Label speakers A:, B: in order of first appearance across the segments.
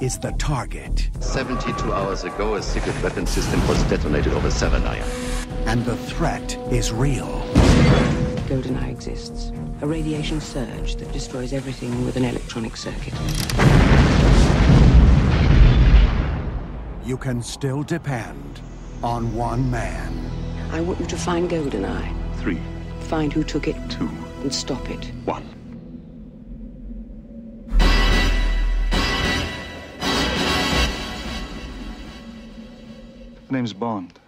A: is the target.
B: 72 hours ago, a secret weapon system was detonated over Seven Iron.
A: And the threat is real.
C: GoldenEye exists. A radiation surge that destroys everything with an electronic circuit.
A: You can still depend on one man.
C: I want you to find GoldenEye,
B: Three,
C: find who took it,
B: two,
C: and stop it.
B: one.
D: The name's Bond.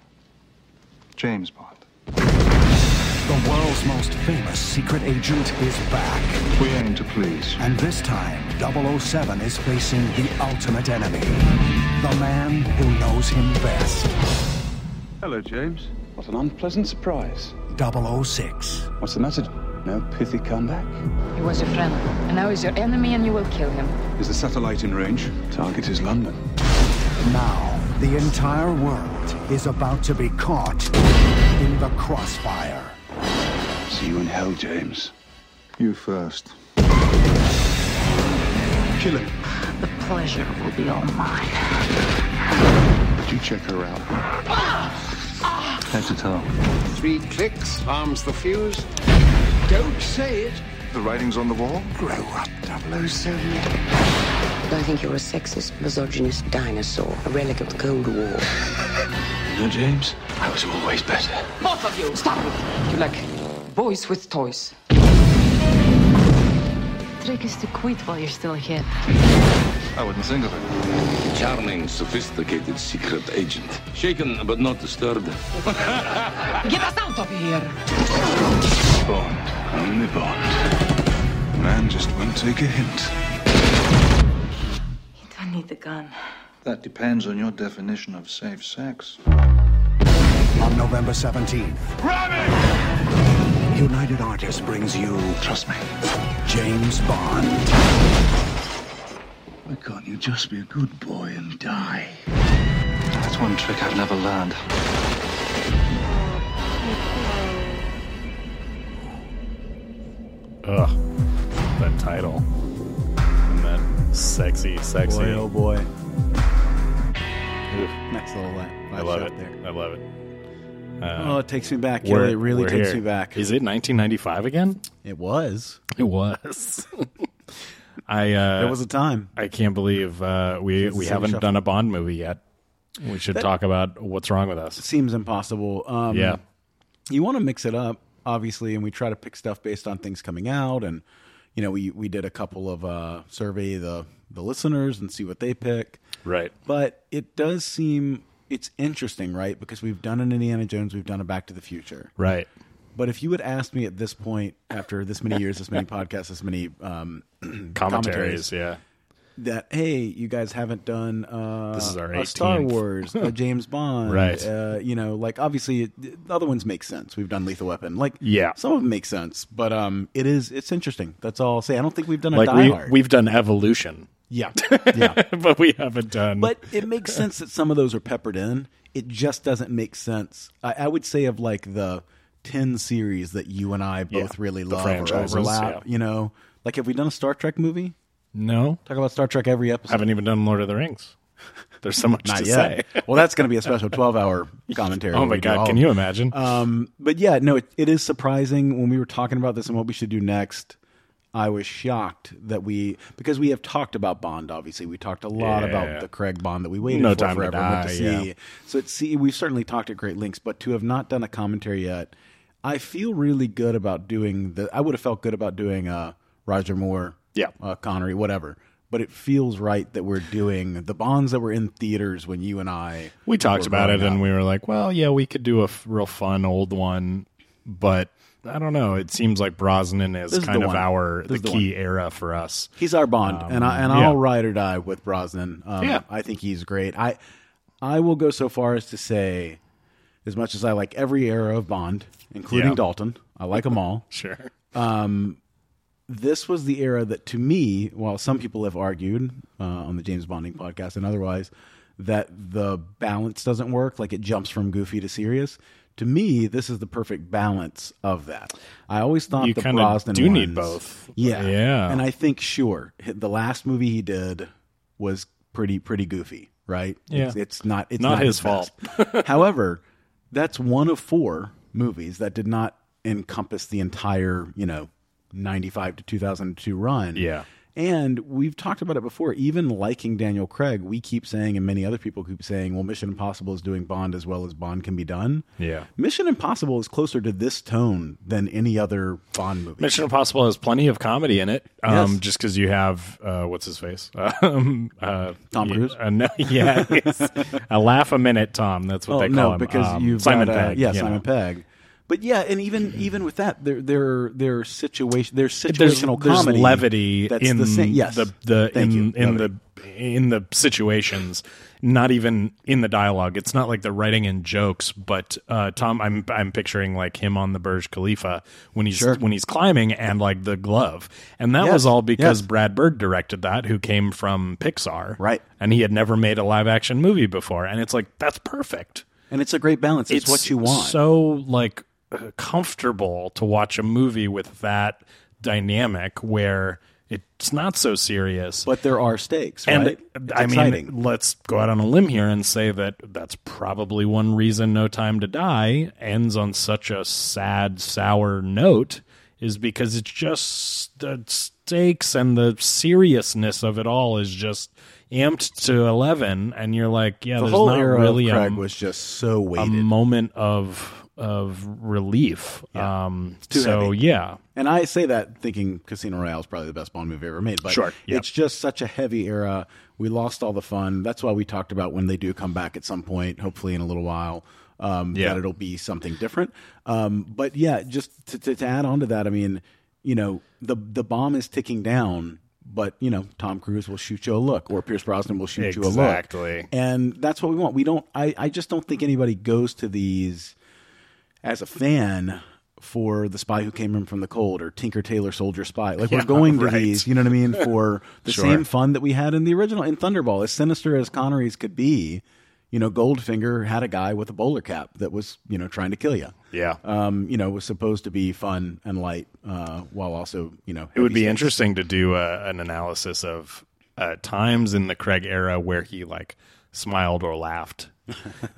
D: James Bond.
A: The world's most famous secret agent is back.
D: We aim to please.
A: And this time, 007 is facing the ultimate enemy the man who knows him best.
D: Hello, James.
E: What an unpleasant surprise.
A: 006.
E: What's the message? No pithy comeback?
F: He was your friend, and now he's your enemy, and you will kill him.
E: Is the satellite in range? Target is London.
A: Now, the entire world is about to be caught in the crossfire.
E: See you in hell, James.
D: You first.
E: Kill him.
F: The pleasure will be all mine.
D: Did you check her out? Head to toe.
B: Three clicks arms the fuse.
D: The writing's on the wall.
A: Grow up, 007.
C: I think you're a sexist, misogynist dinosaur, a relic of the Cold War.
E: No, James. I was always better.
F: Both of you, stop it! You like boys with toys. Trick is to quit while you're still here.
D: I wouldn't think of it.
G: Charming, sophisticated secret agent. Shaken but not disturbed.
F: Get us out of here!
E: Bond. Only Bond. Man just won't take a hint.
F: You don't need the gun.
D: That depends on your definition of safe sex.
A: On November 17th, United Artists brings you
E: Trust me.
A: James Bond.
E: Why can't you just be a good boy and die?
D: That's one trick I've never learned.
H: Ugh, that title. And that sexy, sexy.
I: Boy, oh boy.
H: Oof,
I: Nice little la-
H: I
I: last
H: love
I: shot
H: it.
I: there.
H: I love it. Uh,
I: Oh, it takes me back,
H: We're-
I: Kelly. It really
H: we're
I: takes
H: here.
I: me back.
H: Is it 1995 again?
I: It was.
H: It was. I uh,
I: There was a time.
H: I can't believe uh, we we
I: City
H: haven't
I: Shuffle.
H: done a Bond movie yet. We should talk about what's wrong with us.
I: Seems impossible. Um,
H: Yeah,
I: you want to mix it up obviously and we try to pick stuff based on things coming out and you know we we did a couple of uh survey the the listeners and see what they pick
H: right.
I: but it does seem it's interesting right because we've done an indiana jones we've done a back to the future
H: Right.
I: but if you had asked me at this point after this many years this many podcasts this many um
H: Commentaries, yeah.
I: that hey, you guys haven't done uh,
H: This is our
I: a Star
H: 18th.
I: Wars, a James Bond,
H: Right.
I: Uh, you know, like obviously it- the other ones make sense. We've done Lethal Weapon, like
H: Yeah.
I: some of them make sense, but um, it is it's interesting. That's all I'll say. I don't think we've done a
H: Like
I: Die
H: we
I: Hard.
H: we've done Evolution,
I: yeah, yeah,
H: but we haven't done.
I: but it makes sense that some of those are peppered in. It just doesn't make sense. I, I would say of like the ten series that you and I both
H: Yeah,
I: really
H: the
I: love or
H: franchises,
I: overlap.
H: yeah.
I: You know, like have we done a Star Trek movie?
H: no,
I: Talk about Star Trek every episode.
H: haven't even done Lord of the Rings. There's so much
I: Not
H: to
I: yet.
H: say.
I: well, that's going to be a special 12 hour commentary.
H: Oh
I: where
H: my
I: we do
H: god,
I: all
H: can
I: of
H: you
I: it.
H: imagine?
I: Um, but yeah, no, it, it is surprising when we were talking about this and what we should do next. I was shocked that we, because we have talked about Bond, obviously. We talked a lot
H: Yeah.
I: about the Craig Bond that we waited
H: No
I: for
H: Time to
I: forever went
H: Die,
I: see.
H: yeah.
I: So it's, see, we've certainly talked at great lengths, but to have not done a commentary yet, I feel really good about doing the, I would have felt good about doing uh, Roger Moore,
H: Yeah.
I: uh, Connery, whatever. But it feels right that we're doing the bonds that were in theaters when you and I
H: we talked
I: were
H: about it
I: growing
H: and
I: up.
H: we were like, well, yeah, we could do a f- real fun old one, but I don't know. It seems like Brosnan is
I: This is
H: kind
I: the
H: of
I: one.
H: our
I: This is
H: the
I: the
H: key era for us. Um,
I: He's our Bond, and I and
H: yeah.
I: I'll ride or die with Brosnan. Um,
H: Yeah.
I: I think he's great. I I will go so far as to say, as much as I like every era of Bond, including
H: Yeah.
I: Dalton, I like them all.
H: Sure.
I: this was the era that, to me, while some people have argued uh, on the James Bonding podcast and otherwise that the balance doesn't work, like it jumps from goofy to serious. To me, this is the perfect balance of that. I always thought
H: You
I: the
H: kinda
I: Brosnan
H: do need
I: ones-
H: both.
I: Yeah,
H: Yeah.
I: And I think sure, the last movie he did was pretty pretty goofy, right?
H: Yeah.
I: It's, it's not it's
H: Not
I: not,
H: his fault.
I: best. However, that's one of four movies that did not encompass the entire, you know, 95 to 2002 run.
H: Yeah.
I: And we've talked about it before. Even liking Daniel Craig, we keep saying, and many other people keep saying, well, Mission Impossible is doing Bond as well as Bond can be done.
H: Yeah.
I: Mission Impossible is closer to this tone than any other Bond movie.
H: Mission Impossible has plenty of comedy in it. Um,
I: Yes.
H: Just because you have uh, what's his face, um, uh,
I: Tom
H: yeah,
I: Cruise?
H: uh, no, yeah, it's a laugh a minute, Tom. That's what
I: Well,
H: they call
I: no,
H: him.
I: because
H: Um,
I: you've
H: Simon
I: got, uh,
H: Pegg.
I: yeah,
H: you
I: Simon
H: know. Mm-hmm.
I: Pegg. But yeah, and even even with that, there there there are situation there's situational
H: There's, there's
I: comedy
H: levity
I: that's
H: in
I: the same. Yes,
H: the, the
I: Thank
H: in,
I: you.
H: in
I: Levity.
H: the in the situations, not even in the dialogue. It's not like they're writing in jokes, but uh, Tom, I'm I'm picturing like him on the Burj Khalifa when he's
I: Sure.
H: when he's climbing and like the glove, and that
I: Yes,
H: was all because
I: yes.
H: Brad Bird directed that, who came from Pixar,
I: Right.
H: And he had never made a live action movie before, and it's like that's perfect.
I: and it's a great balance. It's, what you want.
H: So like uh, comfortable to watch a movie with that dynamic where it's not so serious.
I: but there are stakes,
H: and
I: right? It's
H: I
I: exciting.
H: mean, let's go out on a limb here and say that that's probably one reason No Time to Die ends on such a sad, sour note is because it's just the stakes and the seriousness of it all is just amped to 11 and you're like yeah
I: the
H: there's
I: whole
H: not
I: era
H: really
I: of
H: a
I: Craig was um, just so
H: a
I: weighted.
H: moment of of relief. Um,
I: too
H: so yeah,
I: And I say that thinking Casino Royale is probably the best Bond movie ever made, but
H: Sure, yep.
I: it's just such a heavy era. We lost all the fun. That's why we talked about when they do come back at some point, hopefully in a little while, um,
H: Yeah.
I: that it'll be something different. Um, but yeah, just to, to, to add on to that, I mean, you know, the the bomb is ticking down, but you know, Tom Cruise will shoot you a look, or Pierce Brosnan will shoot you a look,
H: Exactly.
I: and that's what we want. We don't. I, I just don't think anybody goes to these as a fan for the spy who came in from the cold or Tinker Tailor Soldier Spy. Like we're going to
H: right.
I: these, you know what I mean, for the
H: Sure.
I: same fun that we had in the original in Thunderball. As sinister as Connery's could be, you know, Goldfinger had a guy with a bowler cap that was, you know, trying to kill you.
H: yeah.
I: Um, you know, was supposed to be fun and light, uh, while also, you know,
H: it would be interesting to do uh an analysis of uh, times in the Craig era where he like smiled or laughed.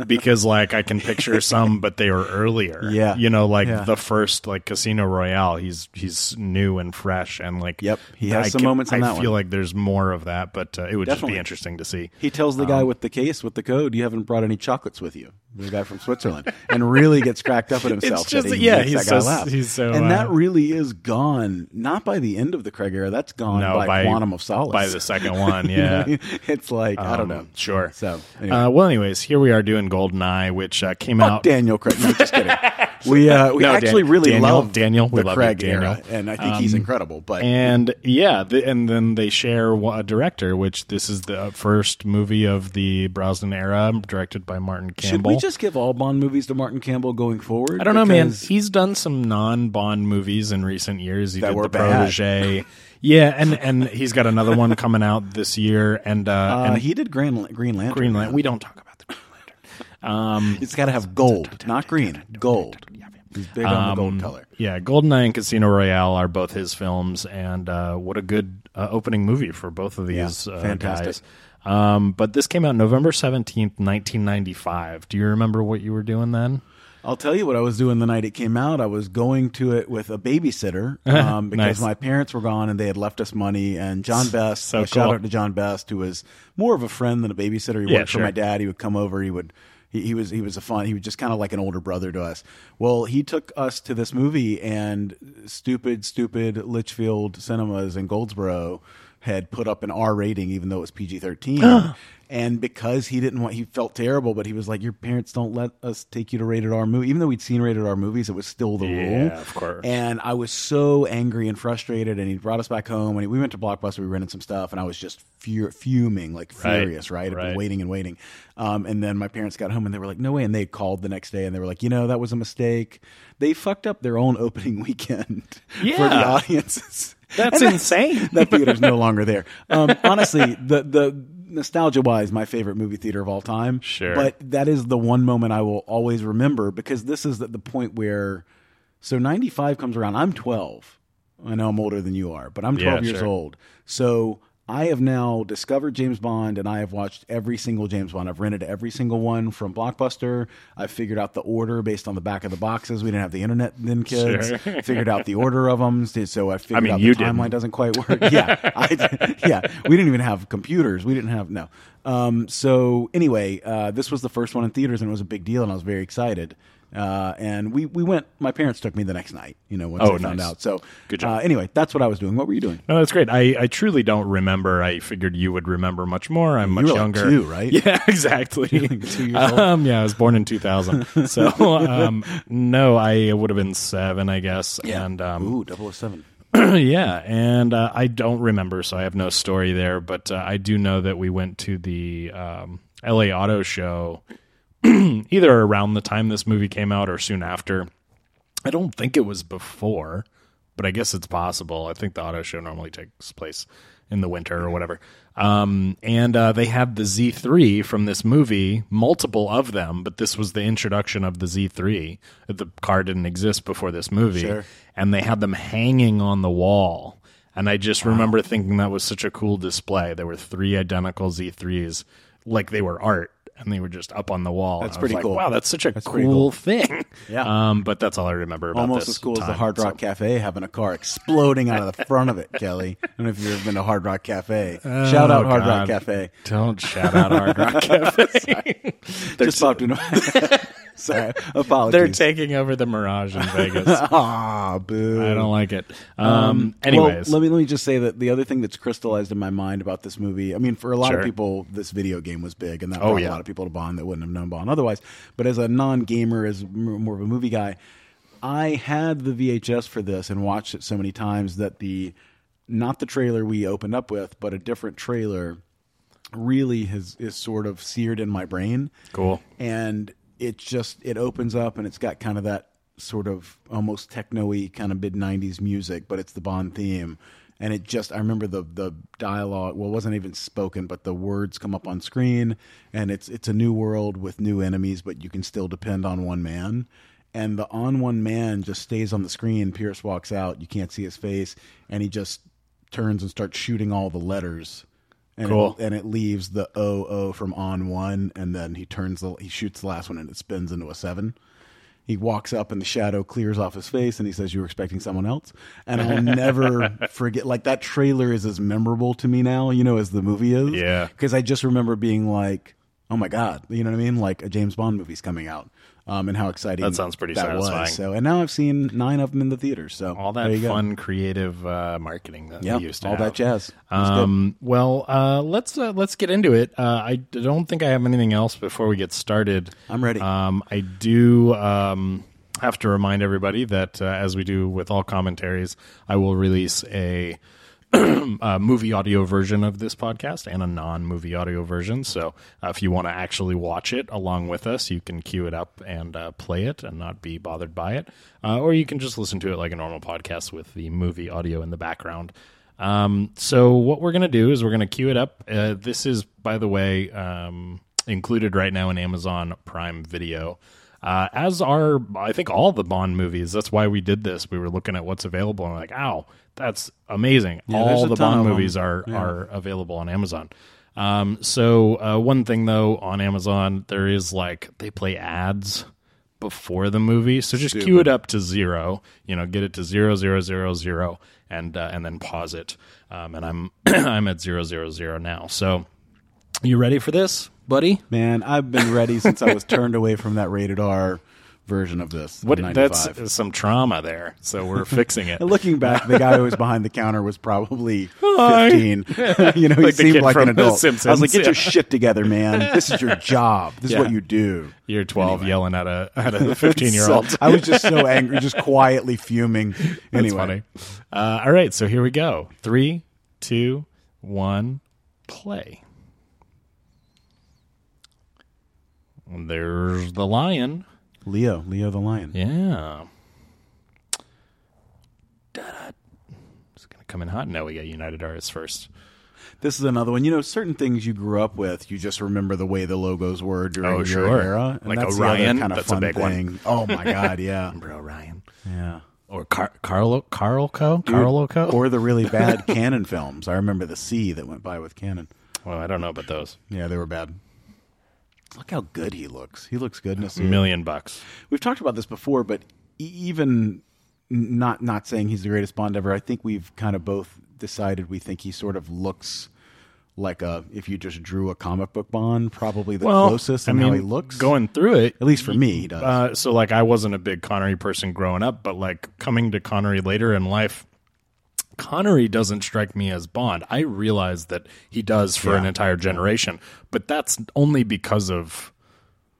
H: because like I can picture some, but they were earlier.
I: Yeah.
H: you know, like
I: Yeah.
H: the first like Casino Royale. He's he's new and fresh, and like
I: Yep. He has
H: I
I: some moments
H: I
I: on that
H: feel
I: one.
H: like there's more of that, but uh, it would just
I: Definitely.
H: be interesting to see.
I: He tells the guy
H: Um,
I: with the case with the code, "You haven't brought any chocolates with you." The guy from Switzerland, and really gets cracked up at himself.
H: It's just-
I: that he
H: yeah,
I: makes
H: he's
I: that guy
H: so-
I: laugh.
H: he's so,
I: and that
H: uh,
I: really is gone. Not by the end of the Craig era. That's gone
H: No,
I: by,
H: by-
I: Quantum of Solace.
H: by the second one,
I: You know
H: yeah.
I: what I mean? it's like I don't know.
H: Um, Sure.
I: So anyway.
H: uh, well, anyways, here we are doing GoldenEye, which uh, came
I: Fuck
H: out.
I: Daniel Craig. No, just kidding. We uh, we
H: No, Dan-
I: actually really
H: Daniel-
I: love
H: Daniel. We
I: the
H: love you,
I: Craig
H: Daniel. Um,
I: era, and I think he's incredible. But
H: and yeah, the, and then they share wa- a director, which this is the first movie of the Brosnan era, directed by Martin
I: should
H: Campbell.
I: we just give all Bond movies to Martin Campbell going forward?
H: I don't know, man.
I: Because-
H: He's done some non-Bond movies in recent years. He
I: That
H: did
I: were
H: the
I: bad.
H: Protege, yeah, and and he's got another one coming out this year, and uh,
I: Uh,
H: and
I: he did Green, Green Lantern.
H: Green Lantern. We don't talk about the Green Lantern. Um,
I: It's got to have gold, not green. Gold. He's big on the gold color.
H: Um, Yeah, GoldenEye and Casino Royale are both his films, and uh, what a good uh, opening movie for both of these
I: Yeah,
H: uh,
I: fantastic.
H: guys. Um, but this came out November seventeenth, nineteen ninety-five. Do you remember what you were doing then?
I: I'll tell you what I was doing the night it came out. I was going to it with a babysitter um, because
H: Nice.
I: my parents were gone and they had left us money. And John Best,
H: So
I: a shout
H: cool.
I: out to John Best, who was more of a friend than a babysitter. He
H: Yeah,
I: worked
H: sure.
I: for my dad. He would come over. He would. He, he was he was a fun. He was just kind of like an older brother to us. Well, he took us to this movie and stupid, stupid Litchfield Cinemas in Goldsboro had put up an R rating, even though it was PG thirteen. and because he didn't want, he felt terrible. But he was like, "Your parents don't let us take you to rated R movie." Even though we'd seen rated R movies, it was still the rule.
H: Yeah, of course.
I: And I was so angry and frustrated. And he brought us back home. And we went to Blockbuster. We rented some stuff, and I was just fu- fuming, like
H: Right,
I: furious, right? I've
H: right.
I: been waiting and waiting. Um, and then my parents got home and they were like, no way. And they called the next day and they were like, you know, that was a mistake. They fucked up their own opening weekend for the
H: Yeah.
I: audiences.
H: That's
I: And
H: insane.
I: That theater's no longer there. Um, honestly, the, the nostalgia wise, my favorite movie theater of all time.
H: Sure.
I: But that is the one moment I will always remember because this is at the point where, so 95 comes around. I'm 12. I know I'm older than you are, but I'm
H: Yeah,
I: 12 years
H: sure.
I: old. So I have now discovered James Bond and I have watched every single James Bond. I've rented every single one from Blockbuster. I figured out the order based on the back of the boxes. We didn't have the internet then, kids.
H: Sure.
I: Figured out the order of them. So I figured
H: I mean,
I: out
H: you
I: the timeline
H: didn't.
I: doesn't quite work. yeah. I, yeah. We didn't even have computers. We didn't have, no. Um, so anyway, uh, this was the first one in theaters and it was a big deal and I was very excited. Uh, and we, we went, my parents took me the next night, you know, once
H: Oh,
I: they found
H: nice.
I: out. So
H: Good job.
I: Uh, anyway, that's what I was doing. What were you doing?
H: No, that's great. I, I truly don't remember. I figured you would remember much more. I'm much
I: were like
H: younger.
I: two, right?
H: Yeah, exactly.
I: two years old.
H: um, yeah, I was born in 2000. So, um, no, I would have been seven, I guess. And um,
I: Ooh, 007.
H: yeah, and uh, I don't remember, so I have no story there. But uh, I do know that we went to the um, LA Auto Show either around the time this movie came out or soon after. I don't think it was before, but I guess it's possible. I think the auto show normally takes place in the winter or whatever. Um, and uh, they had the Z3 from this movie, multiple of them, but this was the introduction of the Z3. The car didn't exist before this movie. And they had them hanging on the wall. And I just remember thinking that was such a cool display. There were three identical Z3s, like they were art, and they were just up on the wall.
I: That's
H: And I was
I: pretty
H: like,
I: cool.
H: Wow, that's such a
I: pretty
H: cool, thing.
I: Yeah.
H: Um, but that's all I remember about
I: Almost
H: this
I: as cool as the
H: time,
I: Hard
H: so-
I: Rock Cafe having a car exploding out of the front of it, Kelly. I don't know if you've ever been to Hard Rock Cafe. Shout out Hard Rock
H: Oh, God.
I: Cafe.
H: Don't shout out Hard Rock Cafe. they're,
I: Just popped into my Sorry. Apologies.
H: they're taking over the Mirage in Vegas.
I: Ah, boo.
H: I don't like it. Um, anyways,
I: Well, let me let me just say that the other thing that's crystallized in my mind about this movie, I mean, for a lot of
H: Sure.
I: people, this video game was big, and that
H: Oh,
I: brought a
H: yeah.
I: lot of people to Bond that wouldn't have known Bond otherwise. But as a non-gamer, as m- more of a movie guy, I had the VHS for this and watched it so many times that the not the trailer we opened up with, but a different trailer really has is sort of seared in my brain
H: cool.
I: and it just it opens up and it's got kind of that sort of almost techno-y kind of mid 90s music but it's the bond theme and it just i remember the the dialogue well it wasn't even spoken but the words come up on screen and it's it's a new world with new enemies but you can still depend on one man and the on one man just stays on the screen pierce walks out you can't see his face and he just turns and starts shooting all the letters and
H: Cool.
I: it, and it leaves the O O from on one, and then he turns the he shoots the last one, and it spins into a seven. He walks up, and the shadow clears off his face, and he says, "You were expecting someone else." And I'll never forget. Like that trailer is as memorable to me now, you know, as the movie is.
H: Yeah.
I: because I just remember being like, "Oh my god," you know what I mean? Like a James Bond movie's coming out, um, and how exciting
H: That sounds pretty
I: that was.
H: satisfying.
I: So, and now I've seen nine of them in the theater. So
H: All
I: there
H: that
I: you go.
H: fun, creative uh, marketing that
I: yeah,
H: we used to
I: all
H: have.
I: that jazz. It was good.
H: Um, well, uh, let's uh, let's get into it. Uh, I don't think I have anything else before we get started.
I: I'm ready.
H: Um, I do um, have to remind everybody that, uh, as we do with all commentaries, I will release a, a uh, movie audio version of this podcast and a non movie audio version. So uh, if you want to actually watch it along with us, you can queue it up and uh, play it and not be bothered by it. Uh, or you can just listen to it like a normal podcast with the movie audio in the background. Um, so what we're gonna do is we're gonna queue it up. Uh, this is, by the way, um, included right now in Amazon Prime Video. Uh, as are, I think, all the Bond movies. That's why we did this. We were looking at what's available and like, ow, that's amazing.
I: there's
H: all
I: a
H: the
I: ton
H: Bond
I: of 'em.
H: movies are are available on Amazon. Um, so uh, one thing though on Amazon, there is like they play ads before the movie, so just queue it up to zero. You know, get it to zero zero zero zero, and uh, and then pause it. Um, and I'm I'm at zero zero zero now. So you ready for this, buddy?
I: Man, I've been ready since I was turned away from that rated R version of this. in
H: What
I: 95.
H: that's some trauma there. So we're fixing it.
I: And looking back, the guy who was behind the counter was probably
H: Hi.
I: fifteen. you know, he
H: Like the
I: seemed
H: kid
I: like an
H: from The
I: adult. I was
H: Simpsons,
I: like, "Get
H: yeah.
I: your shit together, man. This is your job. This
H: Yeah.
I: is what you do."
H: You're 12, yelling at a at a 15 year
I: So
H: old.
I: I was just so angry, just quietly fuming.
H: That's
I: Anyway,
H: funny. Uh, all right, so here we go. Three, two, one, play. There's the lion.
I: Leo, Leo the lion.
H: Yeah. Da-da. It's gonna come in hot. No, we got United Artists first.
I: This is another one. You know, certain things you grew up with, you just remember the way the logos were during
H: Oh,
I: your
H: sure.
I: era.
H: Like
I: that's
H: Orion,
I: the other kind of
H: that's a
I: fun
H: big one.
I: thing. Oh my god, yeah,
H: Bro Ryan.
I: yeah.
H: or Car- Carlo Carl Co Carlo Co.
I: or the really bad Canon films. I remember the C that went by with Canon.
H: well, I don't know about those.
I: Yeah, they were bad. Look how good he looks. He looks good in this.
H: Million bucks.
I: We've talked about this before, but e- even n- not not saying he's the greatest Bond ever, I think we've kind of both decided we think he sort of looks like a if you just drew a comic book Bond, probably the closest. And how he looks,
H: Going through it,
I: at least for me, he does.
H: Uh, so like I wasn't a big Connery person growing up, but like coming to Connery later in life, Connery doesn't strike me as Bond. I realize that he does for an entire generation, but that's only because of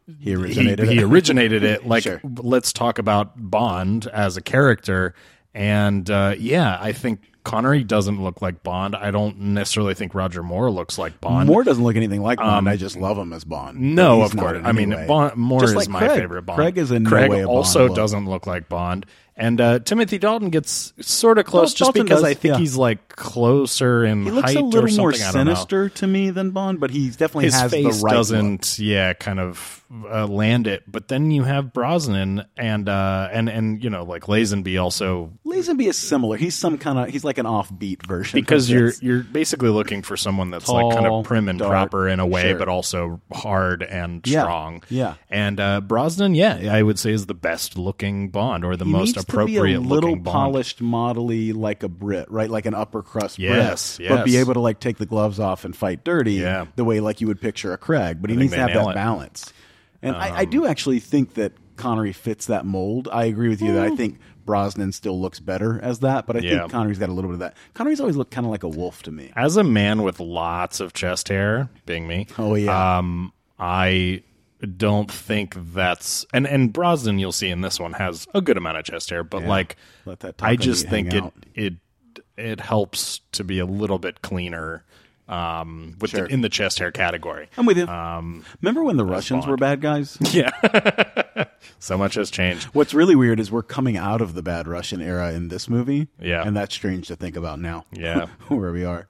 I: he
H: he,
I: originated.
H: he
I: it.
H: originated it. Like
I: Sure.
H: let's talk about Bond as a character, and uh, yeah, I think. Connery doesn't look like Bond. I don't necessarily think Roger Moore looks like Bond.
I: Moore doesn't look anything like Bond. I just love him as Bond.
H: Um, No,
I: He's
H: of
I: not
H: course.
I: in
H: I
I: any
H: mean,
I: way.
H: Bond, Moore
I: Just
H: is
I: like
H: my
I: Craig.
H: favorite Bond.
I: Craig is in no
H: Craig
I: way a Bond
H: also
I: look.
H: doesn't look like Bond, and uh, Timothy Dalton gets sort of close,
I: Dal-
H: just
I: Dalton
H: because
I: does,
H: I think
I: yeah.
H: he's like closer in
I: He looks
H: height
I: a
H: or
I: little
H: something.
I: more
H: I don't know.
I: sinister to me than Bond, but he definitely
H: His
I: has
H: face
I: the right. look.
H: doesn't, yeah, kind of uh, land it. But then you have Brosnan and uh, and and you know like Lazenby also
I: Lazenby is similar. He's some kind of he's like an offbeat version of
H: because you're
I: this.
H: you're basically looking for someone that's like kind
I: Tall,
H: of prim and
I: dark,
H: proper in a way,
I: sure.
H: but also hard and
I: Yeah,
H: strong.
I: yeah.
H: And uh, Brosnan, yeah, I would say is the best looking Bond or the
I: He
H: most
I: needs to be
H: appropriate
I: a little
H: looking Bond.
I: polished, modelly, like a Brit, right? Like an upper crust
H: Yes,
I: Brit,
H: yes.
I: but be able to like take the gloves off and fight dirty,
H: Yeah.
I: the way like you would picture a Craig. But he
H: I
I: needs
H: think Um,
I: to
H: they
I: have
H: nail
I: that
H: it.
I: balance. And I, I do actually think that Connery fits that mold. I agree with you that I think Brosnan still looks better as that, but I
H: Mm. Yeah.
I: think Connery's got a little bit of that. Connery's always looked kind of like a wolf to me.
H: As a man with lots of chest hair, being me,
I: Oh yeah,
H: um, I don't think that's and and Brosnan you'll see in this one has a good amount of chest hair, but like
I: Let that
H: I
I: taco
H: just
I: meat
H: think
I: hang
H: it
I: out.
H: it it helps to be a little bit cleaner um with
I: Sure.
H: the, in the chest hair category. Um,
I: I'm with you.
H: uh,
I: Remember when the Russians were bad guys?
H: So much has changed.
I: What's really weird is we're coming out of the bad Russian era in this movie.
H: Yeah.
I: And that's strange to think about now.
H: Yeah.
I: Where we are.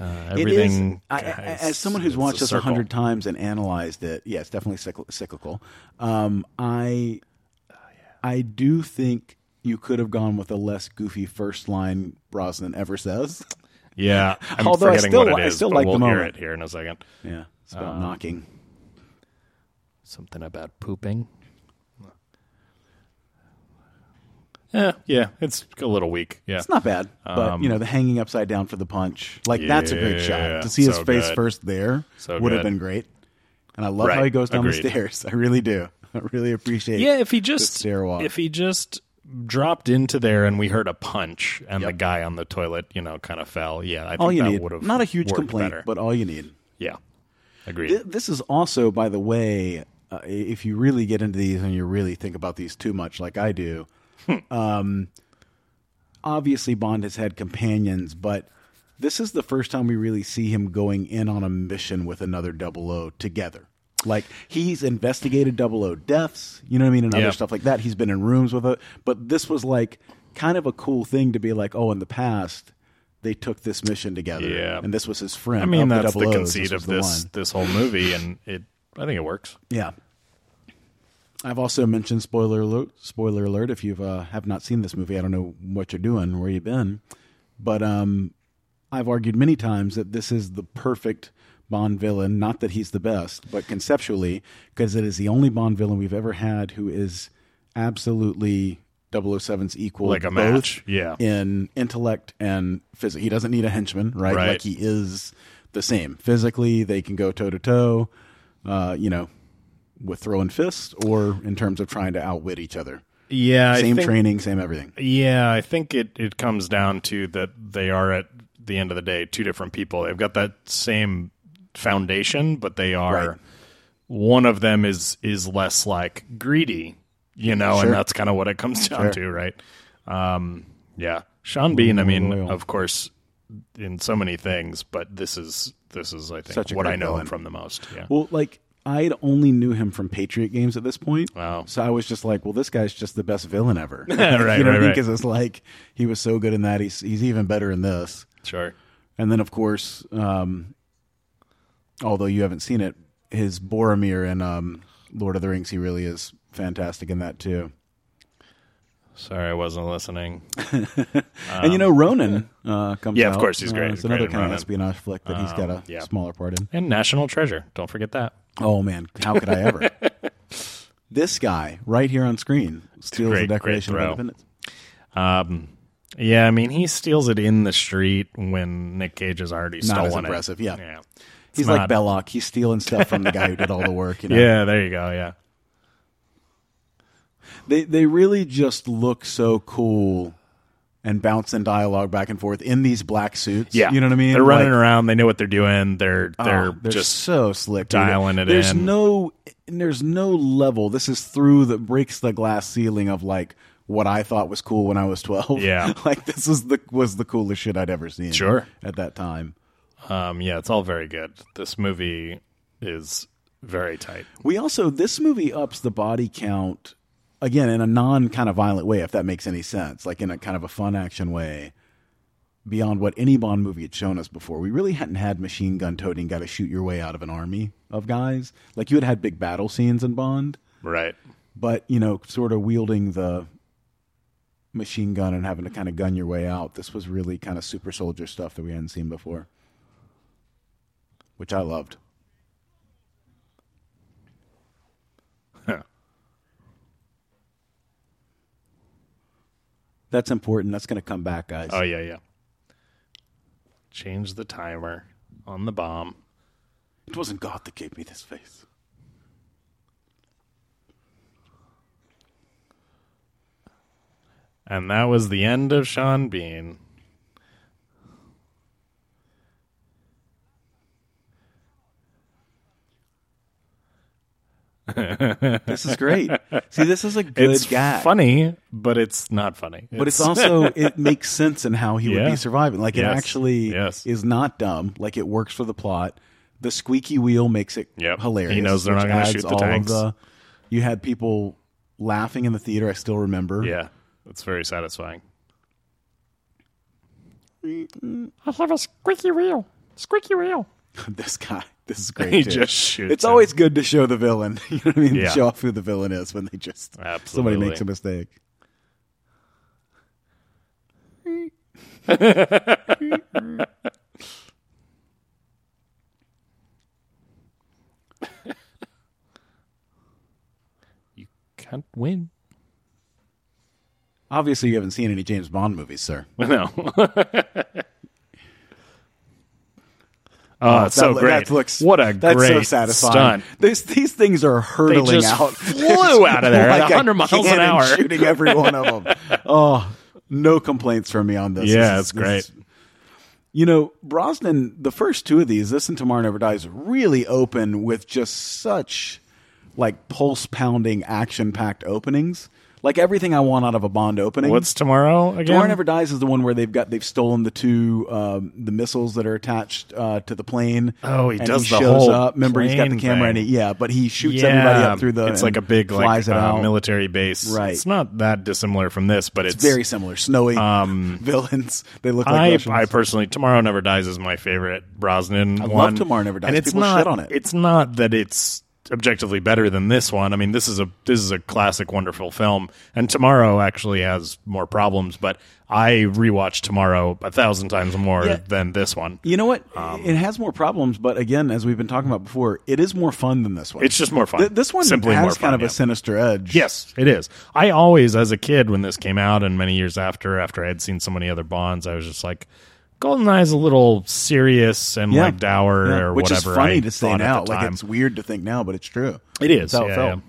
H: Uh, Everything
I: it is, I, I-
H: guys,
I: as someone who's
H: it's
I: watched this a
H: circle.
I: hundred times and analyzed it, yeah, it's definitely cycl- cyclical. Um, I, I do think you could have gone with a less goofy first line Brosnan ever says.
H: Yeah, I'm
I: Although I
H: forgetting
I: still
H: what
I: li-
H: it
I: I
H: is,
I: still
H: but
I: like the
H: we'll hear
I: moment.
H: it here in a second.
I: Yeah, it's about
H: Um,
I: knocking.
H: Something about pooping. Yeah, yeah, it's a little weak. Yeah,
I: It's not bad, but you know the hanging upside down for the punch, like that's a great
H: Um, Yeah,
I: shot. To see his
H: so
I: face
H: good.
I: first there
H: So
I: would have
H: good.
I: been great. And I love how
H: Right,
I: he goes down the
H: agreed.
I: stairs. I really do. I really appreciate.
H: Yeah, if he
I: the
H: just
I: stairwell.
H: if he just dropped into there and we heard a punch and the guy on the toilet, you know, kind of fell. Yeah, I think
I: all you
H: that
I: need.
H: would have
I: Not a huge
H: worked
I: complaint,
H: better.
I: but all you need.
H: yeah, agreed.
I: Th- This is also, by the way, uh, if you really get into these and you really think about these too much, like I do, um,
H: Hmm.
I: obviously Bond has had companions, but this is the first time we really see him going in on a mission with another Double O together. Like he's investigated Double O deaths, you know what I mean, and
H: Yeah.
I: other stuff like that. He's been in rooms with it, but this was like kind of a cool thing to be like, oh, in the past. They took this mission together,
H: Yeah.
I: and this was his friend.
H: I mean,
I: of
H: that's the,
I: 00s, this
H: conceit
I: was
H: of
I: the
H: this
I: one.
H: this whole movie, and it I think it works.
I: Yeah. I've also mentioned spoiler alert. Spoiler alert! If you've uh, have not seen this movie, I don't know what you're doing, where you've been, but um, I've argued many times that this is the perfect Bond villain. Not that he's the best, but conceptually, because it is the only Bond villain we've ever had who is absolutely 007's equal,
H: Like a
I: both
H: match, yeah.
I: in intellect and physics. He doesn't need a henchman, right?
H: Right.
I: Like he is the same physically. They can go toe to toe. You know, with throwing fists or in terms of trying to outwit each other.
H: Yeah,
I: same training, same everything.
H: Yeah, I think it, it comes down to that they are at the end of the day two different people. They've got that same foundation, but they are
I: Right.
H: one of them is is less like greedy, you know,
I: Sure.
H: and that's kind of what it comes
I: Sure.
H: down to, right? Um, yeah, Sean Bean. I mean, of course, in so many things, but this is this is I think
I: Such a
H: what
I: great
H: I know
I: villain.
H: him from the most. Yeah.
I: Well, like I'd only knew him from Patriot games at this point.
H: Wow.
I: So I was just like, well, this guy's just the best villain ever. right,
H: Right,
I: you know
H: right, right.
I: Because it's like he was so good in that. He's he's even better in this.
H: sure.
I: And then, of course, um, although you haven't seen it, his Boromir in um, Lord of the Rings, he really is fantastic in that too.
H: Sorry, I wasn't listening.
I: and you know, Ronan uh, comes.
H: Um, Yeah, of
I: out.
H: course, he's great.
I: it's
H: He's
I: another
H: great in
I: kind of
H: Ronin.
I: espionage flick that he's got a
H: yeah.
I: smaller part in.
H: And National Treasure. Don't forget that.
I: Oh man, how could I ever? this guy right here on screen steals
H: Great,
I: the
H: great
I: Declaration of
H: throw.
I: Independence.
H: Um, yeah, I mean, he steals it in the street when Nick Cage has already
I: Not
H: stolen
I: as
H: it.
I: impressive, yeah.
H: yeah.
I: He's
H: not-
I: like Belloc. He's stealing stuff from the guy who did all the work. You know?
H: Yeah, there you go. Yeah.
I: They they really just look so cool and bounce in dialogue back and forth in these black suits.
H: Yeah.
I: You know what I mean?
H: They're running
I: Like,
H: around. They know what they're doing. They're
I: oh,
H: they're, just
I: so slick. dude.
H: dialing it
I: there's
H: in.
I: no and there's no level. This is through the breaks the glass ceiling of like what I thought was cool when I was twelve.
H: Yeah.
I: like this is the was the coolest shit I'd ever seen.
H: Sure.
I: At that time.
H: um yeah, it's all very good. This movie is very tight.
I: We also this movie ups the body count again in a non kind of violent way, if that makes any sense, like in a kind of a fun action way, beyond what any Bond movie had shown us before. We really hadn't had machine gun toting, got to shoot your way out of an army of guys. Like you had had big battle scenes in Bond,
H: Right.
I: but you know, sort of wielding the machine gun and having to kind of gun your way out. This was really kind of super soldier stuff that we hadn't seen before, which I loved. That's important. That's going to come back, guys.
H: Oh yeah, yeah. Change the timer on the bomb.
I: It wasn't God that gave me this face.
H: And that was the end of Sean Bean.
I: This is great. See, this is a good
H: It's
I: gag.
H: funny, but it's not funny.
I: but it's, also it makes sense in how he would
H: Yeah.
I: be surviving. Like it
H: Yes.
I: actually
H: Yes.
I: is not dumb. Like it works for the plot. The squeaky wheel makes it
H: Yep.
I: hilarious.
H: He knows they're
I: which
H: not gonna
I: adds
H: shoot the
I: all of
H: tanks.
I: you had people laughing in the theater. I still remember.
H: yeah, it's very satisfying.
I: this guy. This is great.
H: He
I: too.
H: just shoots.
I: it's
H: him.
I: always good to show the villain. You know what I mean?
H: Yeah.
I: Show off who the villain is when they just somebody
H: Absolutely.
I: makes a mistake.
H: can't win.
I: Obviously, you haven't seen any James Bond movies, sir.
H: No. oh, it's Oh, so
I: lo-
H: great!
I: looks
H: what a
I: that's
H: great
I: so satisfying.
H: stunt.
I: These these things are
H: They
I: hurtling
H: just
I: out.
H: flew out of there at
I: Like a
H: 100 miles an
I: cannon
H: hour.
I: shooting every one of them. oh, no complaints from me on this.
H: Yeah,
I: This
H: it's
I: is- this
H: great.
I: is- you know, Brosnan, the first two of these, this and Tomorrow Never Dies, really open with just such like pulse pounding, action packed openings. Like everything I want out of a Bond opening.
H: What's tomorrow again?
I: Tomorrow Never Dies is the one where they've got they've stolen the two um, the missiles that are attached uh, to the plane.
H: Oh, he
I: and
H: does
I: he
H: the
I: shows
H: whole
I: up. Remember, he's got the
H: plane
I: camera and
H: thing.
I: he yeah, but he shoots everybody up through the.
H: It's like a
I: and
H: big
I: flies
H: like
I: it
H: uh,
I: out.
H: military base.
I: Right.
H: It's not that dissimilar from this, but it's, um,
I: It's very similar, snowy villains. They look like Russians.
H: I, I personally, Tomorrow Never Dies is my favorite Brosnan. I
I: love
H: one.
I: Tomorrow Never Dies.
H: and it's
I: People
H: not,
I: shit on it.
H: It's not that it's objectively better than this one. I mean, this is a this is a classic, wonderful film, and Tomorrow actually has more problems. But I rewatched Tomorrow a thousand times more
I: Yeah.
H: than this one.
I: you know what?
H: um,
I: it has more problems, but again, as we've been talking about before, it is more fun than this one.
H: It's just more fun.
I: Th- this one
H: Simply
I: has
H: more
I: kind
H: fun,
I: of
H: yeah.
I: a sinister edge.
H: Yes, it is. I always, as a kid, when this came out, and many years after, after I had seen so many other Bonds, I was just like, "Goldeneye's a little serious and
I: Yeah.
H: like dour
I: Yeah.
H: or
I: which
H: whatever."
I: is funny
H: I
I: to say
H: thought at
I: now.
H: the
I: Like
H: time.
I: it's weird to think now, but it's true.
H: It is,
I: That's how it
H: yeah,
I: felt.
H: yeah.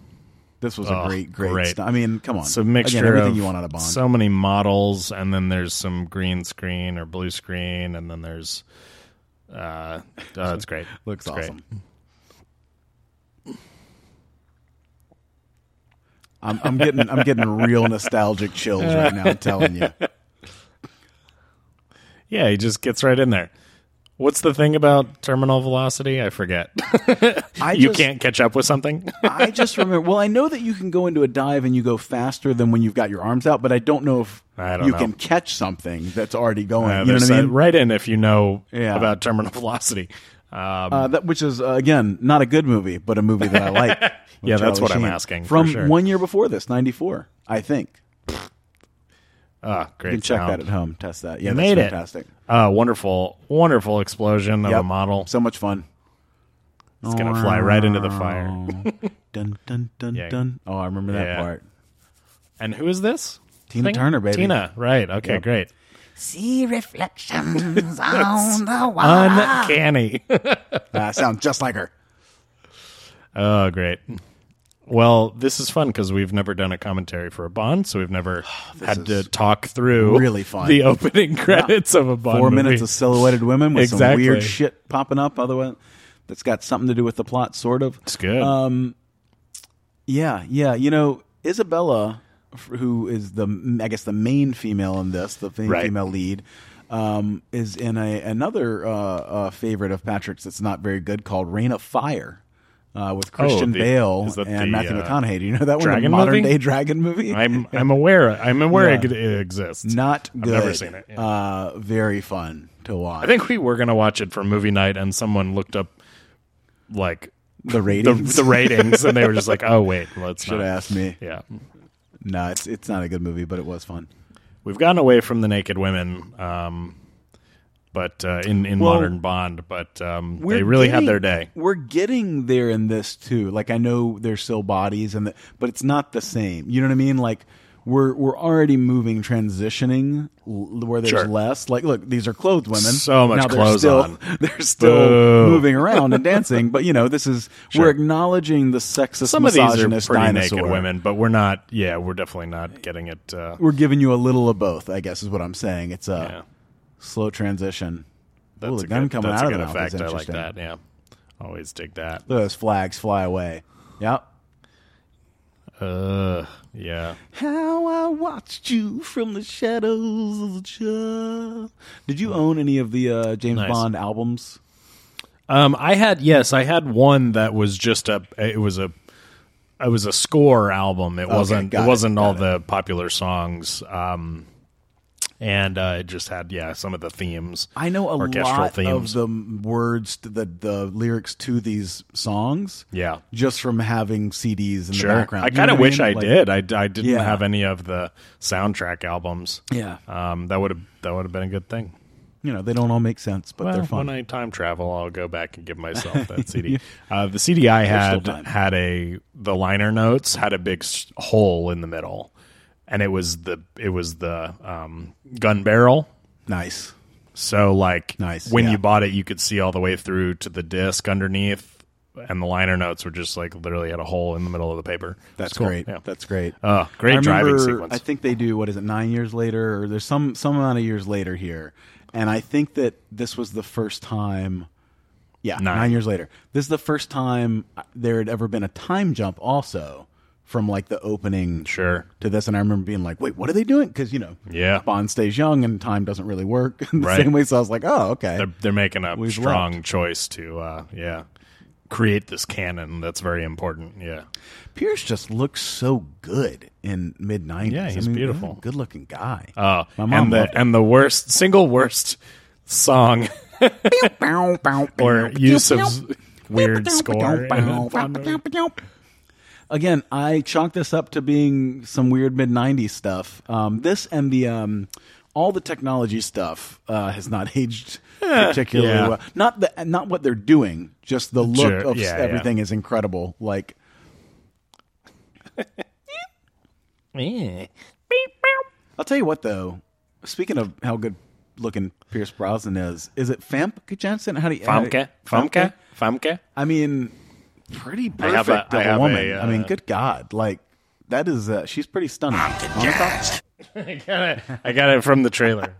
I: This was a
H: Oh,
I: great, great.
H: great.
I: stu- I mean, come on,
H: It's a mixture
I: Again, everything
H: of
I: you want out of Bond.
H: so many models, and then there's some green screen or blue screen, and then there's. Uh, oh, it's great.
I: Looks
H: It's great.
I: awesome. I'm, I'm getting, I'm getting real nostalgic chills right now. I'm telling you,
H: Yeah, he just gets right in there. What's the thing about terminal velocity? I forget.
I: I
H: you
I: just,
H: can't catch up with something.
I: I just remember. Well, I know that you can go into a dive and you go faster than when you've got your arms out, but I don't know if
H: I don't
I: you
H: know.
I: can catch something that's already going. you
H: Uh,
I: know
H: there's
I: what I
H: that-
I: mean?
H: Right in if you know
I: Yeah.
H: about terminal velocity. Um,
I: Uh, that, which is uh, again not a good movie, but a movie that I like. with
H: Yeah, that's
I: Charlie
H: what I'm
I: Sheen.
H: asking, for
I: From
H: sure.
I: one year before this, '94, I think.
H: Ah, great.
I: You can check
H: sound.
I: that at home. Test that. Yeah,
H: You
I: that's
H: made it.
I: fantastic.
H: Uh, wonderful, wonderful explosion of a
I: Yep.
H: model.
I: So much fun.
H: It's gonna fly right into the fire.
I: dun dun dun
H: Yeah.
I: dun. Oh, I remember that
H: Yeah.
I: part.
H: And who is this?
I: Tina Turner, baby.
H: Tina, right? Okay,
I: Yep.
H: great.
I: See reflections on the wall.
H: Uncanny.
I: Uh, sounds just like her.
H: oh, great. Well, this is fun because we've never done a commentary for a Bond, so we've never had to talk through
I: really fun.
H: the opening credits of a Bond.
I: Four
H: movie.
I: minutes of silhouetted women with
H: Exactly.
I: some weird shit popping up. Otherwise, that's got something to do with the plot, sort of.
H: It's good.
I: Um, Yeah, yeah. You know, Isabella, f- who is the I guess the main female in this, the main
H: Right.
I: female lead, um, is in a another uh, uh, favorite of Patrick's that's not very good called Rain of Fire. Uh, with Christian
H: Oh, the-
I: Bale
H: is that
I: and
H: the,
I: Matthew
H: uh,
I: McConaughey, do you know that one? The
H: dragon
I: modern
H: movie?
I: day dragon movie.
H: I'm I'm aware I'm aware it,
I: Yeah.
H: it exists.
I: not
H: I've
I: good.
H: never seen it, yeah.
I: Uh, very fun to watch.
H: I think we were gonna watch it for movie night, and someone looked up like
I: the
H: the,
I: ratings.
H: the ratings, and they were just like, "Oh wait, let's
I: should
H: not."
I: ask me.
H: Yeah,
I: No, it's it's not a good movie, but it was fun.
H: we've gotten away from the naked women, um, but uh, in in
I: Well,
H: modern Bond, but um,
I: We're
H: they really
I: getting-
H: had their day.
I: We're getting there in this too. Like I know there's still bodies, and the, but it's not the same. You know what I mean? Like we're we're already moving, transitioning l- where there's
H: Sure.
I: less. Like look, these are clothed women.
H: So much
I: now they're
H: clothes
I: still,
H: on.
I: They're still
H: Boo.
I: moving around and dancing. But you know, this is we're
H: Sure.
I: acknowledging the sexist,
H: Some of these are
I: misogynist
H: pretty
I: dinosaur.
H: naked women, but we're not. Yeah, we're definitely not getting it. Uh,
I: We're giving you a little of both. I guess is what I'm saying. It's a
H: yeah.
I: slow transition.
H: That's
I: uh, Ooh, the
H: a
I: gun
H: good,
I: coming
H: that's
I: out
H: a
I: of
H: good
I: the mouth is
H: effect. I like
I: interesting.
H: that. Yeah, always dig that.
I: Look at those flags fly away. Yep.
H: Uh, yeah.
I: How I watched you from the shadows of the child. Did you own any of the uh, James
H: Nice.
I: Bond albums?
H: Um, I had yes, I had one that was just a. It was a. It was a score album. It wasn't.
I: got
H: It
I: it,
H: wasn't all
I: got it.
H: the popular songs. Um, and uh, it just had yeah some of the themes.
I: I know a
H: orchestral
I: lot
H: themes.
I: of the m- words, to the the lyrics to these songs,
H: Yeah.
I: just from having CDs in
H: Sure,
I: the background.
H: I
I: You know
H: kind of
I: what
H: wish
I: mean?
H: I
I: Like,
H: did. I, I didn't
I: Yeah.
H: have any of the soundtrack albums.
I: Yeah.
H: um, that would have that would have been a good thing.
I: You know, they don't all make sense, but
H: well,
I: they're fun.
H: When I time travel, I'll go back and give myself that CD. uh, the CD I had
I: time.
H: had a the liner notes had a big s- hole in the middle, and it was the it was the um, gun barrel.
I: nice.
H: So like
I: Nice,
H: when
I: yeah.
H: you bought it, you could see all the way through to the disc underneath, and the liner notes were just like literally had a hole in the middle of the paper.
I: That's
H: It's cool.
I: great.
H: Yeah.
I: That's great.
H: Oh, great
I: I
H: driving
I: remember-
H: sequence.
I: I think they do. What is it? Nine years later, or there's some some amount of years later here, and I think that this was the first time. Yeah, nine,
H: Nine.
I: years later. This is the first time there had ever been a time jump, also from like the opening
H: sure.
I: to this, and I remember being like, "Wait, what are they doing?" Because you know,
H: Yeah.
I: Bond stays young, and time doesn't really work in the
H: Right.
I: same way. So I was like, "Oh, okay."
H: They're, they're making a
I: We've
H: strong choice to uh, yeah create this canon that's very important. Yeah.
I: Pierce just looks so good in mid '90s.
H: Yeah, he's beautiful.
I: good looking guy.
H: Oh,
I: My mom
H: and the
I: loved it.
H: and the worst single worst song or use of s- weird score.
I: Again, I chalk this up to being some weird mid '90s stuff. Um, this and the um, all the technology stuff uh, has not aged particularly
H: Eh, yeah.
I: well. Not the not what they're doing, just the look
H: Sure,
I: of
H: yeah,
I: everything is incredible. Like I'll tell you what, though. Speaking of how good looking Pierce Brosnan is, is it Famke Jensen? How do you
H: Famke, Famke, Famke.
I: I mean, pretty perfect
H: I have a-
I: of
H: I
I: a
H: have a,
I: woman. I
H: uh,
I: mean, good God, like that is uh, she's pretty stunning. Honest to-
H: I got it. I got it from the trailer.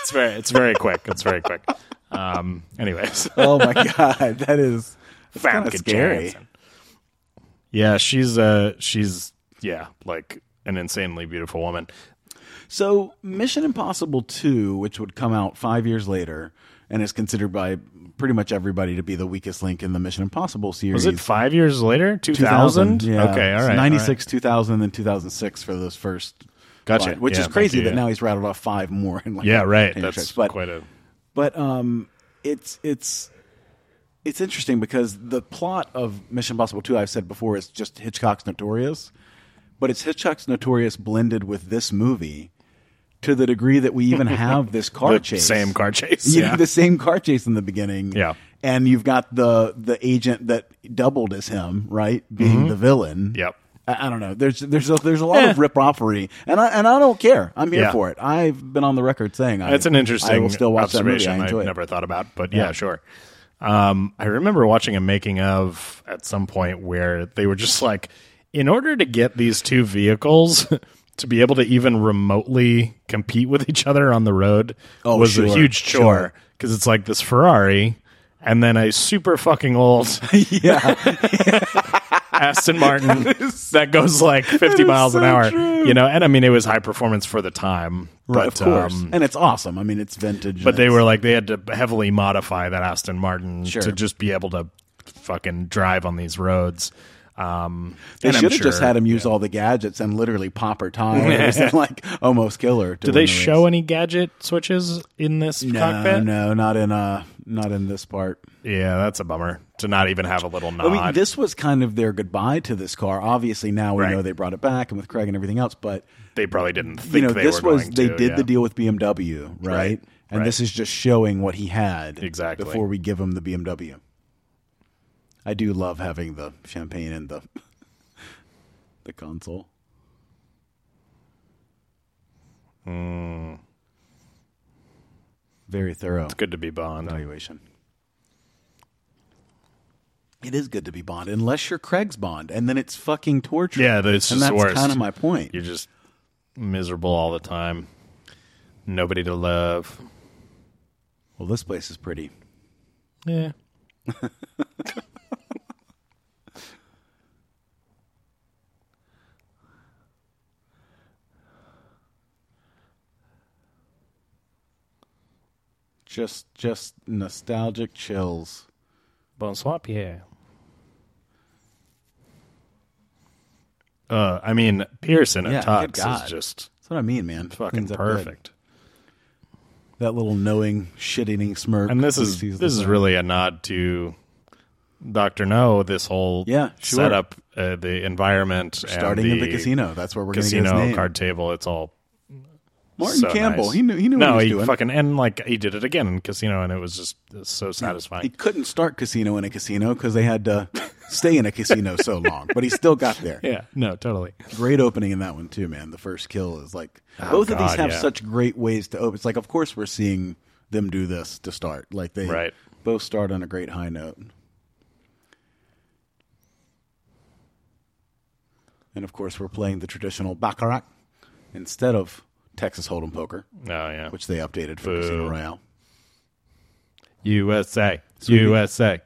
H: It's very, it's very quick. It's very quick. Um. Anyways,
I: oh my God, that is that's kinda
H: Famke
I: scary.
H: Janssen. Yeah, she's uh, she's yeah, like an insanely beautiful woman.
I: So, Mission Impossible Two, which would come out five years later, and is considered by pretty much everybody to be the weakest link in the Mission Impossible series.
H: Was it five years later? Two thousand.
I: Yeah.
H: Okay. All right.
I: Ninety six, two thousand, and two thousand six for those first.
H: Gotcha.
I: five, which
H: Yeah,
I: is
H: thank
I: crazy
H: you,
I: that
H: yeah.
I: now he's rattled off five more. In like
H: Yeah. Right.
I: 10
H: That's
I: trips. but,
H: quite a.
I: but um, it's it's it's interesting because the plot of Mission Impossible Two, I've said before, is just Hitchcock's Notorious, But it's Hitchcock's Notorious blended with this movie to the degree that we even have this car
H: The
I: chase.
H: same car chase.
I: You
H: Yeah.
I: have the same car chase in the beginning.
H: Yeah.
I: And you've got the the agent that doubled as him, right, being the villain.
H: Mm-hmm. Yep.
I: I, I don't know. There's there's a, there's a lot of
H: Eh.
I: rip offery, and I and I don't care. I'm here
H: Yeah.
I: for it. I've been on the record saying I,
H: That's an interesting
I: I will still watch that movie.
H: observation
I: I enjoy
H: I've
I: it.
H: never thought about, but yeah,
I: Yeah.
H: sure. Um, I remember watching a making of at some point where they were just like, in order to get these two vehicles to be able to even remotely compete with each other on the road
I: Oh,
H: was a
I: sure,
H: huge
I: sure.
H: chore because it's like this Ferrari and then a super fucking old Aston Martin that, goes like 50 miles an
I: so
H: hour,
I: true.
H: you know, and I mean, it was high performance for the time,
I: Right,
H: but,
I: of course,
H: um,
I: and it's awesome. I mean, it's vintage.
H: but
I: and
H: they
I: it's-
H: were like they had to heavily modify that Aston Martin
I: Sure.
H: to just be able to fucking drive on these roads. Um,
I: They
H: and I'm
I: should have just
H: sure-
I: had him use all the gadgets and literally pop her tires and like almost kill her.
H: Do they show any gadget switches in this
I: No,
H: cockpit?
I: no, not in uh, not in this part.
H: Yeah, that's a bummer to not even have a little nod.
I: I mean, this was kind of their goodbye to this car. Obviously, now we
H: Right.
I: know they brought it back and with Craig and everything else. But
H: they probably didn't think
I: you know,
H: they
I: this
H: were
I: was
H: going
I: they
H: to,
I: did
H: yeah.
I: the deal with BMW, right?
H: Right,
I: And
H: right.
I: this is just showing what he had
H: Exactly.
I: before we give him the BMW. I do love having the champagne and the the console.
H: Hmm.
I: Very thorough
H: Good to be Bond.
I: evaluation. It is good to be Bond, unless you're Craig's Bond, and then it's fucking torture.
H: Yeah, but it's
I: and
H: just
I: that's
H: the worst.
I: kind of my point.
H: You're just miserable all the time. Nobody to love.
I: Well, this place is pretty.
H: Yeah.
I: Just, just nostalgic chills.
H: Bonsoir, Pierre. Uh, I mean, Pearson
I: Yeah,
H: at
I: good
H: Tux
I: God.
H: is just
I: That's what I mean, man.
H: fucking
I: Things up good.
H: perfect.
I: That little knowing, shit-eating smirk.
H: And this
I: when
H: is
I: he sees
H: this
I: the
H: is
I: sun.
H: really a nod to Doctor No. This whole
I: Yeah, sure.
H: setup, uh, the environment,
I: starting
H: and
I: in the casino. That's where we're going to get his
H: casino
I: name.
H: card table. It's all
I: Martin
H: so
I: Campbell.
H: nice.
I: He knew. He knew
H: No,
I: what he was
H: he
I: doing.
H: fucking and like he did it again in casino, and it was just so satisfying.
I: he couldn't start casino in a casino because they had to stay in a casino so long, but he still got there.
H: yeah, no, totally.
I: great opening in that one too, man. The first kill is like both of these
H: Oh, God,
I: have
H: yeah.
I: such great ways to open. It's like, of course, we're seeing them do this to start. Like they
H: Right.
I: both start on a great high note, and of course, we're playing the traditional baccarat instead of Texas Hold'em poker,
H: Oh yeah,
I: which they updated for Casino Royale.
H: USA, USA.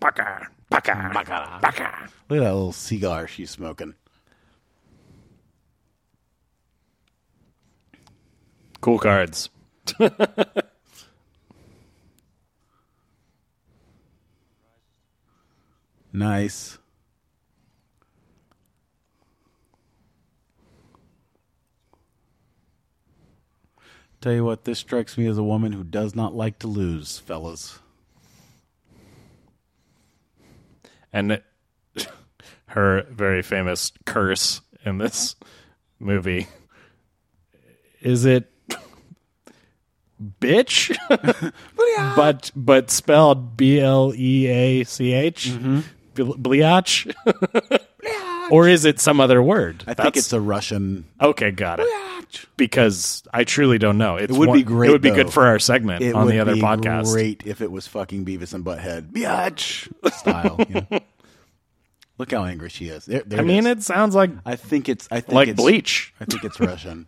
H: Baka, baka, baka, baka.
I: Look at that little cigar she's smoking.
H: Cool cards.
I: Nice. Tell you what, this strikes me as a woman who does not like to lose, fellas.
H: and her very famous curse in this movie is it bitch but but spelled B L E A C H
I: Mm-hmm.
H: bliach or is it some other word
I: I think it's a Russian.
H: okay got it because I truly don't know it's
I: It would
H: one-
I: be great.
H: it would be
I: though.
H: good for our segment
I: It
H: on
I: would
H: the other
I: be
H: podcast
I: Great if it was fucking Beavis and Butthead, biatch style. you know? Look how angry she is. There- there
H: I
I: it
H: mean
I: is.
H: it sounds like
I: I think it's. I think
H: like
I: it's,
H: bleach
I: I think it's Russian.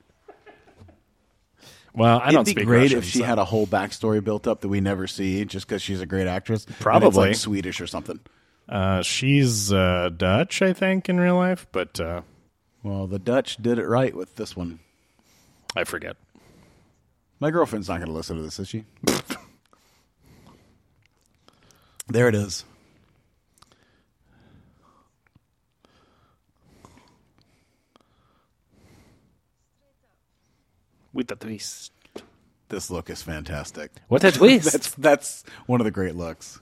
H: well I don't
I: It'd be
H: speak
I: great
H: Russian,
I: if she
H: so-
I: had a whole backstory built up that we never see, just because she's a great actress. and it's,
H: Probably.
I: like Swedish or something.
H: Uh, she's uh, Dutch, I think, in real life, but uh,
I: Well, the Dutch did it right with this one.
H: I forget.
I: My girlfriend's not going to listen to this, is she? there it is.
H: With the twist.
I: This look is fantastic.
J: What a twist!
I: That's that's one of the great looks.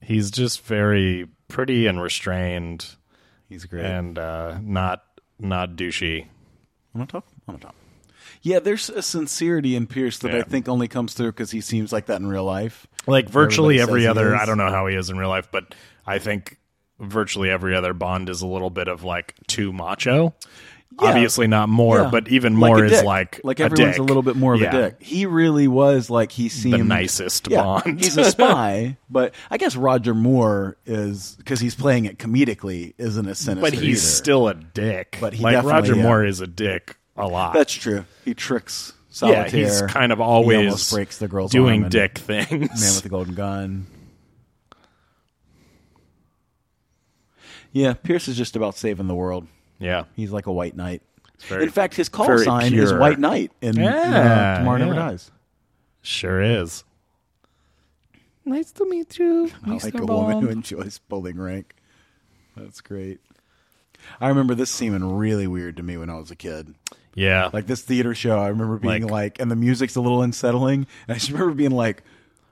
H: He's just very pretty and restrained
I: He's great.
H: and uh, not not douchey.
I: on top, on top. Yeah, there's a sincerity in Pierce that I
H: Yeah.
I: think only comes through because he seems like that in real life.
H: Like virtually
I: Everybody
H: every
I: says he
H: other,
I: is.
H: I don't know how he is in real life, but I think virtually every other Bond is a little bit of like too macho. Obviously not more,
I: Yeah.
H: but even
I: Like
H: more
I: a
H: is
I: dick.
H: like
I: like everyone's a,
H: dick.
I: little bit more of
H: Yeah.
I: a dick. He really was like he seemed
H: nicest Bond.
I: he's a spy, but I guess Roger Moore is because he's playing it comedically isn't as sinister.
H: But he's
I: either.
H: still a dick.
I: But he
H: like
I: definitely-
H: Roger
I: yeah.
H: Moore is a dick a lot.
I: that's true. He tricks
H: yeah,
I: solitaire.
H: he's kind of
I: He
H: always
I: almost breaks the girl's arm
H: doing
I: and
H: dick
I: Man
H: things.
I: with the golden gun. Yeah, Pierce is just about saving the world.
H: yeah,
I: He's like a white knight.
H: very-
I: in fact, his call
H: very
I: sign is
H: pure.
I: White Knight in
H: Yeah,
I: uh, Tomorrow Never
H: yeah.
I: Dies.
H: sure is. Nice to meet you,
I: I like a woman who enjoys pulling rank. That's great. I remember this seeming really weird to me when I was a kid.
H: Yeah,
I: Like this theater show, I remember being like,
H: Like-
I: and the music's a little unsettling. And I just remember being like,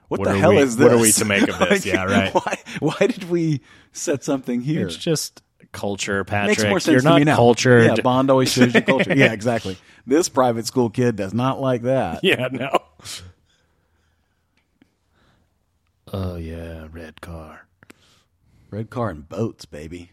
I: what,
H: What
I: the
H: are
I: hell
H: we-
I: is this?
H: what are we to make of this? Yeah, right.
I: Why, why did we set something here?
H: it's just culture, Patrick.
I: makes more sense
H: You're
I: to
H: not
I: me now.
H: cultured.
I: Yeah, Bond always shows you culture. yeah, exactly. This private school kid does not like that.
H: Yeah, no. Oh yeah, red car.
I: Red car and boats, baby.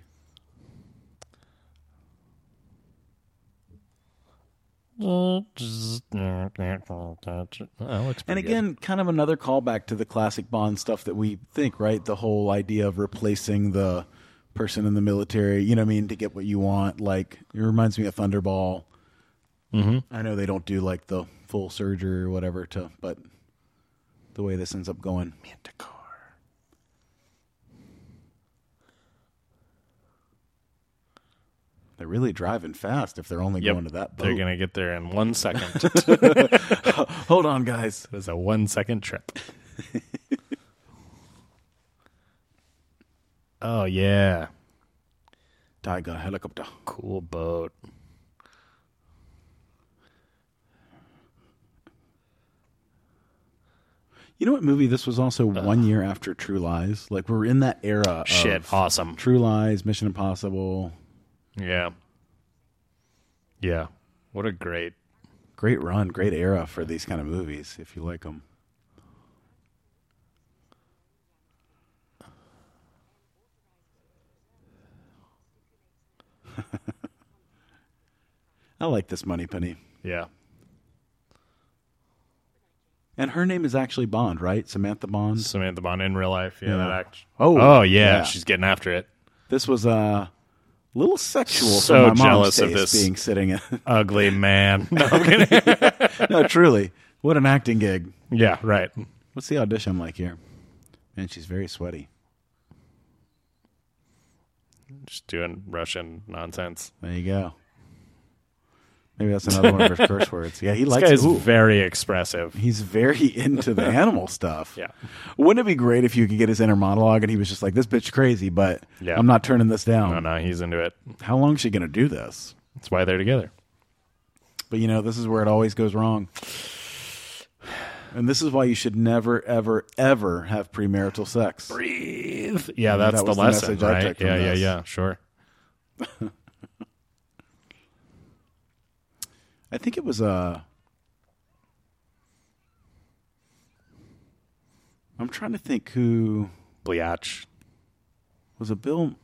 I: And again, kind of another callback to the classic Bond stuff that we think, right? The whole idea of replacing the person in the military, you know what I mean, to get what you want. Like, it reminds me of Thunderball. Mm-hmm. I know they don't do like the full surgery or whatever, to, but the way this ends up going. They're really driving fast if they're only
H: Yep.
I: going to that boat.
H: They're gonna get there in one second.
I: Hold on, guys.
H: It was a one second trip. oh yeah.
I: Tiger helicopter.
H: Cool boat.
I: You know what movie this was also one year after True Lies? Like we're in that era of
H: Shit. Awesome.
I: True Lies, Mission Impossible.
H: Yeah. Yeah. What a great
I: Great run, great era for these kind of movies if you like them. I like this money penny.
H: yeah.
I: And her name is actually Bond, right? Samantha Bond.
H: Samantha Bond in real life. Yeah,
I: Yeah.
H: that act
I: Oh,
H: Oh yeah,
I: yeah.
H: she's getting after it.
I: This was a uh, little sexual. for
H: So
I: my mom's
H: jealous of
I: taste,
H: this.
I: being sitting. In.
H: Ugly man. No, I'm kidding.
I: no, truly, what an acting gig.
H: yeah, right.
I: What's the audition like here? Man, she's very sweaty.
H: Just doing Russian nonsense.
I: There you go. Maybe that's another one of her curse words. Yeah, he
H: This
I: likes.
H: guy's
I: ooh,
H: very expressive.
I: he's very into the animal stuff.
H: Yeah.
I: Wouldn't it be great if you could get his inner monologue and he was just like, "This bitch crazy," but
H: Yeah.
I: I'm not turning this down.
H: No, no, he's into it.
I: How long is she gonna do this?
H: That's why they're together.
I: But you know, this is where it always goes wrong. And this is why you should never, ever, ever have premarital sex.
H: breathe. Yeah, that's
I: that
H: the
I: was the
H: lesson,
I: message I
H: right?
I: took from
H: Yeah,
I: this.
H: yeah, yeah. Sure.
I: I think it was Uh, I'm trying to think who
H: Bliatch.
I: was a Bill.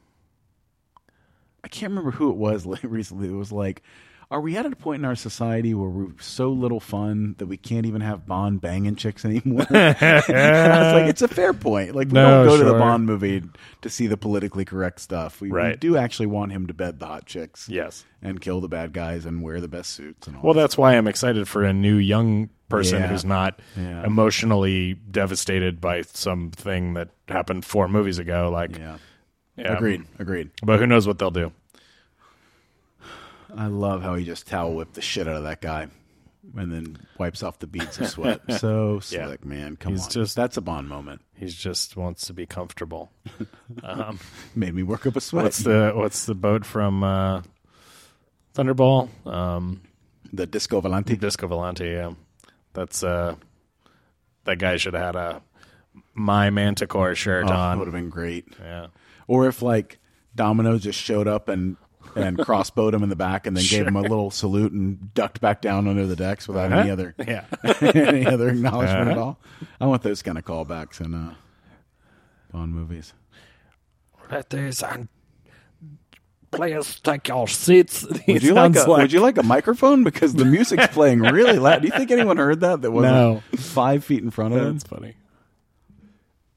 I: I can't remember who it was like, recently. It was like, are we at a point in our society where we're so little fun that we can't even have Bond banging chicks anymore? and I was like, it's a fair point. Like, we
H: No,
I: don't go to the
H: sure.
I: Bond movie to see the politically correct stuff. We, we
H: Right.
I: do actually want him to bed the hot chicks.
H: Yes.
I: And kill the bad guys and wear the best suits and all
H: Well,
I: that.
H: that's why I'm excited for a new young person
I: Yeah.
H: who's not
I: Yeah.
H: emotionally devastated by something that happened four movies ago. Like,
I: Yeah.
H: yeah.
I: Agreed. Agreed.
H: But who knows what they'll do?
I: I love how he just towel whipped the shit out of that guy and then wipes off the beads of sweat. so
H: Yeah.
I: slick, man. Come
H: He's
I: on.
H: just-
I: That's a Bond moment.
H: He just wants to be comfortable. um,
I: Made me work up a sweat.
H: what's the What's the boat from uh, Thunderball? Um,
I: the Disco Volante?
H: Disco Volante. Yeah. That's uh, that guy should have had a my Manticore shirt
I: Oh,
H: on.
I: would have been great.
H: Yeah.
I: Or if like Domino just showed up and and crossbowed him in the back and then gave him a little salute and ducked back down under the decks without any other
H: Uh-huh. Yeah. Uh-huh.
I: any other acknowledgment at all. I want those kind of callbacks in uh, Bond movies.
H: Letters and players take your seats.
I: Would you like, a, would you like a microphone because the music's playing really loud? Do you think anyone heard that? That wasn't
H: No.
I: five feet in front of them.
H: That's funny.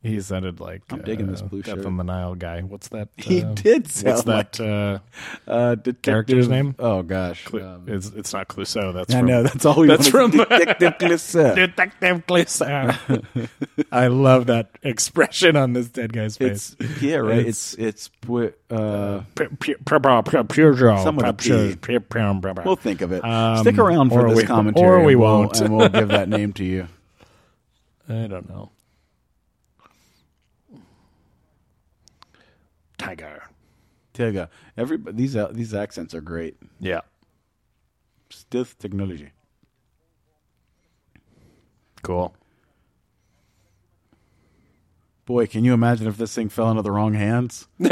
H: He sounded like uh,
I: I'm digging this blue
H: Death
I: shirt.
H: on the Nile guy. What's that?
I: He
H: uh,
I: did sound
H: What's that? Uh,
I: Uh, detective-
H: Character's name?
I: Oh gosh,
H: Clu- it's, it's not Clouseau. That's
I: I
H: from,
I: know that's all we.
H: That's
I: wanted.
H: from-
I: Detective Clouseau.
H: Detective Clouseau. I love that expression on this dead guy's face.
I: It's yeah, right. It's it's. wi- uh,
H: P- p- p- p- p- Peugeot.
I: Some with a
H: Peugeot.
I: P.
H: P- p- p-
I: we'll think of it.
H: Um,
I: Stick around
H: or
I: for this
H: we-
I: commentary,
H: or we
I: and we'll-
H: won't.
I: and we'll give that name to you.
H: I don't know. Tiger.
I: Tiga, every these uh, these accents are great.
H: Yeah.
I: Still technology.
H: Cool.
I: Boy, can you imagine if this thing fell into the wrong hands?
H: Te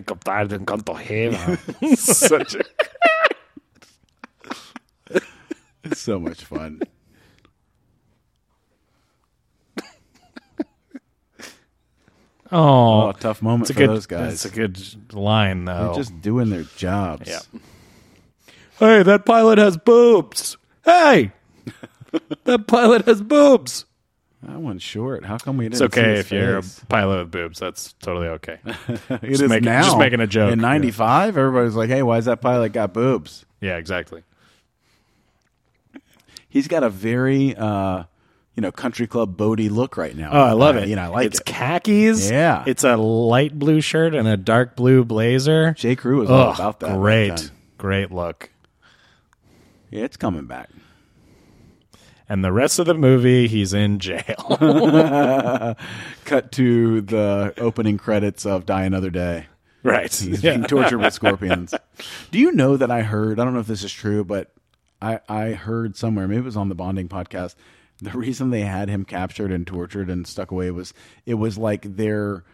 H: cortar en cuanto jeva.
I: Such a... It's so much fun. Oh,
H: Oh,
I: a tough moment
H: it's a
I: for
H: good.
I: those guys.
H: It's a good line though.
I: They're just doing their jobs.
H: Yeah. Hey, that pilot has boobs. Hey, that pilot has boobs.
I: That one's short. How come we didn't?
H: It's okay
I: see
H: if you're a
I: It
H: pilot with boobs. That's totally okay.
I: is
H: making-
I: now.
H: just making a joke.
I: In
H: Yeah.
I: '95, everybody's like, "Hey, why's that pilot got boobs?"
H: yeah, exactly.
I: He's got a very, uh, you know, country club Bodie look right now.
H: Oh, I love
I: Uh,
H: it.
I: You know, I like
H: it's
I: it.
H: khakis.
I: Yeah.
H: it's a light blue shirt and a dark blue blazer.
I: J. Crew was all
H: Ugh,
I: about that. back
H: great,
I: then.
H: great look.
I: Yeah, it's coming back.
H: And the rest of the movie, he's in jail.
I: Cut to the opening credits of Die Another Day.
H: right.
I: He's
H: Yeah.
I: being tortured with scorpions. Do you know that I heard? I don't know if this is true, but I I heard somewhere. Maybe it was on the bonding podcast. The reason they had him captured and tortured and stuck away was it was like their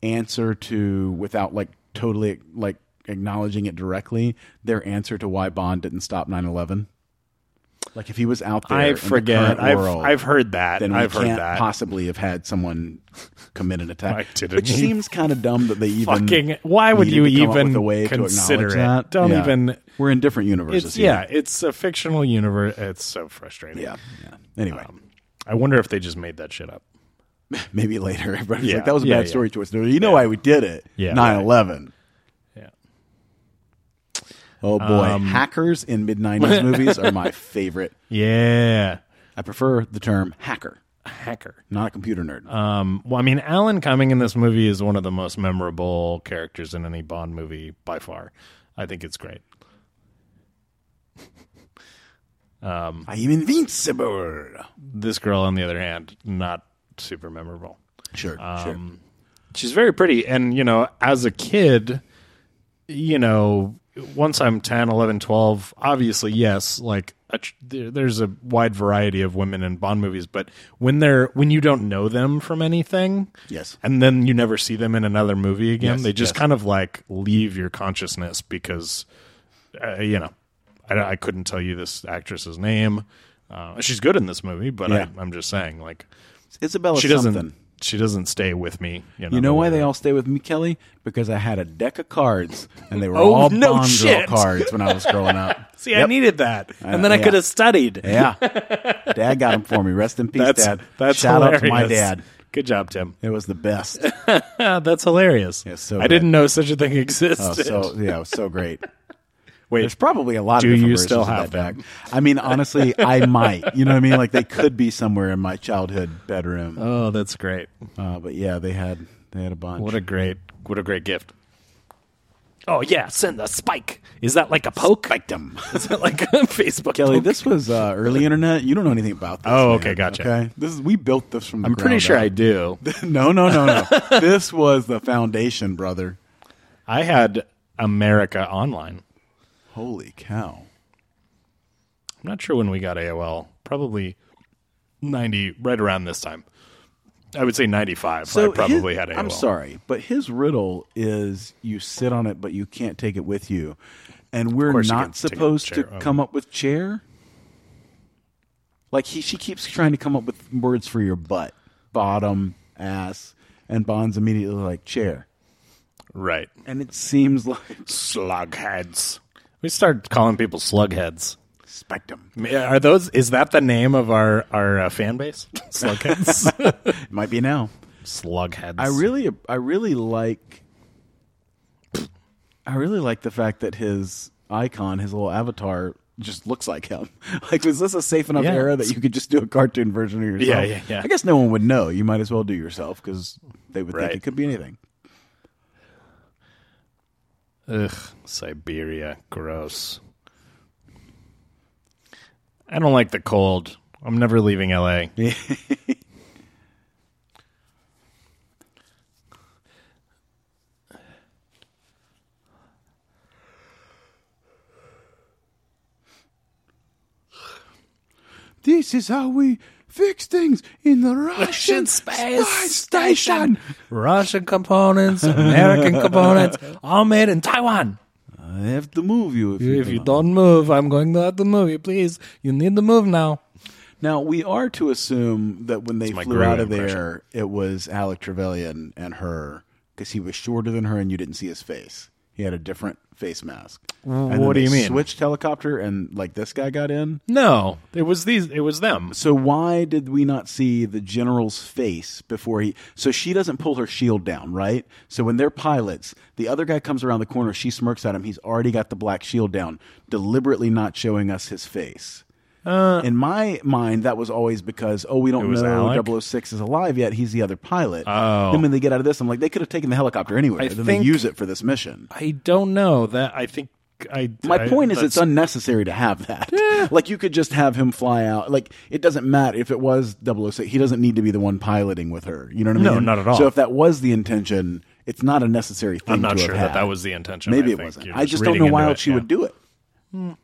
I: answer to without like totally like acknowledging it directly. Their answer to why Bond didn't stop 9-11. Like if he was out there,
H: I
I: in the
H: forget.
I: current
H: I've,
I: world,
H: I've heard that.
I: then we
H: I've
I: can't
H: heard that.
I: possibly have had someone commit an
H: Why
I: attack.
H: didn't
I: Which
H: he?
I: seems kind of dumb that they even
H: Fucking- why would
I: needed to
H: you
I: come up
H: even
I: with a way
H: consider
I: to acknowledge
H: it?
I: That.
H: Don't even-
I: We're in different universes.
H: It's,
I: here.
H: yeah, it's a fictional universe. It's so frustrating.
I: yeah, yeah. Anyway,
H: Um, I wonder if they just made that shit up.
I: maybe later. Everybody's
H: Yeah,
I: like, "That was a
H: yeah,
I: bad
H: yeah.
I: story choice." They're like, You know why we did it?
H: Yeah,
I: nine eleven.
H: Yeah. Um,
I: Oh boy, hackers in mid nineties movies are my favorite.
H: Yeah.
I: I prefer the term hacker,
H: Hacker.
I: not a computer nerd.
H: Um, well, I mean, Alan Cumming in this movie is one of the most memorable characters in any Bond movie by far. I think it's great.
I: I am invincible.
H: This girl, on the other hand, not super memorable.
I: Sure,
H: um,
I: sure.
H: she's very pretty and you know as a kid you know once i'm 10 11 12 obviously yes like a, ch- there- there's a wide variety of women in bond movies but when they're when you don't know them from anything
I: Yes.
H: and then you never see them in another movie again
I: Yes,
H: they just
I: yes.
H: kind of like leave your consciousness because uh, you know I, I couldn't tell you this actress's name uh, she's good in this movie but
I: Yeah.
H: I, i'm just saying like
I: Isabella
H: she doesn't
I: something.
H: she doesn't stay with me you know,
I: You know
H: the
I: why
H: way
I: they all stay with me, Kelly? Because I had a deck of cards, and they were
H: Oh,
I: all
H: no
I: Bond
H: shit.
I: Girl cards when I was growing up.
H: See, I needed that, and then I
I: yeah.
H: could have studied.
I: Yeah, Dad got them for me. Rest in peace,
H: That's
I: Dad.
H: that's
I: Shout out to my
H: hilarious.
I: dad.
H: Good job, Tim.
I: It was the best.
H: Yeah, that's hilarious.
I: Yeah, so
H: I
I: good.
H: didn't know such a thing existed.
I: Oh, so yeah, it was so great.
H: Wait,
I: There's probably a lot
H: Do
I: of different
H: you
I: versions
H: still
I: of
H: have
I: that
H: them?
I: deck. I mean, honestly, I might. You know what I mean? Like they could be somewhere in my childhood bedroom.
H: oh, that's great.
I: Uh, but yeah, they had they had a bunch.
H: What a great, what a great gift. Oh yeah, send a spike. Is that like a poke?
I: spiked them.
H: Is that like a Facebook?
I: Kelly,
H: poke?
I: this was uh, early internet. You don't know anything about this.
H: Oh,
I: man,
H: okay, gotcha.
I: Okay, this is we built this from. The
H: I'm pretty
I: ground
H: sure
I: up.
H: I do.
I: No, no, no, no. this was the foundation, brother.
H: I had America Online.
I: Holy cow.
H: Not sure when we got AOL. Probably 90, right around this time. I would say 95. I probably
I: his-
H: had AOL.
I: I'm sorry, but his riddle is you sit on it, but you can't take it with you, and we're
H: course you can
I: not
H: take a
I: supposed to
H: chair. Oh.
I: come up with chair. Like he, she keeps trying to come up with words for your butt, bottom, ass, and Bond's immediately like chair,
H: Right.
I: and it seems like
H: Slugheads. We start calling people slugheads.
I: spectrum.
H: Ma- Are those? Is that the name of our our uh, fan base? Slugheads.
I: It might be now.
H: slugheads.
I: I really, I really like, I really like the fact that his icon, his little avatar, just looks like him. Like, was this a safe enough
H: Yeah.
I: era that you could just do a cartoon version of yourself?
H: Yeah, yeah, yeah.
I: I guess no one would know. You might as well do yourself because they would
H: Right.
I: think it could be anything.
H: Ugh, Siberia, gross. I don't like the cold. I'm never leaving LA.
I: This is how we fix things in the Russian space station.
H: Russian components, American components, all made in Taiwan.
I: I have to move you if,
H: If you don't move, I'm going to have the movie. Please, you need to move now.
I: Now we are to assume that when they
H: my
I: flew out
H: Gru
I: of there, it was Alec Trevelyan and her because he was shorter than her, and you didn't see his face. He had a different face mask. And then
H: what do
I: they
H: you mean?
I: Switched helicopter, and like this guy got in.
H: No, it was these. It was them.
I: So why did we not see the general's face before he? So she doesn't pull her shield down, right? So when they're pilots, the other guy comes around the corner. She smirks at him. He's already got the black shield down, deliberately not showing us his face. In my mind, that was always because oh, we don't
H: Uh. was
I: know
H: Alec?
I: 006 is alive yet. He's the other pilot.
H: Oh.
I: Then when they get out of this, I'm like, they could have taken the helicopter anywhere.
H: I
I: and then they
H: think-
I: use it for this mission.
H: I don't know that. I think I.
I: My
H: I-
I: point is, it's
H: that's-
I: unnecessary to have that. Like, you could just have him fly out. Like, it doesn't matter if it was 006. He doesn't need to be the one piloting with her. You know what I mean?
H: No, not at all.
I: So, if that was the intention, it's not a necessary thing
H: I'm not
I: to
H: sure
I: have
H: that
I: had.
H: that was the intention.
I: Maybe
H: I
I: it
H: think.
I: wasn't.
H: You're
I: I just don't
H: reading
I: know why
H: into
I: else
H: it,
I: she
H: yeah. Hmm.
I: would do it.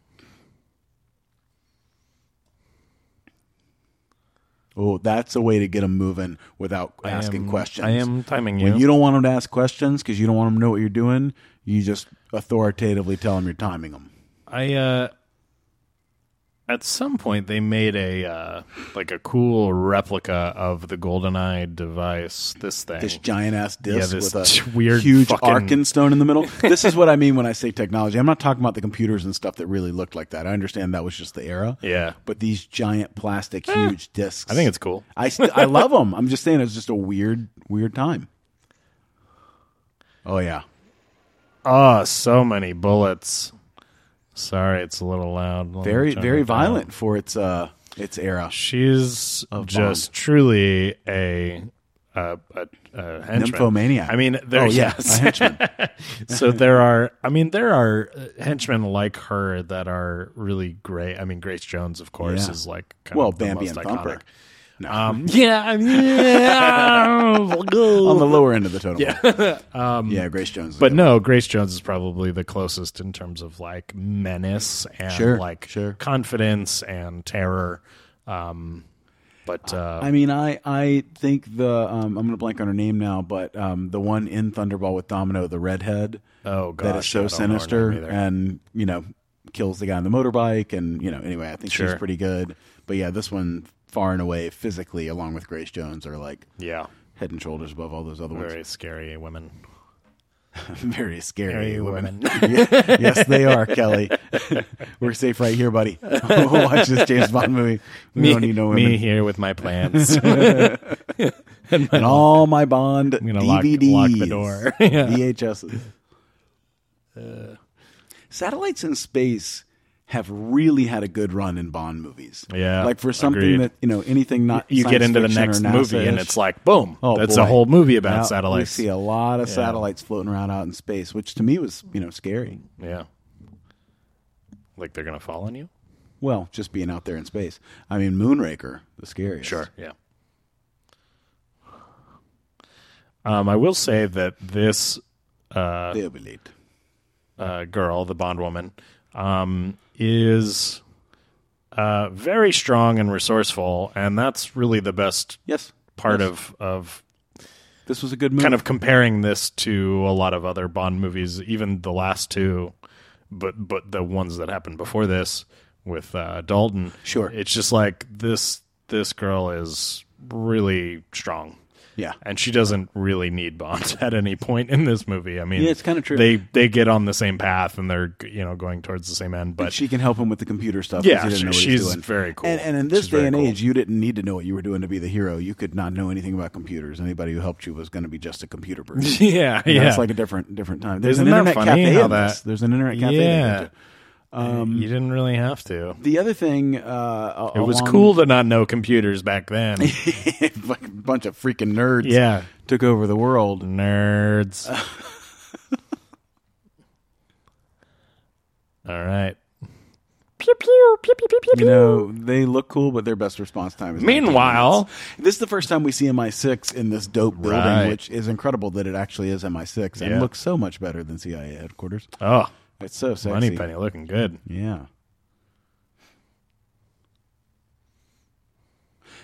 I: Oh, that's a way to get them moving without
H: I
I: asking
H: am-
I: questions.
H: I am timing you.
I: When you don't want them to ask questions because you don't want them to know what you're doing, you just authoritatively tell them you're timing them.
H: I uh at some point they made a uh like a cool replica of the GoldenEye device this thing.
I: This giant ass disc
H: Yeah, this
I: with a
H: weird
I: huge
H: fucking-
I: Arkenstone in the middle. this is what I mean when I say technology. I'm not talking about the computers and stuff that really looked like that. I understand that was just the era.
H: Yeah. Eh.
I: But these giant plastic huge discs.
H: I think it's cool.
I: I st- I love them. I'm just saying it was just a weird weird time. Oh yeah.
H: Oh, so many bullets. Sorry, it's a little loud. Let me
I: Very
H: turn
I: very
H: it down.
I: violent for its uh its era.
H: She's
I: Of
H: just
I: Bond.
H: truly a a, a, a henchman.
I: Nymphomaniac.
H: I mean, there,
I: oh
H: yes.
I: a henchman.
H: so there are i mean there are uh, henchmen like her that are really great i mean grace jones of course
I: Yeah.
H: is like kind
I: well,
H: of the
I: Bambi
H: most
I: and
H: iconic.
I: Thumper. No.
H: um yeah i mean yeah.
I: on the lower end of the totem. Yeah. yeah, Grace Jones. is
H: Um, but
I: good.
H: no grace jones is probably the closest in terms of like menace and
I: Sure,
H: like
I: sure.
H: confidence and terror um but uh
I: I mean, I I think the um, I'm gonna blank on her name now, but um, the one in Thunderball with Domino, the redhead,
H: oh god
I: that is so sinister, and you know, kills the guy on the motorbike, and you know, anyway, I think she's
H: Sure.
I: pretty good. But yeah, this one far and away physically, along with Grace Jones, are like
H: yeah
I: head and shoulders above all those other ones.
H: very scary women
I: Very scary,
H: Scary
I: women. Yeah. yes, they are, Kelly. We're safe right here, buddy. Watch this James Bond movie. We
H: me,
I: don't need no women.
H: me here with my plants
I: and all my Bond
H: gonna lock-
I: DVDs,
H: lock the door. Yeah. Uh.
I: VHSs. Satellites in space have really had a good run in Bond movies.
H: Yeah,
I: like for something
H: agreed.
I: that you know anything not
H: you get
I: science
H: into the
I: fiction or
H: next movie and
I: NASA-ish.
H: it's like boom
I: Oh,
H: that's
I: boy.
H: a whole movie about
I: Yeah,
H: satellites
I: We see a lot of satellites floating around out in space, which to me was you know scary.
H: yeah like they're gonna fall on you
I: Well, just being out there in space. I mean, Moonraker, the scariest.
H: yeah um i will say that this
I: they'll be late.
H: uh girl the bond woman um is uh, very strong and resourceful, and that's really the best
I: Yes.
H: part of of
I: This was a good movie.
H: kind of comparing this to a lot of other Bond movies, even the last two, but but the ones that happened before this with uh, Dalton.
I: Sure.
H: it's just like this this girl is really strong.
I: Yeah.
H: and she doesn't really need Bond at any point in this movie. I mean,
I: Yeah, it's kinda true.
H: They they get on the same path and they're you know going towards the same end, but
I: she can help him with the computer stuff. 'cause
H: yeah,
I: he didn't
H: she-
I: know what he was
H: she's
I: doing.
H: very cool.
I: And, and in this
H: She's
I: day
H: very
I: and
H: cool.
I: age, you didn't need to know what you were doing to be the hero. You could not know anything about computers. Anybody who helped you was going to be just a computer person.
H: yeah,
I: And
H: yeah,
I: That's like a different different time. There's
H: Isn't
I: an
H: that
I: internet
H: funny
I: cafe.
H: how
I: in this.
H: that-
I: There's an internet cafe. Um, they
H: yeah.
I: went to.
H: you didn't really have to.
I: The other thing, uh,
H: It was cool to not know computers back then.
I: like a bunch of freaking nerds.
H: yeah,
I: took over the world.
H: nerds. All right.
I: You know, they look cool, but their best response time is. 19
H: Meanwhile-
I: minutes. this is the first time we see MI6 in this dope building,
H: Right.
I: which is incredible that it actually is MI6 and
H: Yeah.
I: looks so much better than CIA headquarters.
H: Oh,
I: It's so sexy.
H: Money Penny looking good.
I: Yeah.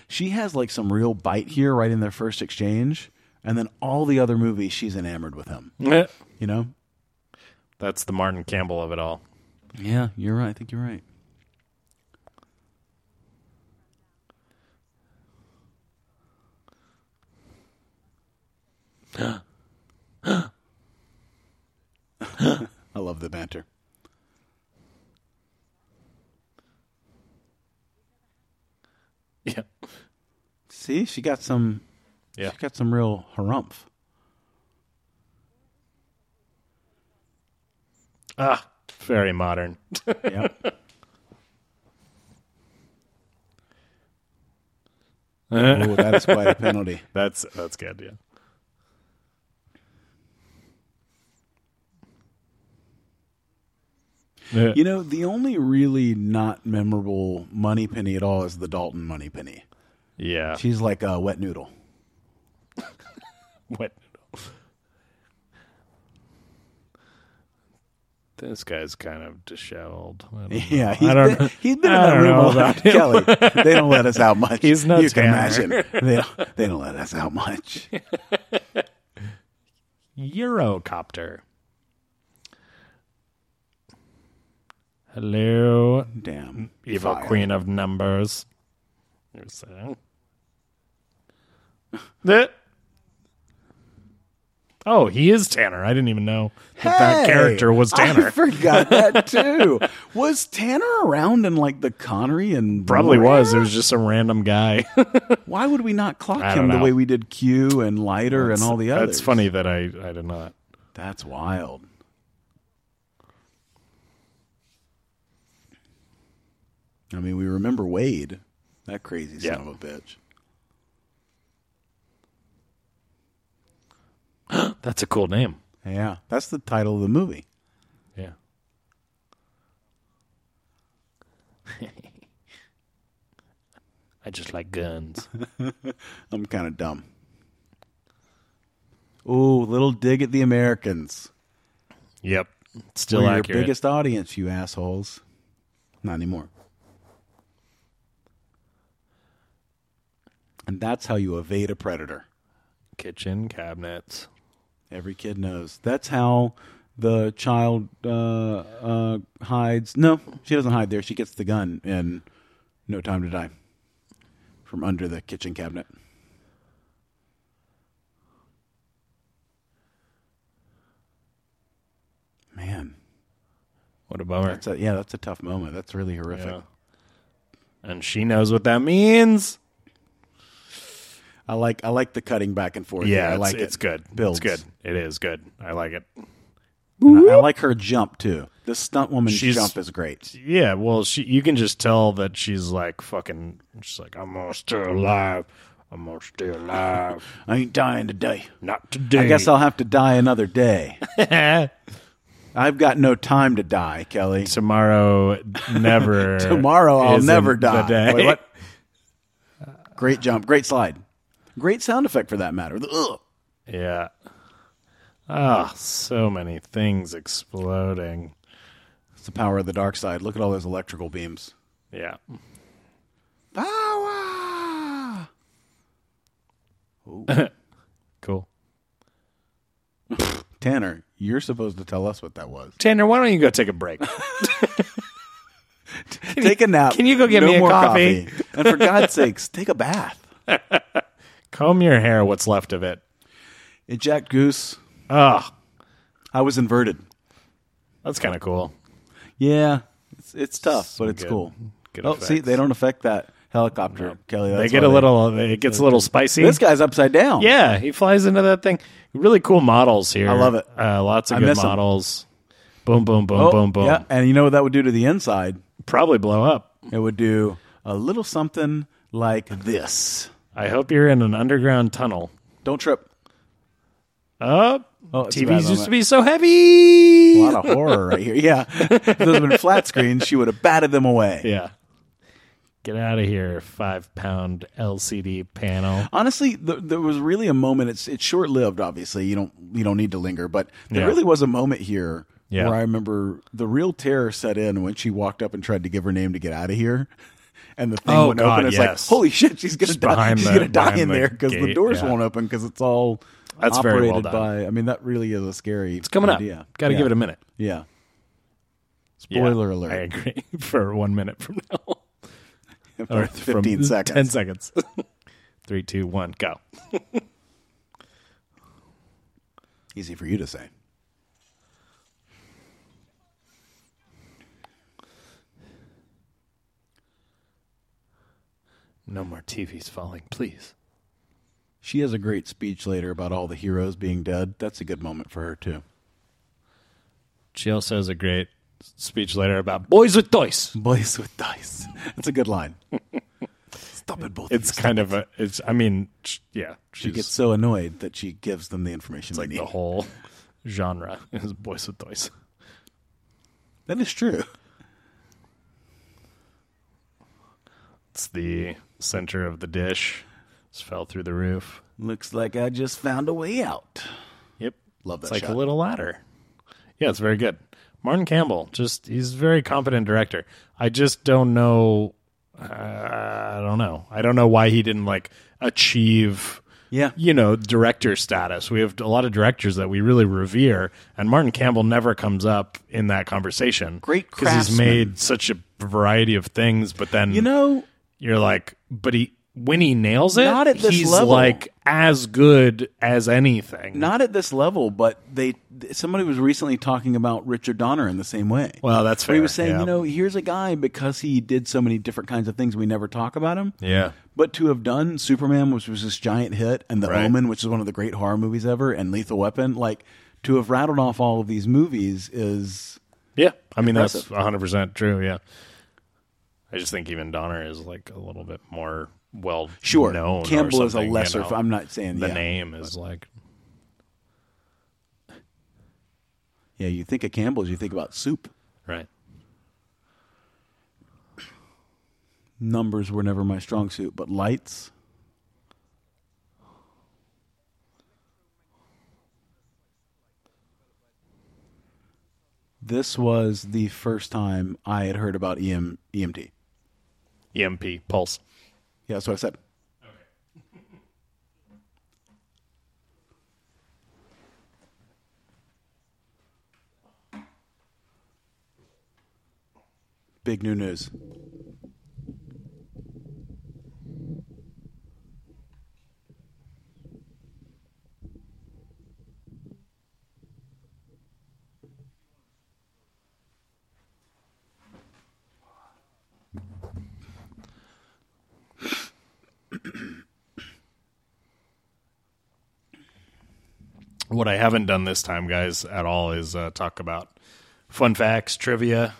I: She has like some real bite here right in their first exchange. And then all the other movies, she's enamored with him. You know?
H: That's the Martin Campbell of it all.
I: Yeah, you're right. I think you're right. I love the banter.
H: Yeah.
I: See, she got some.
H: Yeah.
I: She got some real harumph.
H: Ah, very modern. Uh.
I: Yep. oh, that is quite a penalty.
H: That's that's good. Yeah. Yeah.
I: You know, the only really not memorable money penny at all is the Dalton money penny.
H: yeah.
I: She's like a wet noodle.
H: What? This guy's kind of disheveled. I don't know.
I: Yeah, he's
H: Mm-hmm. I don't
I: been,
H: know.
I: he's been in
H: I
I: that
H: don't
I: room
H: know
I: a lot.
H: about him.
I: Kelly, they don't let us out much.
H: He's no
I: You can
H: Tanner.
I: imagine they don't, they don't let us out much.
H: Eurocopter. Hello,
I: Damn,
H: evil
I: Fire.
H: queen of numbers. You're saying. Eh. Oh, he is Tanner. I didn't even know that, that
I: Hey!
H: character was
I: I
H: Tanner.
I: forgot that too. was Tanner around in like the Connery and
H: Probably
I: Moore
H: was. It was just some random guy.
I: Why would we not clock
H: I
I: him
H: don't
I: the
H: know.
I: way we did Q and Lighter and all the others?
H: That's funny that I, I did not.
I: That's wild. I mean, we remember Wade, that crazy son
H: Yeah.
I: of a bitch.
H: That's a cool name.
I: Yeah, that's the title of the movie.
H: Yeah. I just like guns.
I: I'm kind of dumb. Ooh, little dig at the Americans.
H: yep. Still
I: We're
H: accurate.
I: your biggest audience, you assholes. Not anymore. And that's how you evade a predator.
H: Kitchen cabinets.
I: Every kid knows. That's how the child uh, uh, hides. No, she doesn't hide there. She gets the gun in No Time to Die from under the kitchen cabinet. Man,
H: What a bummer.
I: that's a, yeah, that's a tough moment. That's really horrific.
H: Yeah. And she knows what that means.
I: I like I like the cutting back and forth.
H: Yeah,
I: I
H: it's,
I: like
H: it's
I: it.
H: good.
I: Builds.
H: It's good. It is good. I like it.
I: And I, I like her jump too. The stunt woman's
H: She's-
I: jump is great.
H: Yeah, well, she you can just tell that she's like fucking. She's like, I'm gonna stay alive. I'm gonna stay alive.
I: I ain't dying today.
H: Not today.
I: I guess I'll have to die another day.
H: I'll.
I: I've got no time to die, Kelly.
H: tomorrow never
I: Tomorrow I'll
H: isn't
I: never
H: the
I: die.
H: day.
I: Wait, what? Great jump, great slide, great sound effect for that matter. Ugh.
H: yeah ah so many things exploding
I: It's the power of the dark side. Look at all those electrical beams.
H: Yeah.
I: Power!
H: Cool.
I: Tanner, you're supposed to tell us what that was.
H: Tanner, why don't you go take a break?
I: take a nap.
H: can you go get me a
I: more
H: coffee?
I: and for God's sakes, take a bath.
H: Comb your hair, what's left of it.
I: Eject goose.
H: Ugh,
I: I was inverted.
H: that's kind of cool.
I: Yeah, it's, it's tough,
H: Some
I: but it's
H: good-
I: cool.
H: good
I: oh, see,
H: effects.
I: they don't affect that helicopter, Kelly.
H: They
I: that's
H: get
I: why
H: a little, it gets a little spicy.
I: This guy's upside down.
H: Yeah, he flies into that thing. Really cool models here.
I: I love it.
H: Uh, lots of
I: I
H: good
I: miss 'em.
H: models. Boom, boom, boom,
I: Oh,
H: boom, boom.
I: Yeah, and you know what that would do to the inside?
H: Probably blow up.
I: It would do a little something like this.
H: I hope you're in an underground tunnel.
I: Don't trip.
H: Up.
I: Oh, it's a bad
H: TVs used
I: moment.
H: to be so heavy.
I: A lot of horror right here. Yeah. if those had been flat screens, she would have batted them away.
H: Yeah. Get out of here, five pound LCD panel.
I: Honestly, th- there was really a moment. It's it's short lived. Obviously, you don't you don't need to linger, but there
H: Yeah.
I: really was a moment here
H: Yeah.
I: where I remember the real terror set in when she walked up and tried to give her name to get out of here, and the thing
H: Oh,
I: went
H: God,
I: open. It's like
H: yes.
I: holy shit, she's gonna
H: Just
I: die.
H: behind
I: She's
H: the-
I: gonna die
H: behind
I: in
H: the
I: there because the
H: gate,
I: doors
H: yeah.
I: won't open because it's all
H: That's very well
I: operated
H: done.
I: by. I mean, that really is a scary.
H: It's coming
I: idea.
H: up. Got to
I: Yeah.
H: give it a minute.
I: Yeah.
H: Yeah,
I: Spoiler alert.
H: I agree. For one minute from now.
I: For
H: from
I: 15 seconds.
H: 10 seconds. Three, two, one, go.
I: Easy for you to say.
H: No more TVs falling, please.
I: She has a great speech later about all the heroes being dead. That's a good moment for her too.
H: She also has a great speech later about boys with toys.
I: Boys with dice. That's a good line. Stop it, both.
H: It's
I: of you.
H: kind of a. It's. I mean, sh- yeah.
I: She
H: She's
I: gets so annoyed that she gives them the information they
H: the
I: need.
H: whole genre is boys with toys.
I: That is true.
H: It's the center of the dish. Just fell through the roof.
I: Looks like I just found a way out.
H: Yep.
I: Love that
H: It's like
I: shot.
H: a little ladder. Yeah, it's very good. Martin Campbell, just he's a very competent director. I just don't know. Uh, I don't know. I don't know why he didn't like achieve.
I: Yeah.
H: you know, director status. We have a lot of directors that we really revere, and Martin Campbell never comes up in that conversation.
I: Great
H: because he's
I: craftsman.
H: made such a variety of things, but then
I: You know,
H: you're like, but he when he nails it,
I: Not at this
H: he's
I: level.
H: like as good as anything.
I: not at this level, but they somebody was recently talking about Richard Donner in the same way.
H: well, that's fair.
I: Where he was saying,
H: yeah.
I: you know, here's a guy because he did so many different kinds of things we never talk about him.
H: yeah,
I: But to have done Superman, which was this giant hit, and The
H: Right.
I: Omen, which is one of the great horror movies ever, and Lethal Weapon, like to have rattled off all of these movies is
H: yeah. I mean, that's
I: Impressive.
H: 100 percent true. Yeah, I just think even Donner is like a little bit more well
I: sure.
H: known. or
I: Campbell is a
H: something, you
I: lesser.
H: know.
I: I'm not saying
H: the
I: yeah.
H: name is like
I: Yeah, you think of Campbell's, you think about soup.
H: right.
I: Numbers were never my strong suit, but lights. This was the first time I had heard about E EM, EMT.
H: EMP E pulse.
I: Yeah, that's what I said. Big new news.
H: Um, What I haven't done this time, guys, at all is uh, talk about fun facts, trivia.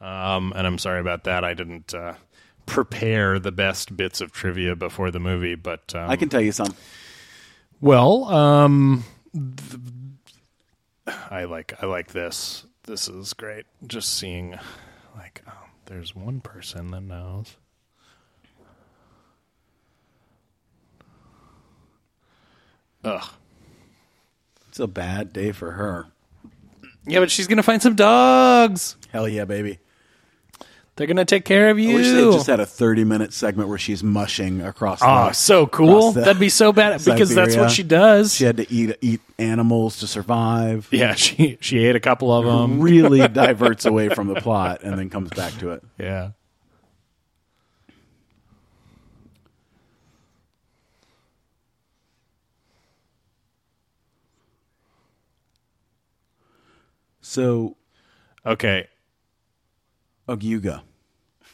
H: Um, and I'm sorry about that. I didn't uh, prepare the best bits of trivia before the movie, but um,
I: I can tell you some.
H: Well, um, th- I like I like this. This is great. Just seeing, like, oh, there's one person that knows. Ugh.
I: It's a bad day for her.
H: Yeah, but she's gonna find some dogs.
I: Hell yeah, baby.
H: They're gonna take care of you.
I: I wish they just had a 30 minute segment where she's mushing across.
H: Oh,
I: the,
H: so cool!
I: across the-
H: That'd be so bad because that's
I: Siberia.
H: what she does.
I: She had to eat eat animals to survive.
H: yeah, she she ate a couple of them.
I: Really diverts away from the plot and then comes back to it.
H: Yeah.
I: So,
H: Okay.
I: Ogyuga.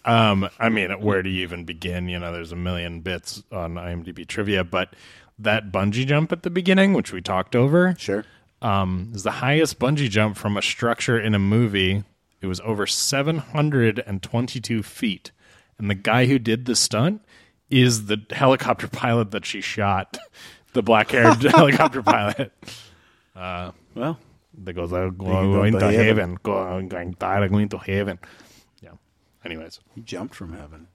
H: Um, I mean, where do you even begin? You know, there's a million bits on IMDb trivia, but that bungee jump at the beginning, which we talked over,
I: Sure.
H: um, is the highest bungee jump from a structure in a movie. It was over 722 feet. And the guy who did the stunt is the helicopter pilot that she shot, the black haired helicopter pilot.
I: Well,
H: That goes, I'm
I: go
H: going
I: to
H: to
I: heaven.
H: heaven. Go- I'm going to I'm going to heaven. Yeah. Anyways.
I: he jumped from heaven.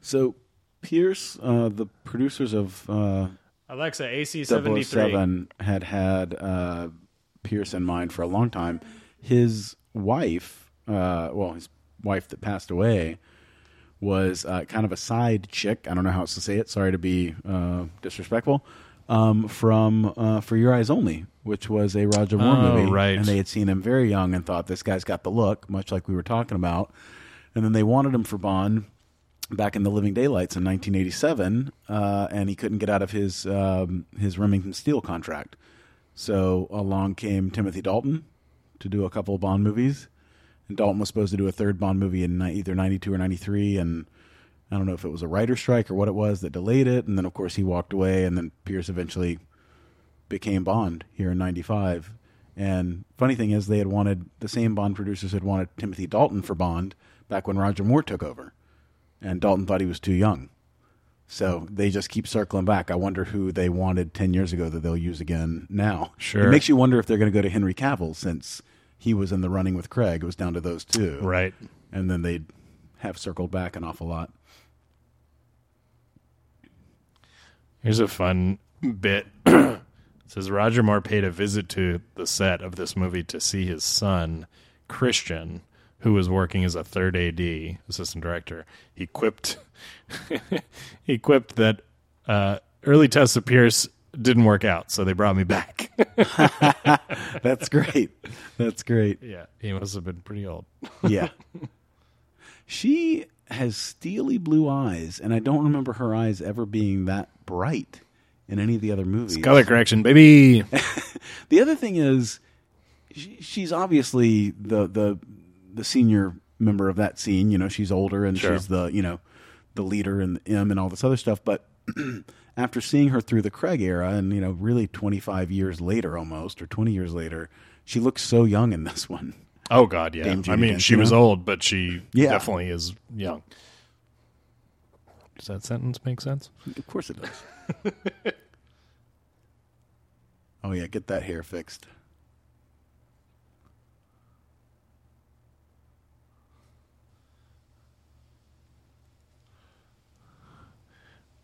I: So, Pierce, uh, the producers of uh,
H: Alexa, AC
I: 007 had had uh, Pierce in mind for a long time. His wife, uh, well, his wife that passed away, was uh, kind of a side chick. I don't know how else to say it. Sorry to be uh, disrespectful. Um, from uh, For Your Eyes Only, which was a Roger Moore
H: Oh,
I: movie,
H: right.
I: and they had seen him very young and thought this guy's got the look, much like we were talking about. And then they wanted him for Bond back in the Living Daylights in 1987, uh, and he couldn't get out of his um, his Remington Steel contract. So along came Timothy Dalton to do a couple of Bond movies, and Dalton was supposed to do a third Bond movie in ni- either 92 or 93, and I don't know if it was a writer strike or what it was that delayed it. And then of course he walked away, and then Pierce eventually became Bond here in '95. And funny thing is, they had wanted the same Bond producers had wanted Timothy Dalton for Bond back when Roger Moore took over, and Dalton thought he was too young. So they just keep circling back. I wonder who they wanted ten years ago that they'll use again now.
H: Sure.
I: it makes you wonder if they're going to go to Henry Cavill since he was in the running with Craig. It was down to those two,
H: Right.
I: And then they have circled back an awful lot.
H: Here's a fun bit. it says Roger Moore paid a visit to the set of this movie to see his son, Christian, who was working as a third AD, assistant director. He quipped he quipped that uh, early tests of Pierce didn't work out, so they brought me back.
I: That's great. That's great.
H: yeah. He must have been pretty old.
I: Yeah. she has steely blue eyes, and I don't remember her eyes ever being that bright in any of the other movies.
H: Color correction, baby.
I: The other thing is, she, she's obviously the the the senior member of that scene. You know, she's older and
H: Sure.
I: she's the you know the leader and the M and all this other stuff. But after seeing her through the Craig era, and you know, really twenty five years later, almost or twenty years later, she looks so young in this one.
H: Oh god, yeah.
I: Dame
H: I
I: Judi
H: mean,
I: Dench,
H: she
I: you
H: was
I: know?
H: old, but she
I: Yeah.
H: definitely is young. Does that sentence make sense?
I: Of course it does. oh yeah, get that hair fixed.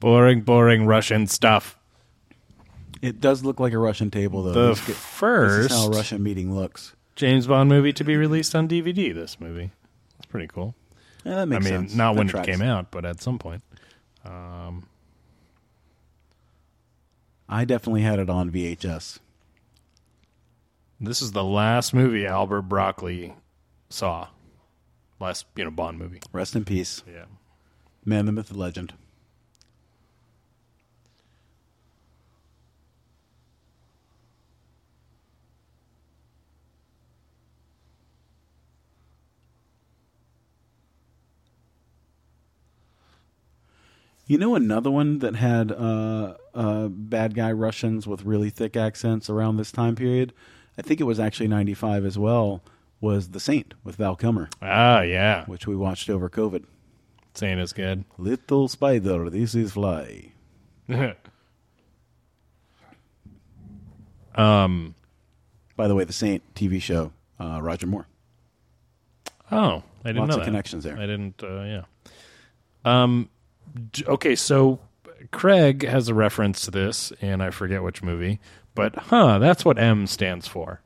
H: Boring, boring Russian stuff.
I: It does look like a Russian table though.
H: The
I: Let's get-
H: first
I: this is how a Russian meeting looks.
H: James Bond movie to be released on DVD. This movie, it's pretty cool.
I: Yeah, that makes
H: I mean,
I: sense.
H: not
I: That
H: when
I: tracks.
H: it came out, but at some point.
I: I definitely had it on VHS.
H: This is the last movie Albert Broccoli saw. Last, you know, Bond movie.
I: Rest in peace,
H: Yeah.
I: man, the myth, the legend. You know another one that had uh, uh, bad guy Russians with really thick accents around this time period. I think it was actually '95 as well. Was The Saint with Val Kilmer,
H: Ah, yeah.
I: which we watched over COVID.
H: Saying is good.
I: Little spider, this is fly.
H: um.
I: By the way, The Saint TV show, uh, Roger Moore.
H: Oh, I didn't
I: Lots
H: know
I: of
H: that.
I: connections there.
H: I didn't. Uh, yeah. Um. d- Okay, so Craig has a reference to this, and I forget which movie, but huh, that's what M stands for.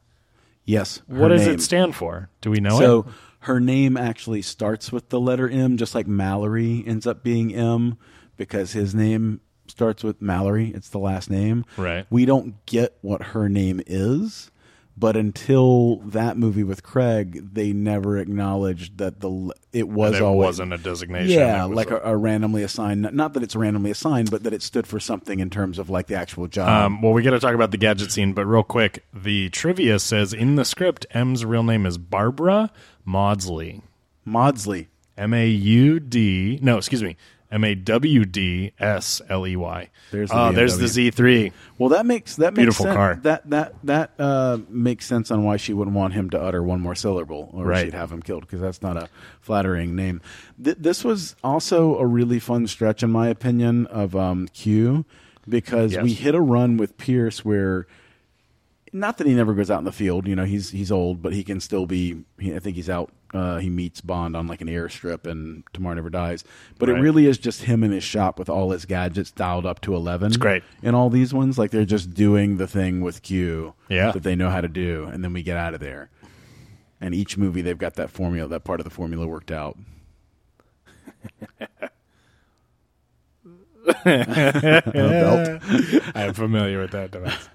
I: Yes. her
H: What does
I: name.
H: it stand for? Do we know
I: so
H: it?
I: her name actually starts with the letter M, just like Mallory ends up being M because his name starts with Mallory. It's the last name.
H: Right.
I: We don't get what her name is, but until that movie with Craig, they never acknowledged that the le- it was
H: That it
I: always
H: wasn't a designation.
I: yeah,
H: it was
I: like a, a randomly assigned. Not that it's randomly assigned, but that it stood for something in terms of like the actual job.
H: Um, well, we got to talk about the gadget scene, but real quick, the trivia says in the script, M's real name is Barbara Maudsley.
I: Maudsley.
H: M A U D. No, excuse me. M A W D S L E Y.
I: There's the
H: oh, there's the
I: BMW.
H: Z three.
I: Well, that makes that makes
H: Beautiful
I: sense.
H: car.
I: That that that uh, makes sense on why she wouldn't want him to utter one more syllable, or
H: Right.
I: she'd have him killed because that's not a flattering name. Th- this was also a really fun stretch, in my opinion, of um, Q because
H: Yes.
I: we hit a run with Pierce where. Not that he never goes out in the field, you know. He's he's old, but he can still be. He, I think he's out. Uh, he meets Bond on like an airstrip, and Tomorrow Never Dies. But it
H: Right.
I: really is just him in his shop with all his gadgets dialed up to eleven. It's
H: great.
I: in all these ones. Like they're just doing the thing with Q
H: Yeah.
I: that they know how to do, and then we get out of there. And each movie, they've got that formula, that part of the formula worked out.
H: Uh,
I: A belt.
H: I'm familiar with that device.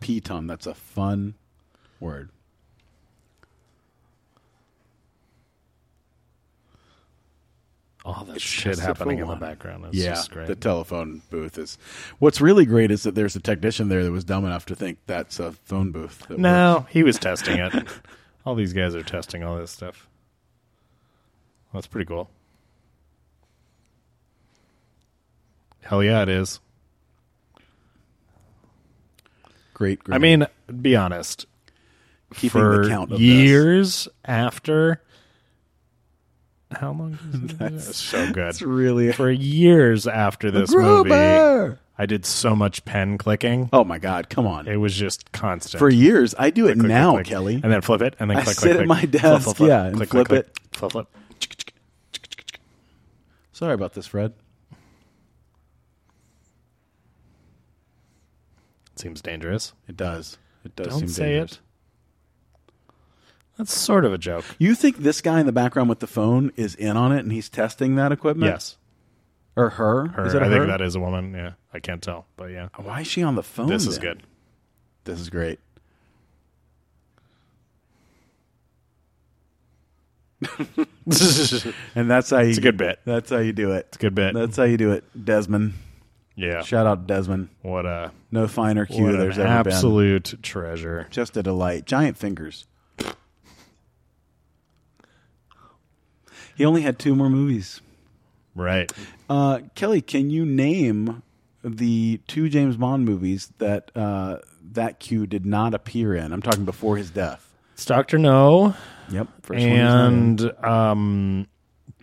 I: Piton. That's a fun word.
H: All that shit happening in the background is just great.
I: the telephone booth is. What's really great is that there's a technician there that was dumb enough to think that's a phone booth. that works.
H: no, he was testing it. all these guys are testing all this stuff. That's pretty cool. Hell yeah, it is.
I: great, great.
H: I mean, be honest.
I: keeping
H: for
I: the count of This.
H: years after. How long? Is that's so good.
I: It's really
H: for years after this movie,
I: Gruber!
H: I did so much pen clicking.
I: Oh my god! Come on.
H: It was just constant.
I: For years, I do it
H: Click, click,
I: now,
H: click.
I: Kelly.
H: And then flip it, and then
I: I
H: click,
I: sit
H: click,
I: at
H: click.
I: my desk, yeah, and flip
H: it. Flip, flip.
I: Sorry about this, Fred.
H: Seems dangerous.
I: It does. It does.
H: Don't
I: seem
H: say
I: dangerous.
H: it. That's sort of a joke.
I: You think this guy in the background with the phone is in on it and he's testing that equipment?
H: Yes.
I: Or her?
H: Her,
I: Is it a
H: I think
I: her?
H: that is a woman. Yeah. I can't tell, but yeah.
I: Why is she on the phone?
H: This is
I: then?
H: good.
I: This is great.
H: it's
I: And that's how you.
H: a good bit.
I: That's how you do it.
H: a good bit.
I: That's how you do it, Desmond.
H: yeah.
I: Shout out Desmond.
H: What a
I: No finer cue
H: what
I: there's
H: an
I: ever been.
H: absolute treasure.
I: Just a delight. Giant fingers. He only had two more movies.
H: Right.
I: Uh, Kelly, can you name the two James Bond movies that uh, that Q did not appear in? I'm talking before his death.
H: It's Doctor No,
I: Yep. First one is not in.
H: and um,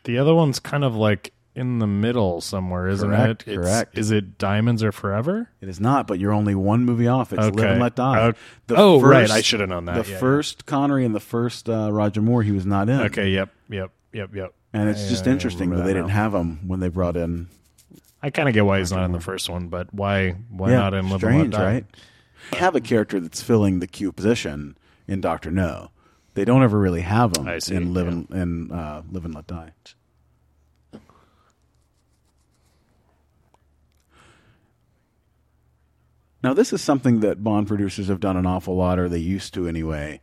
H: the other one's kind of like in the middle somewhere, isn't
I: Correct,
H: it? It's-
I: correct.
H: Is it Diamonds Are Forever?
I: it is not, but you're only one movie off. It's Live
H: Okay.
I: and Let Die.
H: Oh, oh, right. I should have known
I: The
H: that. Yeah, yeah.
I: first Connery and the first uh, Roger Moore, he was not in.
H: Okay. Yep. Yep. Yep. Yep.
I: And it's just
H: I
I: interesting that
H: remember
I: they
H: that
I: didn't
H: now.
I: have him when they brought in.
H: I kind of get why he's not in the first one, but why? Why
I: yeah,
H: not in Live
I: strange,
H: and Let Die?
I: right? They have a character that's filling the Q position in Doctor No. They don't ever really have him
H: I see,
I: in Live and in, uh, Live and Let Die. Now, this is something that Bond producers have done an awful lot, or they used to anyway.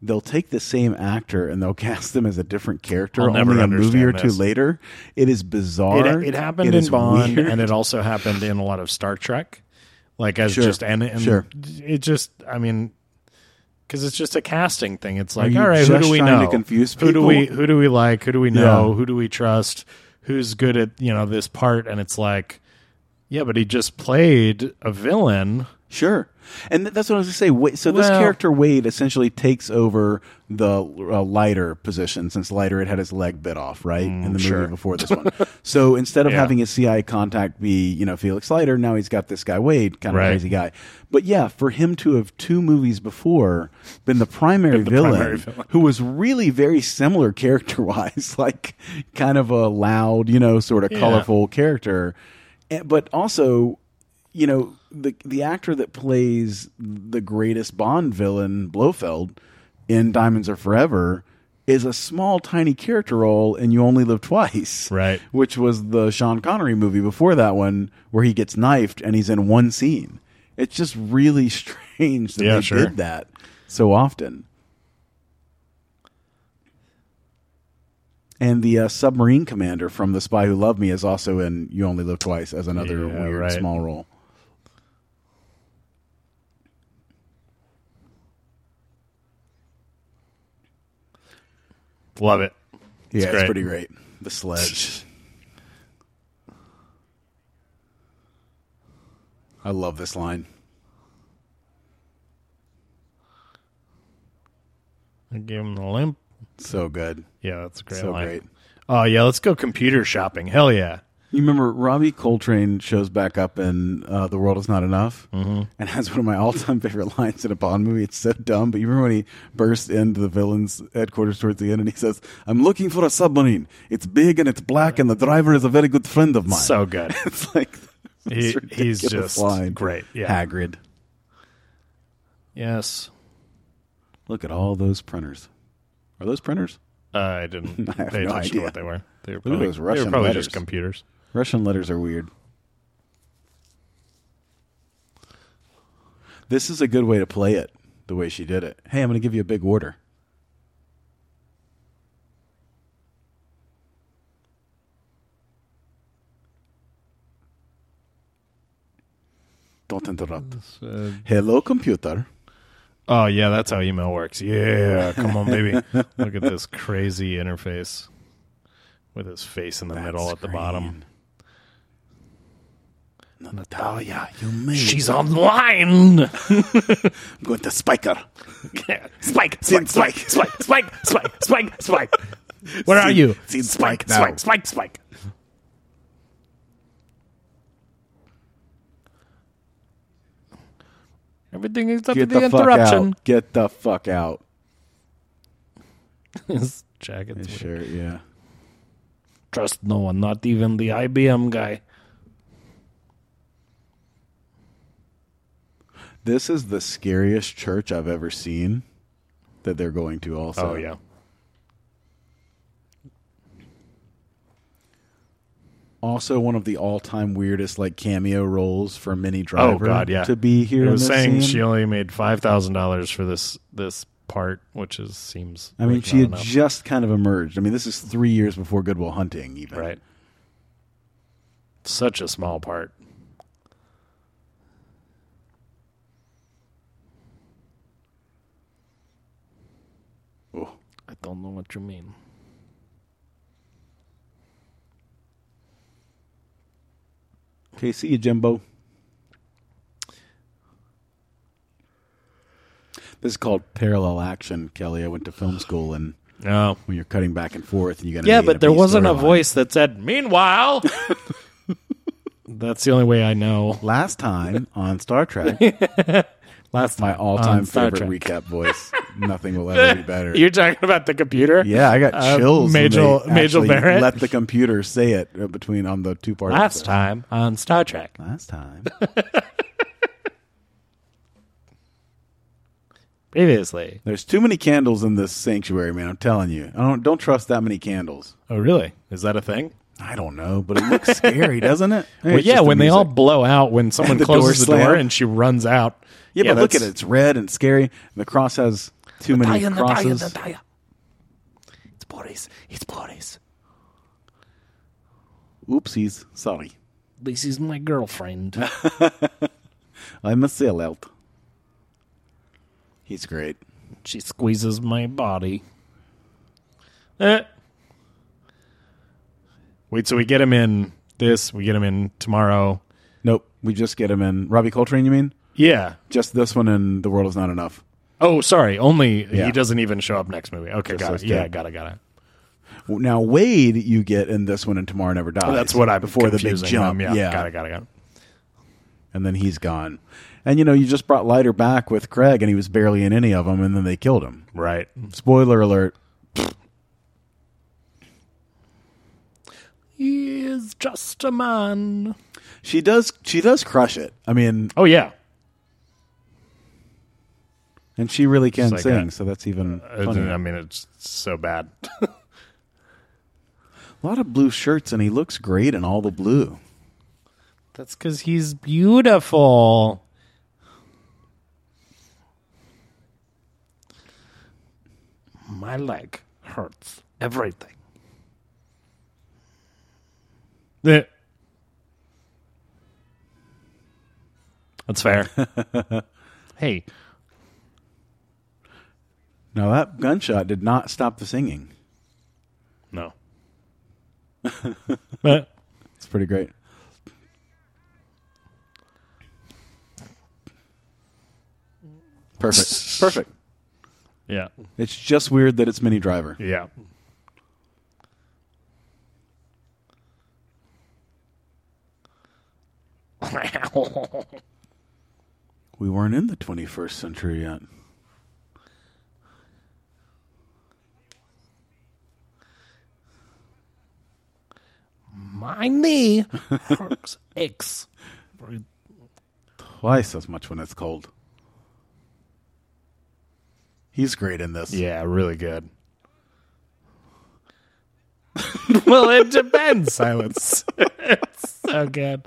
I: They'll take the same actor and they'll cast them as a different character
H: I'll never
I: only a movie
H: understand
I: or two
H: this.
I: later. It is bizarre.
H: It, it happened in
I: is
H: Bond,
I: weird.
H: and it also happened in a lot of Star Trek. Like as
I: Sure,
H: just and, and
I: sure.
H: it just I mean because it's just a casting thing. It's
I: Are
H: like
I: you
H: all right, who
I: just
H: do we
I: trying
H: know?
I: to confuse
H: who do we
I: people?
H: who do we like? Who do we know?
I: Yeah.
H: Who do we trust? Who's good at you know this part? And it's like yeah, but he just played a villain.
I: Sure, and th- that's what I was going to say. Wade, so this
H: Well-
I: character Wade essentially takes over the uh, lighter position since lighter had had his leg bit off, right, in the movie
H: Mm, sure.
I: before this one. so instead of
H: Yeah.
I: having his CI contact be you know Felix Leiter, now he's got this guy Wade, kind of
H: Right.
I: crazy guy. But yeah, for him to have two movies before been the primary, villain,
H: primary villain.
I: who was really very similar character wise, like kind of a loud, you know, sort of
H: Yeah.
I: colorful character, And- but also you know, the the actor that plays the greatest Bond villain, Blofeld, in Diamonds Are Forever, is a small, tiny character role in You Only Live Twice,
H: Right.
I: Which was the Sean Connery movie before that one, where he gets knifed and he's in one scene. It's just really strange that
H: Yeah,
I: they
H: sure.
I: did that so often. And the uh, submarine commander from The Spy Who Loved Me is also in You Only Live Twice as another
H: Yeah,
I: weird
H: right.
I: small role.
H: Love it.
I: Yeah, it's
H: great.
I: pretty great. The sledge. I love this line.
H: I gave him the limp.
I: So good.
H: Yeah, that's a great
I: So
H: line.
I: great.
H: Oh yeah, let's go computer shopping. Hell yeah.
I: You remember Robbie Coltrane shows back up in uh, The World Is Not Enough and has one of my all time favorite lines in a Bond movie. It's so dumb, but you remember when he bursts into the villain's headquarters towards the end and he says, I'm looking for a submarine. It's big and it's black, and the driver is a very good friend of mine.
H: So good.
I: it's like, it's
H: He- he's
I: ridiculous
H: just great, yeah.
I: Hagrid.
H: yes.
I: Look at all those printers. Are those printers?
H: Uh, I didn't
I: I have
H: pay
I: no
H: attention to
I: idea.
H: what they were. They were
I: at
H: probably,
I: those
H: they were
I: Russian
H: probably
I: letters.
H: just computers.
I: Russian letters are weird. This is a good way to play it, the way she did it. Hey, I'm going to give you a big order. Don't interrupt.
H: Uh,
I: Hello, computer.
H: Oh yeah, that's how email works. Yeah, come on, baby. Look at this crazy interface with his face in the middle at the bottom.
I: Natalia, you may.
H: She's online.
I: I'm going to spike her.
H: Spike,
I: Sin Spike,
H: Spike, Spike, Spike, Spike, Spike. Where are
I: Sin-
H: you?
I: Sin Spike now.
H: Spike, Spike. Everything except
I: Get
H: for the,
I: the fuck
H: interruption.
I: out. Get the fuck out.
H: His jacket's weird.
I: Sure, yeah.
H: Trust no one, not even the IBM guy.
I: This is the scariest church I've ever seen that they're going to also.
H: Oh yeah.
I: Also one of the all-time weirdest like cameo roles for Minnie Driver
H: oh god, yeah.
I: to be here
H: It
I: in
H: was
I: this scene.
H: saying she only made five thousand dollars for this this part, which is seems.
I: I mean,
H: like
I: she
H: not
I: had
H: enough.
I: just kind of emerged. I mean, this is 3 years before Goodwill Hunting even.
H: right. Such a small part.
I: Oh.
H: I don't know what you mean.
I: Okay, see you Jimbo. This is called parallel action, Kelly. I went to film school and
H: No.
I: when you're cutting back and forth and you got
H: Yeah, but there wasn't a voice that said, "Meanwhile." That's the only way I know.
I: Last time on Star Trek,
H: Last
I: my all-time
H: on Star
I: favorite recap
H: Trek.
I: voice. Nothing will ever be better.
H: You're talking about the computer.
I: yeah, I got
H: Uh,
I: chills. when
H: Majel-
I: they
H: Majel
I: actually
H: Barrett?
I: let the computer say it uh, between on the two parts.
H: Last time on Star Trek.
I: Last time.
H: Previously.
I: There's too many candles in this sanctuary, man. I'm telling you. I don't don't trust that many candles.
H: Oh, really? Is that a thing?
I: I don't know, but it looks scary, doesn't it?
H: Well,
I: It's
H: yeah,
I: just the
H: when they all
I: music.
H: blow out, when someone
I: the door
H: closes the door
I: slam.
H: and she runs out.
I: Yeah, but look at it.
H: that's-
I: It's red and scary. The cross has too many
H: Natalia, Natalia,
I: crosses.
H: Natalia. It's Boris. It's Boris.
I: Oopsies. Sorry.
H: This is my girlfriend.
I: I'm a sellout. He's great.
H: she squeezes my body. Eh. Wait, so we get him in this, we get him in tomorrow.
I: Nope. We just get him in. Robbie Coltrane, you mean?
H: Yeah.
I: Just this one and The World Is Not Enough.
H: Oh, sorry. Only
I: Yeah.
H: he doesn't even show up next movie. Okay, got
I: those
H: it. Yeah,
I: two.
H: got it, got it.
I: Now Wade, you get in this one and Tomorrow Never Dies.
H: That's what I
I: before the big
H: confusing
I: jump.
H: them. Yeah, got it, got it, got it.
I: and then he's gone. And you know, you just brought Lighter back with Craig, and he was barely in any of them, and then they killed him.
H: Right.
I: Spoiler alert.
H: He is just a man.
I: She does. She does crush it. I mean,
H: Oh yeah,
I: and she really can
H: like Uh,
I: sing,
H: a-
I: so that's even
H: I
I: funnier.
H: mean it's so bad.
I: a lot of blue shirts, and he looks great in all the blue.
H: That's because he's beautiful. My leg hurts. Everything. That's fair. hey,
I: Now that gunshot did not stop the singing.
H: no. but
I: It's pretty great. Perfect. Perfect.
H: yeah,
I: It's just weird that it's Mini Driver.
H: yeah.
I: We weren't in the 21st century yet.
H: My knee hurts. X.
I: Twice as much when it's cold. He's great in this.
H: Yeah, really good. well, it depends. Silence. it's so good.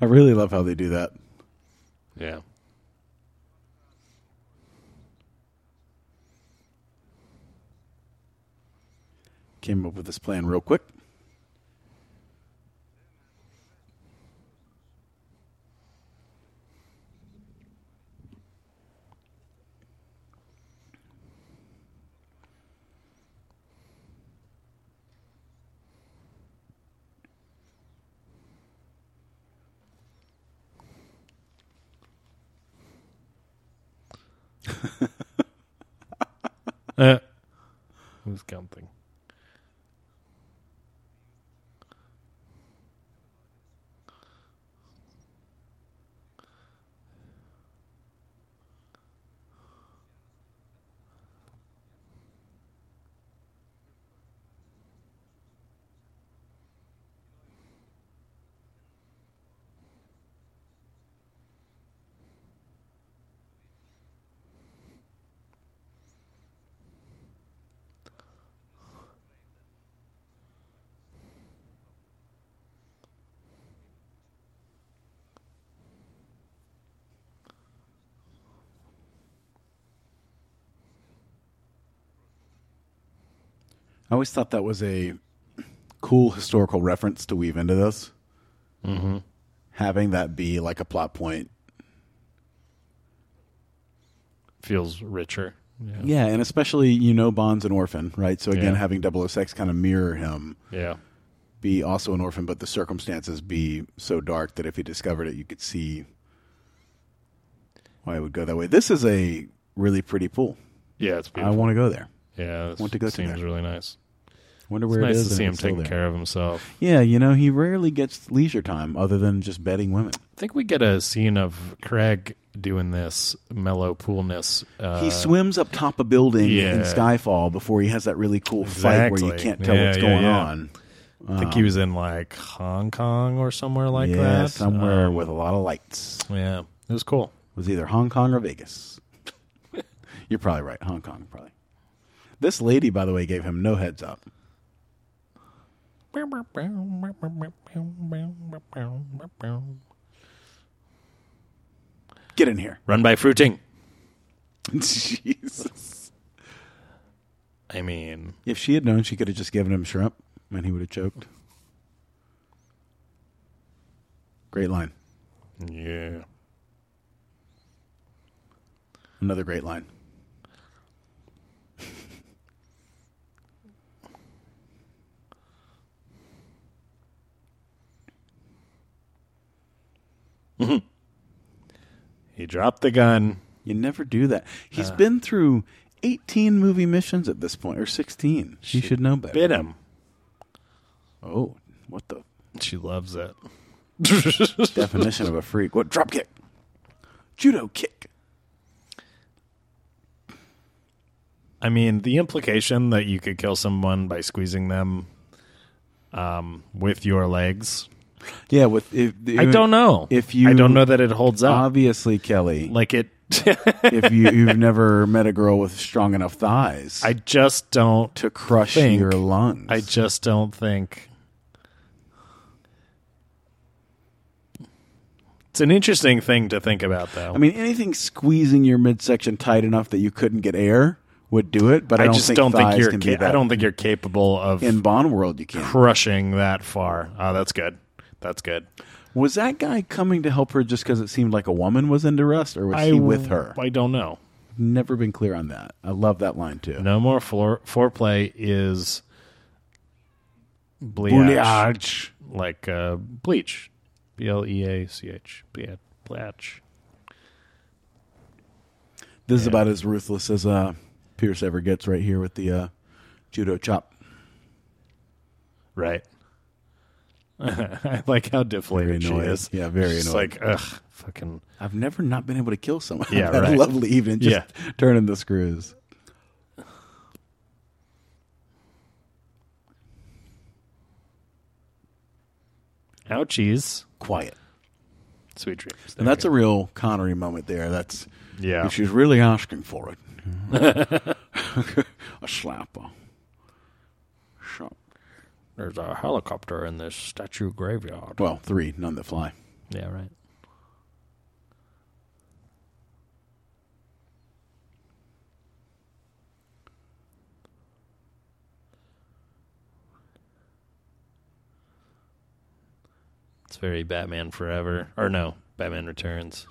I: I really love how they do that.
H: Yeah.
I: Came up with this plan real quick.
H: Uh, who's counting?
I: I always thought that was a cool historical reference to weave into this. Mm-hmm. Having that be like a plot point.
H: Feels richer. Yeah.
I: Yeah, and especially you know Bond's an orphan, right? So again,
H: Yeah.
I: having 006 kind of mirror him,
H: Yeah.
I: be also an orphan, but the circumstances be so dark that if he discovered it, you could see why it would go that way. This is a really pretty pool.
H: Yeah, it's
I: I
H: beautiful.
I: want to go there.
H: yeah, this
I: want to go to
H: seems
I: there.
H: really nice.
I: Wonder
H: It's
I: where
H: nice
I: it is.
H: to
I: and
H: see
I: if
H: him
I: it's still
H: taking
I: there.
H: care of himself.
I: Yeah, you know, he rarely gets leisure time other than just betting women.
H: I think we get a scene of Craig doing this mellow poolness. Uh,
I: he swims up top a building in
H: yeah.
I: Skyfall before he has that really cool fight where
H: Exactly.
I: you can't tell
H: Yeah,
I: what's
H: yeah,
I: going
H: yeah.
I: on.
H: I think he was in like Hong Kong or somewhere like
I: Uh. yeah,
H: that.
I: somewhere
H: Um,
I: with a lot of lights.
H: yeah, it was cool.
I: was either Hong Kong or Vegas. You're probably right. Hong Kong, probably. This lady, by the way, gave him no heads up.
H: Run
I: Get in here.
H: by fruiting.
I: Jesus.
H: I mean,
I: If she had known, she could have just given him shrimp and he would have choked. Great line.
H: yeah.
I: Another great line.
H: He dropped the gun.
I: Uh. You never do that. He's been through 18 movie missions at this point, or 16. She, should know better.
H: Bit him.
I: Oh, what the
H: She loves it.
I: definition of a freak? What drop kick? Judo kick.
H: I mean, the implication that you could kill someone by squeezing them um, with your legs.
I: Yeah, with if,
H: I don't know.
I: if you
H: I don't know that it holds up.
I: Obviously, Kelly,
H: like it
I: if you you've never met a girl with strong enough thighs
H: I just don't
I: to crush
H: think-
I: your lungs.
H: I just don't think. It's an interesting thing to think about, though.
I: I mean, anything squeezing your midsection tight enough that you couldn't get air would do it. But I,
H: I
I: don't
H: just
I: think
H: don't think
I: thighs
H: you're.
I: can
H: Ca-
I: be that.
H: I don't think you're capable of
I: in Bond world you can.
H: crushing that far. Oh, that's good. That's good.
I: Was that guy coming to help her just because it seemed like a woman was in duress, or was he with her?
H: I don't know.
I: Never been clear on that. I love that line too.
H: No more floor, foreplay is bleach,
I: Bleach.
H: like uh, bleach, b l e a c h, Blea- bleach.
I: This is about as ruthless as uh, Pierce ever gets right here with the uh, judo chop.
H: Right. I like how deflated
I: Very
H: she
I: annoyed.
H: is.
I: Yeah, very
H: She's
I: annoyed.
H: like, ugh, fucking.
I: I've never not been able to kill someone.
H: Yeah,
I: Had a
H: right.
I: lovely evening, just
H: Yeah.
I: turning the screws.
H: Ouchies.
I: Quiet.
H: Sweet dreams.
I: And that's a real Connery moment there. That's
H: Yeah.
I: If she's really asking for it, a slapper. Shot.
H: There's a helicopter in this statue graveyard.
I: Well, three, none that fly.
H: Yeah, right. It's very Batman Forever. Or no, Batman Returns.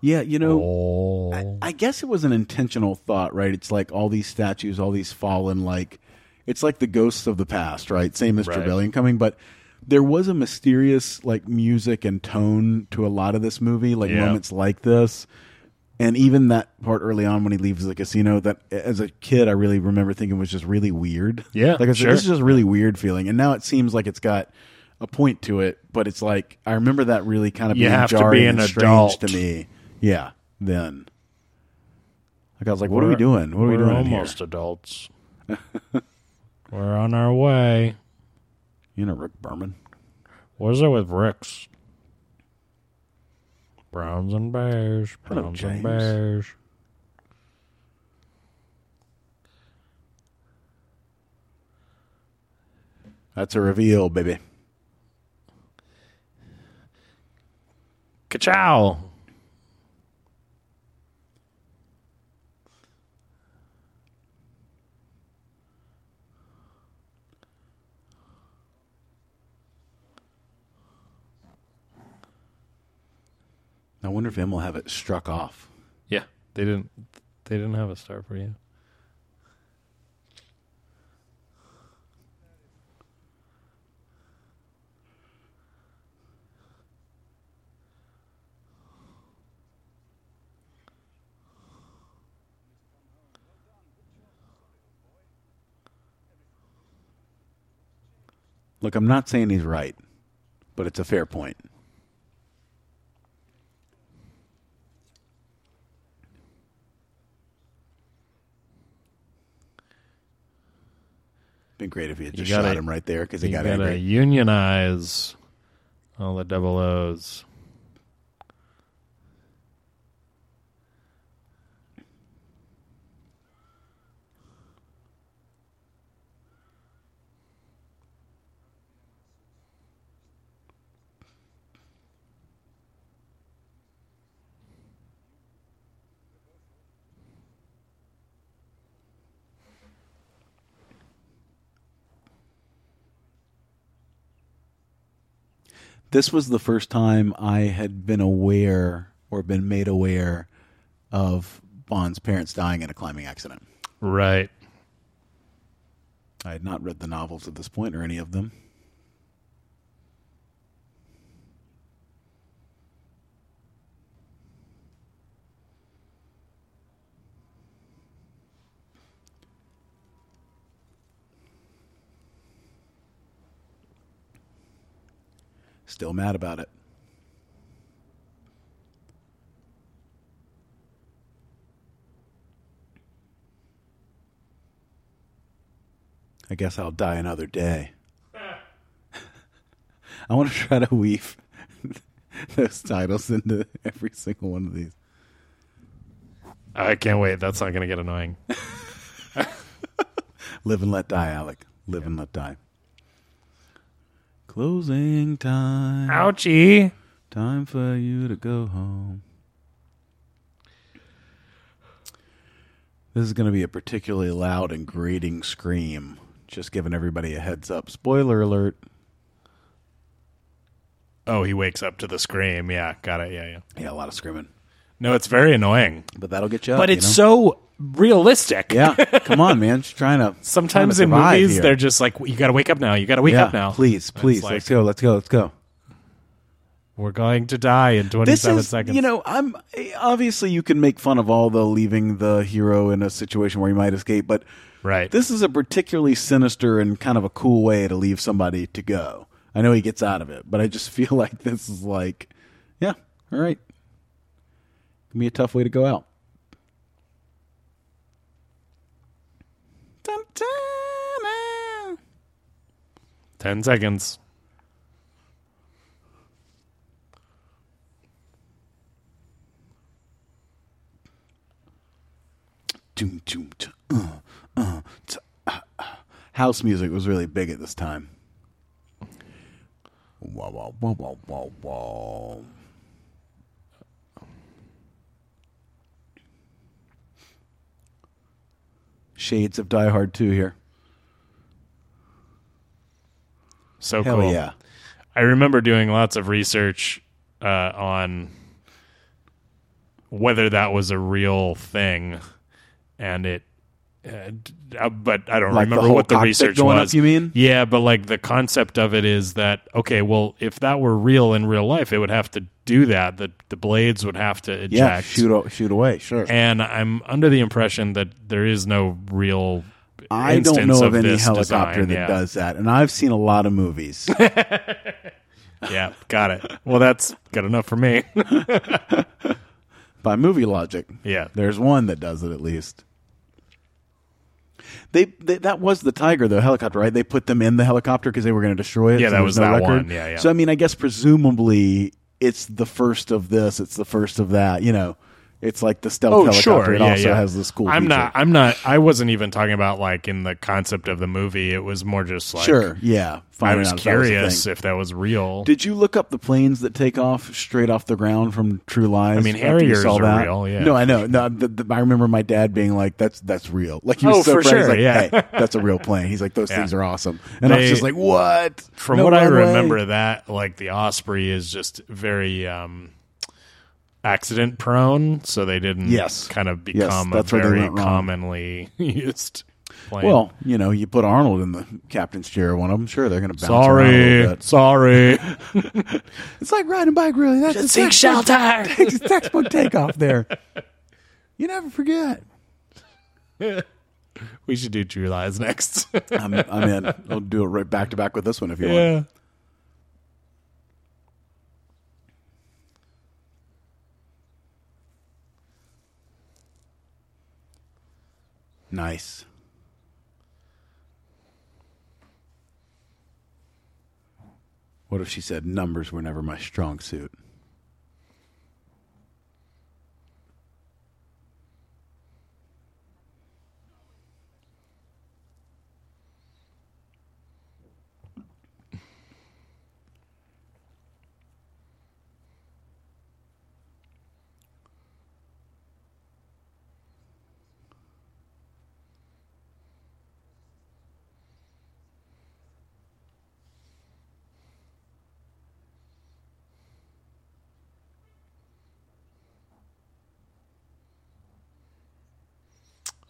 I: Yeah, you know,
H: Oh.
I: I guess it was an intentional thought, right? It's like all these statues, all these fallen, like it's like the ghosts of the past, right? Same as
H: Right.
I: Trevelyan coming, but there was a mysterious like music and tone to a lot of this movie, like
H: Yeah.
I: moments like this. And even that part early on when he leaves the casino, that as a kid I really remember thinking was just really weird.
H: Yeah,
I: like I said,
H: sure.
I: this is just a really weird feeling. And now it seems like it's got a point to it, but it's like I remember that really kind of
H: You
I: being
H: have to be
I: jarring
H: an
I: and strange
H: adult.
I: to me. Yeah, then. Like I was like, what are we doing? What are we
H: We're
I: doing? in here?
H: almost adults. we're on our way.
I: You know, Rick Berman.
H: What is it with bricks? Browns and bears.
I: Hello,
H: Browns
I: James.
H: and bears.
I: That's a reveal, baby.
H: Kachow.
I: I wonder if him will have it struck off.
H: Yeah, they didn't. They didn't have a star for you.
I: Look, I'm not saying he's right, but it's a fair point. Been great if he had just
H: gotta-
I: shot him right there because he
H: You
I: got
H: gotta
I: angry.
H: unionize all the double O's.
I: this was the first time I had been aware or been made aware of Bond's parents dying in a climbing accident.
H: Right.
I: I had not read the novels at this point or any of them. Still mad about it. I guess I'll die another day. I want to try to weave those titles into every single one of these.
H: I can't wait. That's not going to get annoying.
I: Live and let die, Alec. Live and let die. Closing time.
H: Ouchie.
I: Time for you to go home. This is going to be a particularly loud and grating scream. Just giving everybody a heads up. Spoiler alert.
H: Oh, he wakes up to the scream. Yeah, got it. Yeah, yeah.
I: Yeah, a lot of screaming.
H: No, it's very annoying.
I: But that'll get you up.
H: But
I: you
H: it's
I: know?
H: so realistic.
I: Yeah, come on, man. She's trying to.
H: Sometimes
I: trying
H: in
I: to survive
H: movies,
I: here.
H: they're just like, you got to wake up now. You got to wake
I: yeah,
H: up now.
I: Please,
H: And it's
I: please,
H: like,
I: let's go, let's go, let's go.
H: We're going to die in 27 seconds.
I: you know, I'm obviously you can make fun of all the leaving the hero in a situation where he might escape, but
H: Right.
I: this is a particularly sinister and kind of a cool way to leave somebody to go. I know he gets out of it, but I just feel like this is like, yeah, all right, can be a tough way to go out. Dun-dun-dun.
H: 10 seconds.
I: doom, doom, t- uh, uh, t- uh, uh. House music was really big at this time. Wah, wah, wah, wah, wah, wah. Shades of Die Hard 2 here.
H: So
I: Hell
H: cool.
I: yeah.
H: I remember doing lots of research uh, on whether that was a real thing, and it. Uh, d- uh, but I don't
I: Like the
H: remember
I: whole
H: what the
I: cockpit
H: research
I: going up,
H: was.
I: you mean?
H: Yeah, but like the concept of it is that okay, well, if that were real in real life, it would have to do that. The the blades would have to eject.
I: Yeah, shoot, o- shoot away, sure.
H: And I'm under the impression that there is no real.
I: I don't
H: instance
I: know of any
H: this
I: helicopter
H: design.
I: that
H: Yeah.
I: does that, and I've seen a lot of movies.
H: Yeah, got it. Well, that's good enough for me.
I: By movie logic,
H: yeah,
I: There's one that does it at least. They, they that was the tiger though helicopter right? They put them in the helicopter because they were going to destroy it.
H: Yeah,
I: so
H: that
I: there
H: was
I: no
H: that
I: record.
H: one. Yeah, yeah.
I: So I mean, I guess presumably it's the first of this. It's the first of that. You know, it's like the stealth
H: Oh,
I: helicopter. It also has this cool.
H: I'm
I: feature.
H: not. I'm not. I wasn't even talking about like in the concept of the movie. It was more just like
I: sure. Yeah.
H: I
I: Finding
H: was
I: out if that was a
H: curious
I: thing.
H: if that was real.
I: Did you look up the planes that take off straight off the ground from True Lies?
H: I mean,
I: after you
H: Harriers
I: saw
H: are
I: that?
H: real, yeah.
I: No, I know. No, the, the, I remember my dad being like, "That's that's real." Like he was
H: Oh,
I: so
H: for
I: proud. He's
H: sure,
I: like,
H: yeah.
I: "Hey, that's a real plane." He's like, "Those
H: Yeah.
I: things are awesome," and I was
H: They-
I: just like, "What?"
H: From
I: No
H: what I
I: runway."
H: remember, that like the Osprey is just very um, accident prone, so they didn't
I: Yes.
H: kind of
I: Yes,
H: become
I: that's
H: a
I: where they
H: very
I: went wrong.
H: commonly used. Plane.
I: Well, you know, you put Arnold in the captain's chair. of One of them, sure, they're going to bounce around a little
H: sorry,
I: bit.
H: sorry.
I: It's like riding a bike, really. That's a
H: Seek
I: textbook-
H: shelter.
I: It's a textbook takeoff there. You never forget.
H: we should do True Lies next.
I: I'm, I'm in. I'll do it right back to back with this one if you want.
H: yeah.
I: Nice. What if she said numbers were never my strong suit?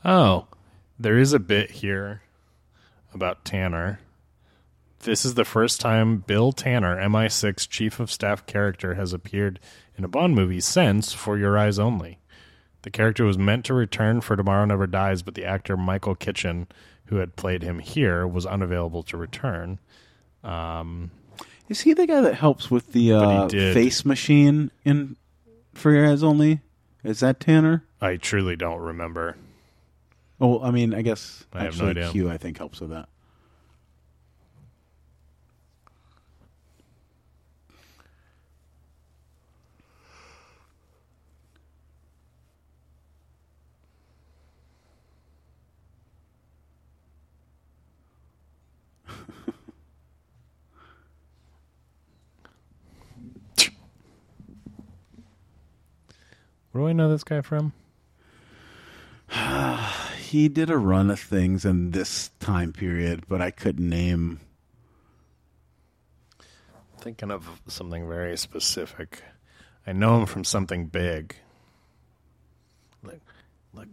H: Oh, there is a bit here about Tanner. This is the first time Bill Tanner, MI6 chief of staff character, has appeared in a Bond movie since For Your Eyes Only. The character was meant to return for Tomorrow Never Dies, but the actor Michael Kitchen, who had played him here, was unavailable to return. Um,
I: Is he the guy that helps with the uh,
H: did.
I: face machine in For Your Eyes Only? Is that Tanner?
H: I truly don't remember.
I: Oh, I mean, I guess
H: I have no
I: actually
H: idea.
I: Q I think helps with that.
H: Where do I know this guy from?
I: He did a run of things in this time period, but I couldn't name.
H: Thinking of something very specific. I know him from something big. Like, like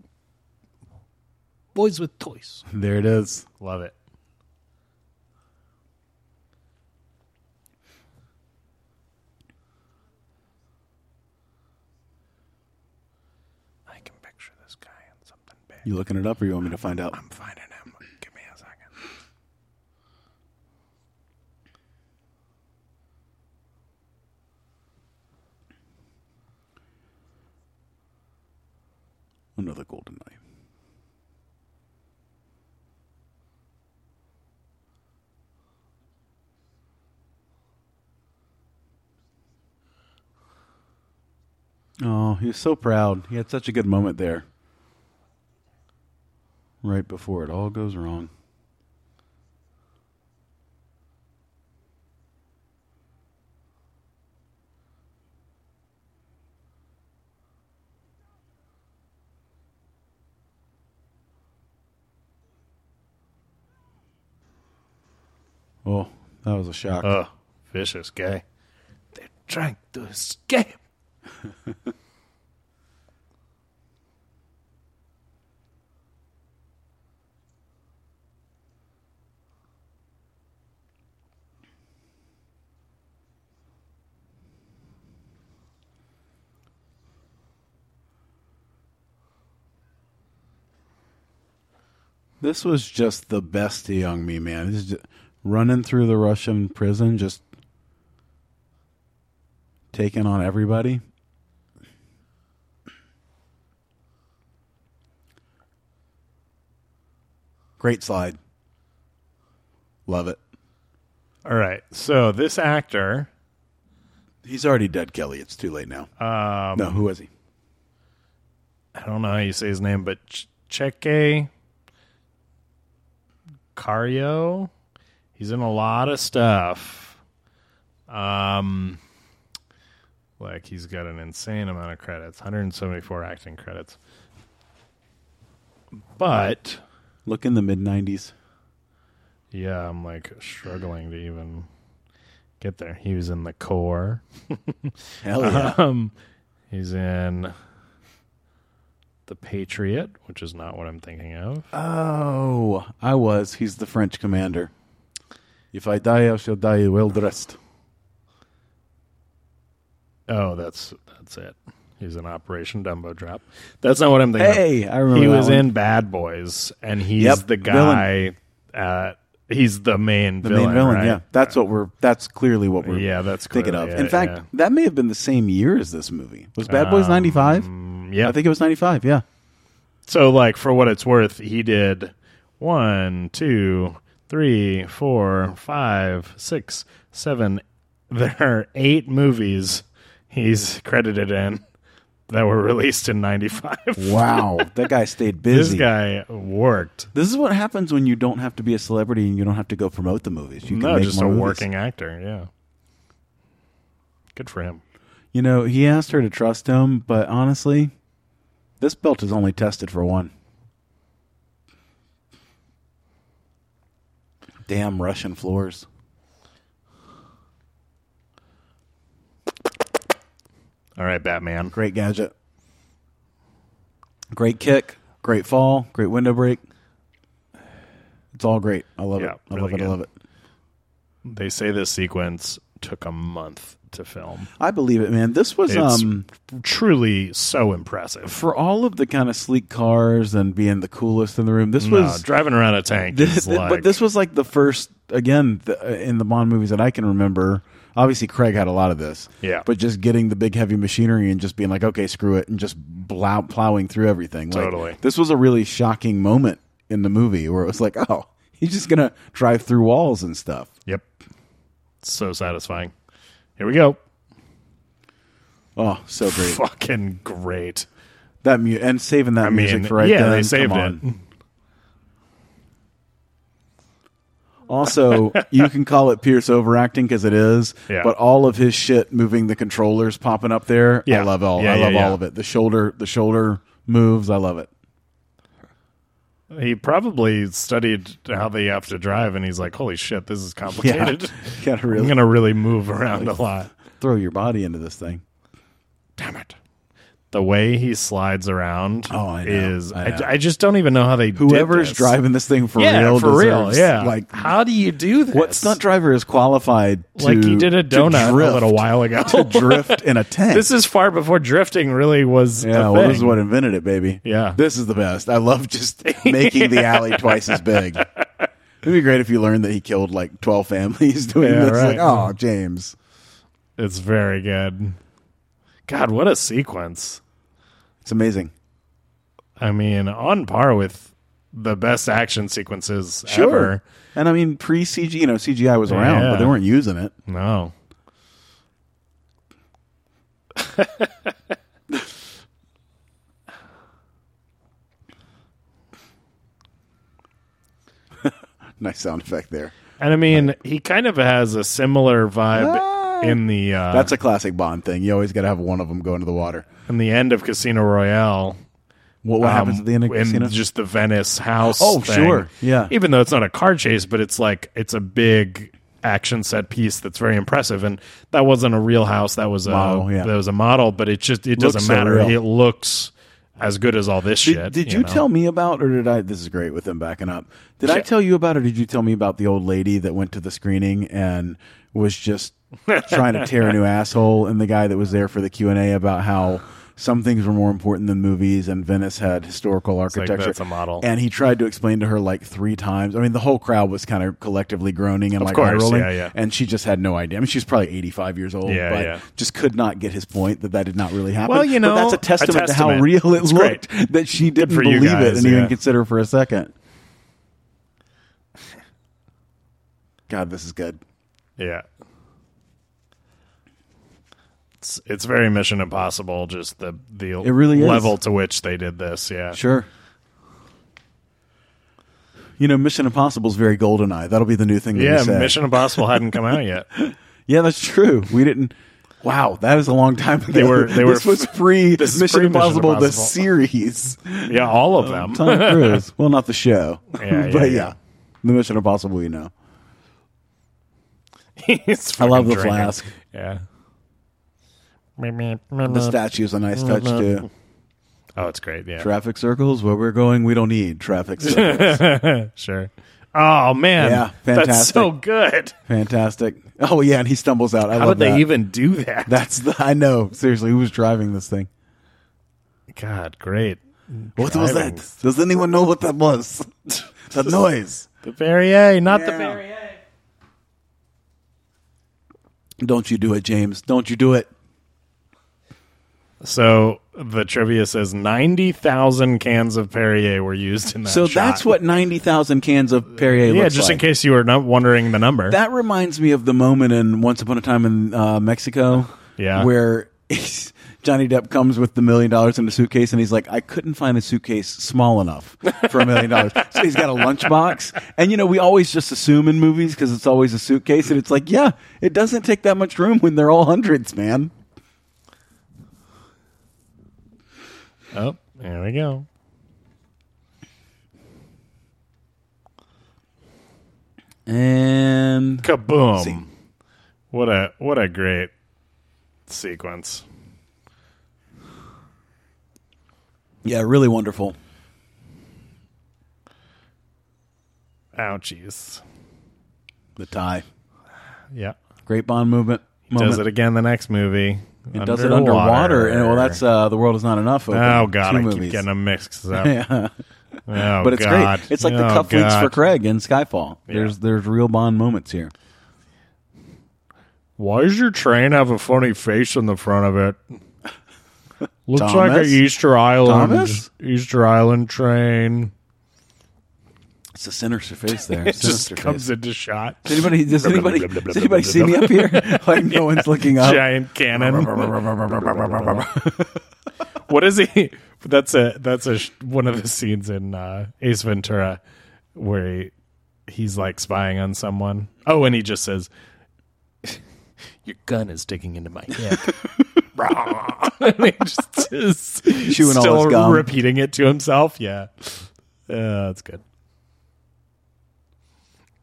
H: boys with toys.
I: There it is.
H: Love it. I can picture this guy in something big.
I: You looking it up, or you want me to find out?
H: I'm finding him. Give me a second.
I: Another golden eye. Oh, he was so proud. He had such a good moment there. Right before it all goes wrong. Oh, that was a shock.
H: Oh, vicious guy. They're trying to escape.
I: This was just the best of young me, man. This is just running through the Russian prison, just taking on everybody. Great slide. Love it.
H: All right. So this actor,
I: He's already dead, Kelly. It's too late now. Um, no, who was he?
H: I don't know how you say his name, but Ch- Cheke Cario. He's in a lot of stuff. Um, like he's got an insane amount of credits, 174 acting credits. But
I: Look in the mid 90s.
H: yeah, I'm like struggling to even get there. He was in the core.
I: Hell yeah.
H: Um, he's in The Patriot, which is not what I'm thinking of.
I: oh, I was. He's the French commander. If I die, I shall die well dressed.
H: Oh, that's that's it. He's in Operation Dumbo Drop. That's not what I'm thinking.
I: Hey,
H: of.
I: I remember
H: He
I: that
H: was
I: one.
H: in Bad Boys, and he's
I: Yep,
H: the guy.
I: villain.
H: Uh, he's the main
I: the
H: villain.
I: main villain.
H: right?
I: Yeah, that's what we're. That's clearly what we're.
H: Yeah, that's
I: thinking
H: clearly
I: of. In
H: it,
I: fact,
H: yeah. Um,
I: that may have been the same year as this movie. Was Bad Boys ninety five?
H: Mm, yeah.
I: I think it was ninety five. Yeah,
H: So, like, for what it's worth, he did one, two, three, four, five, six, seven. There are eight movies he's credited in that were released in '95.
I: wow, that guy stayed
H: This
I: busy.
H: guy worked.
I: This is what happens when you don't have to be a celebrity and you don't have to go promote the movies. You can
H: No,
I: make
H: just a
I: more movies.
H: working actor. Yeah. Good for him.
I: You know, he asked her to trust him, but honestly, this belt is only tested for one. Damn Russian floors.
H: All right, Batman.
I: Great gadget. Great kick. Great fall. Great window break. It's all great. I love
H: Yeah,
I: it. I
H: really
I: love it. I
H: good.
I: love it.
H: They say this sequence took a month to film.
I: I believe it, man. This was
H: It's
I: um
H: truly so impressive.
I: for all of the kind of sleek cars and being the coolest in the room. This
H: No,
I: was
H: driving around a tank
I: this,
H: is like,
I: but this was like the first again the, uh, in the Bond movies that I can remember. Obviously, Craig had a lot of this,
H: Yeah.
I: But just getting the big heavy machinery and just being like, okay, screw it, and just blow, plowing through everything. Like,
H: Totally.
I: This was a really shocking moment in the movie where it was like, oh, he's just gonna drive through walls and stuff.
H: yep, so satisfying. Here we go.
I: Oh, so great!
H: Fucking great.
I: That mu- and saving that
H: I mean,
I: music for right
H: yeah,
I: then.
H: they
I: come
H: saved it.
I: on. Also, you can call it Pierce overacting because it is,
H: Yeah.
I: but all of his shit moving the controllers popping up there, I
H: Yeah.
I: love all.
H: Yeah,
I: I
H: yeah,
I: love
H: yeah.
I: all of it. The shoulder, the shoulder moves, I love it.
H: He probably studied how they have to drive, and he's like, "Holy shit, this is complicated.
I: Gotta really-
H: I'm gonna really move around a lot."
I: Throw your body into this thing.
H: Damn it! The way he slides around
I: Oh, I know.
H: is
I: I
H: I,
I: know.
H: I just don't even know how they did
I: Whoever's
H: this.
I: driving this thing for
H: yeah
I: real,
H: for real
I: deserves,
H: yeah
I: Like,
H: like how do you do this?
I: what stunt driver is qualified? To,
H: like he did a
I: to
H: donut a
I: drift-
H: little while ago.
I: to drift in a tank.
H: this is far before drifting really was.
I: Yeah,
H: a
I: well,
H: thing.
I: this is what invented it, baby.
H: Yeah.
I: This is the best. I love just making the alley twice as big. It'd be great if you learned that he killed like 12 families doing
H: Yeah,
I: this. Like,
H: right.
I: oh, James.
H: It's very good. God, what a sequence!
I: It's amazing.
H: I mean, on par with the best action sequences ever.
I: And I mean, pre CG, you know, CGI was around, but
H: Yeah.
I: they weren't using it.
H: No.
I: Nice sound effect there.
H: And I mean, he kind of has a similar vibe in the uh,
I: That's a classic Bond thing. You always got to have one of them go into the water.
H: in the end of Casino Royale.
I: What, what
H: um,
I: happens at the end of
H: in
I: Casino?
H: Just the Venice house.
I: Oh,
H: thing.
I: sure. Yeah.
H: Even though it's not a car chase, but it's like it's a big action set piece that's very impressive. And that wasn't a real house. That was a
I: Model, yeah.
H: that was a model. But it just it
I: Looks
H: doesn't
I: so
H: matter.
I: real.
H: it looks as good as all this
I: Did,
H: shit.
I: did you,
H: know?
I: tell me about, or did I? This is great with them backing up. Did I
H: Yeah.
I: tell you about, or did you tell me about the old lady that went to the screening and was just trying to tear a new asshole, and the guy that was there for the Q and A about how some things were more important than movies, and Venice had historical
H: like,
I: architecture.
H: that's a model.
I: and he tried to explain to her like three times. I mean, the whole crowd was kind of collectively groaning and like eye
H: course,
I: rolling,
H: yeah, yeah.
I: and she just had no idea. I mean, she's probably eighty-five years old,
H: Yeah,
I: but
H: yeah.
I: just could not get his point that that did not really happen.
H: Well, you
I: But
H: know,
I: that's a
H: a
I: testament, to how
H: testament.
I: real it
H: It's
I: looked
H: great.
I: that she didn't
H: for you
I: believe it
H: guys,
I: and even
H: yeah.
I: consider for a second. God, this is good.
H: Yeah. It's, it's very Mission Impossible, just the the
I: really is.
H: level to which they did this. Yeah,
I: Sure. You know, Mission Impossible's very golden eye. That'll be the new thing that
H: yeah.
I: we say.
H: Mission Impossible hadn't come out yet.
I: yeah, that's true. We didn't. Wow, that is a long time ago.
H: They were- they
I: this
H: were-
I: was pre
H: This is
I: Mission
H: pre-Mission
I: Impossible, the
H: Impossible.
I: series.
H: Yeah, all of them.
I: Oh, Tom Cruise. well, not the show.
H: Yeah, yeah,
I: but yeah,
H: yeah.
I: The Mission Impossible we know.
H: He's
I: I love
H: fucking
I: the
H: drinking.
I: flask.
H: Yeah.
I: The statue's a nice touch too.
H: Oh, it's great. Yeah.
I: Traffic circles, where we're going, we don't need traffic circles.
H: sure. Oh man.
I: Yeah,
H: That's
I: fantastic.
H: so good.
I: Fantastic. Oh yeah, and he stumbles out. I
H: How
I: love
H: did they
I: that.
H: even do that?
I: That's the. I know. Seriously, who was driving this thing?
H: God, great.
I: What was that?
H: Driving.
I: Does anyone know what that was? that noise.
H: The Perrier, not the
I: Yeah.
H: Perrier.
I: Don't you do it, James? Don't you do it?
H: So the trivia says ninety thousand cans of Perrier were used in that.
I: so
H: shot.
I: that's what ninety thousand cans of Perrier.
H: Yeah,
I: looks
H: just in
I: like.
H: case you were not wondering the number.
I: That reminds me of the moment in Once Upon a Time in uh, Mexico,
H: Yeah.
I: where Johnny Depp comes with the million dollars in a suitcase, and he's like, "I couldn't find a suitcase small enough for a million dollars." So he's got a lunchbox, and you know, we always just assume in movies because it's always a suitcase, and it's like, yeah, it doesn't take that much room when they're all hundreds, man.
H: oh, there we go.
I: And
H: Kaboom!
I: See.
H: What a what a great sequence.
I: yeah, really wonderful.
H: Ouchies.
I: The tie,
H: Yeah.
I: great Bond movement.
H: Does
I: moment.
H: it again the next movie.
I: It does it underwater, and well, that's uh, the world is not enough. Open.
H: oh god,
I: Two
H: I
I: movies.
H: keep getting them mixed up.
I: Yeah.
H: Oh
I: but it's
H: god,
I: great. It's like the
H: Oh,
I: cuff links
H: God.
I: for Craig in Skyfall. There's there's real Bond moments here.
H: Why does your train have a funny face on the front of it? Looks like
I: Thomas?
H: an Easter Island
I: Thomas?
H: Easter Island train.
I: It's a sinister face there.
H: It
I: sinister
H: just comes
I: face.
H: into shot.
I: Does anybody does anybody does anybody see me up here? Like no one's looking up.
H: Giant cannon. what is he? That's a that's a sh- one of the scenes in uh, Ace Ventura where he, he's like spying on someone. Oh, and he just says, "Your gun is digging into my head." and he just is
I: Chewing all
H: still
I: his gum.
H: repeating it to himself. Yeah, uh, that's good.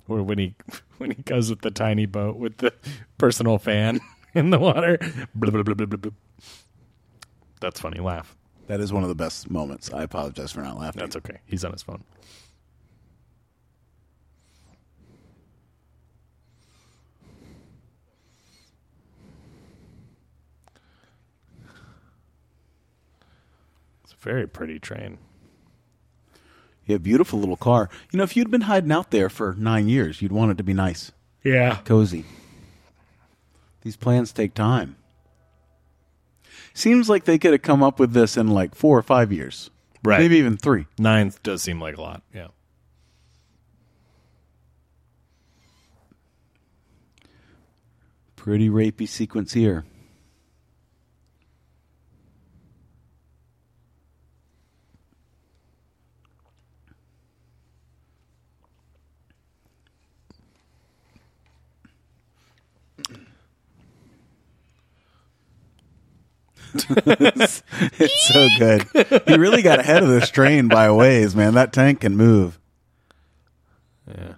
H: Or when he when he goes with the tiny boat with the personal fan in the water. Blah, blah, blah, blah, blah, blah. That's funny. Laugh.
I: That is one of the best moments. I apologize for not laughing.
H: That's okay. He's on his phone. It's a very pretty train.
I: yeah, beautiful little car. You know, if you'd been hiding out there for nine years, you'd want it to be nice,
H: Yeah.
I: cozy. These plans take time. Seems like they could have come up with this in like four or five years,
H: Right.
I: maybe even three.
H: Nine does seem like a lot. Yeah.
I: Pretty rapey sequence here. it's so good. He really got ahead of this train by a ways, man. That tank can move.
H: Yeah.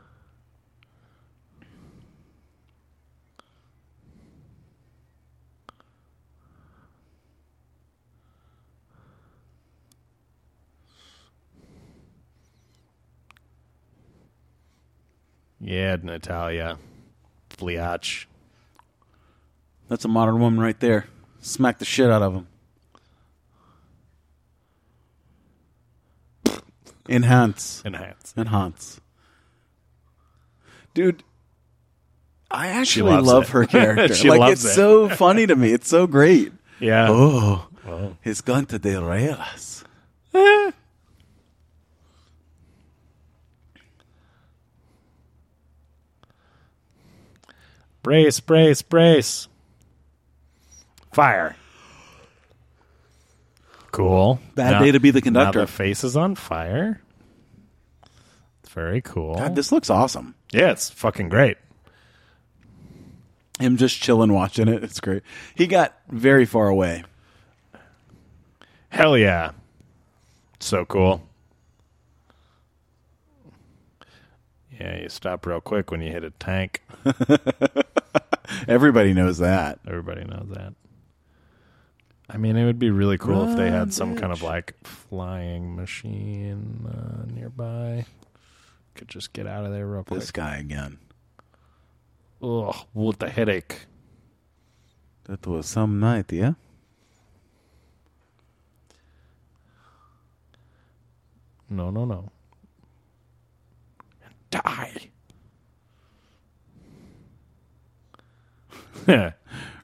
H: Yeah, Natalia. Bliach.
I: That's a modern woman right there. Smack the shit out of him. Enhance.
H: Enhance.
I: Enhance. Dude, I actually
H: loves
I: love
H: it.
I: her character.
H: She
I: like
H: loves
I: it's
H: it.
I: so funny to me. It's so great.
H: Yeah.
I: Oh, he's going to derail us.
H: Brace, brace, brace. Fire. Cool.
I: Bad day to be the conductor.
H: Now the face is on fire. Very cool.
I: God, this looks awesome.
H: yeah, it's fucking great.
I: Him just chilling, watching it. It's great. He got very far away.
H: Hell yeah. So cool. Yeah, you stop real quick when you hit a tank.
I: Everybody knows that.
H: Everybody knows that. I mean, it would be really cool if they had some kind of like flying machine uh, nearby. Could just get out of there real quick.
I: This guy again.
H: Ugh, what the headache.
I: That was some night, yeah?
H: No, no, no. Die. Yeah.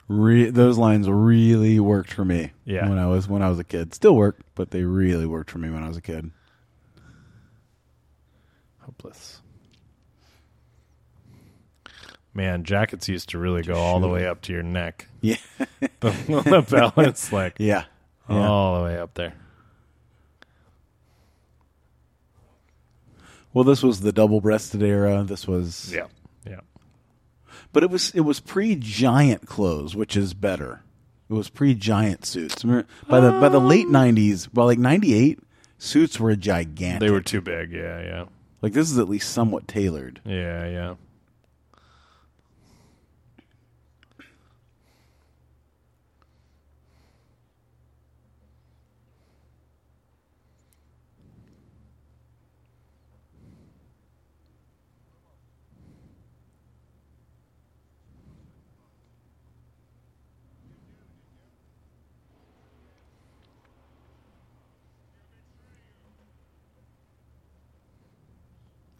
I: Re- those lines really worked for me.
H: Yeah.
I: when I was when I was a kid, still work, but they really worked for me when I was a kid.
H: Hopeless. Man, jackets used to really go all the way up to your neck.
I: Yeah,
H: The, the balance, like,
I: yeah, yeah.
H: all the way up there.
I: Well, this was the double-breasted era. This was,
H: Yeah. Yeah.
I: but it was it was pre-giant clothes, which is better. It was pre-giant suits. Remember- By the by the
H: Ah.
I: late nineties, by like ninety eight, suits were gigantic.
H: They were too big. Yeah. Yeah.
I: like this is at least somewhat tailored.
H: Yeah. Yeah.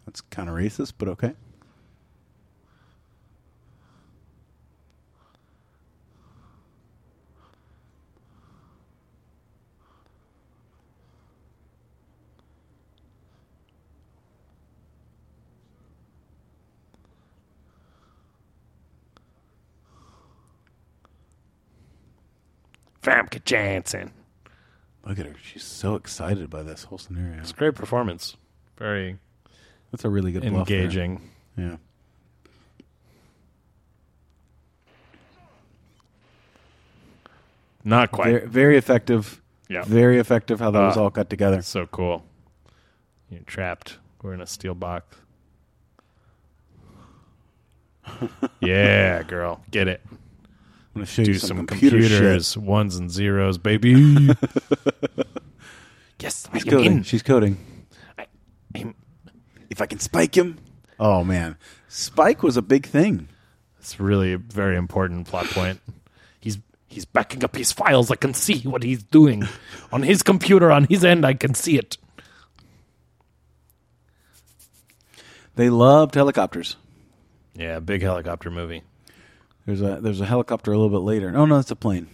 I: That's kind of racist, but okay.
H: Famke Janssen.
I: Look at her. She's so excited by this whole scenario.
H: It's a great performance. Very
I: That's a really good bluff there.
H: engaging.
I: Yeah.
H: Not quite.
I: Very, very effective.
H: Yeah.
I: Very effective how that was
H: Uh,
I: all cut together.
H: So cool. You're trapped. We're in a steel box. yeah, girl. Get it.
I: I'm going to show you
H: Do
I: some,
H: some,
I: computer
H: computers,
I: shit.
H: ones and zeros, baby. yes, I
I: She's coding.
H: can.
I: She's coding.
H: I'm-
I: If I can spike him. Oh, man. Spike was a big thing.
H: It's really a very important plot point. He's he's backing up his files. I can see what he's doing on his computer on his end. I can see it.
I: They loved helicopters.
H: Yeah, big helicopter movie.
I: There's a there's a helicopter a little bit later. Oh no, it's a plane.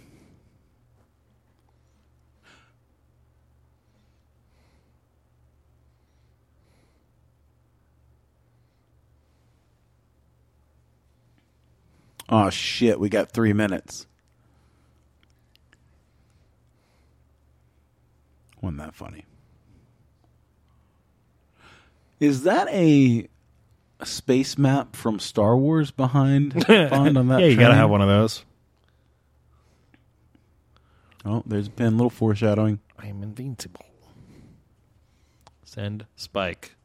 I: Oh shit, we got 3 minutes. Wasn't that funny? Is that a a space map from Star Wars behind Bond on that
H: yeah, you gotta
I: train?
H: have one of those.
I: Oh, there's a pin. Little foreshadowing.
H: I'm invincible. Send Spike.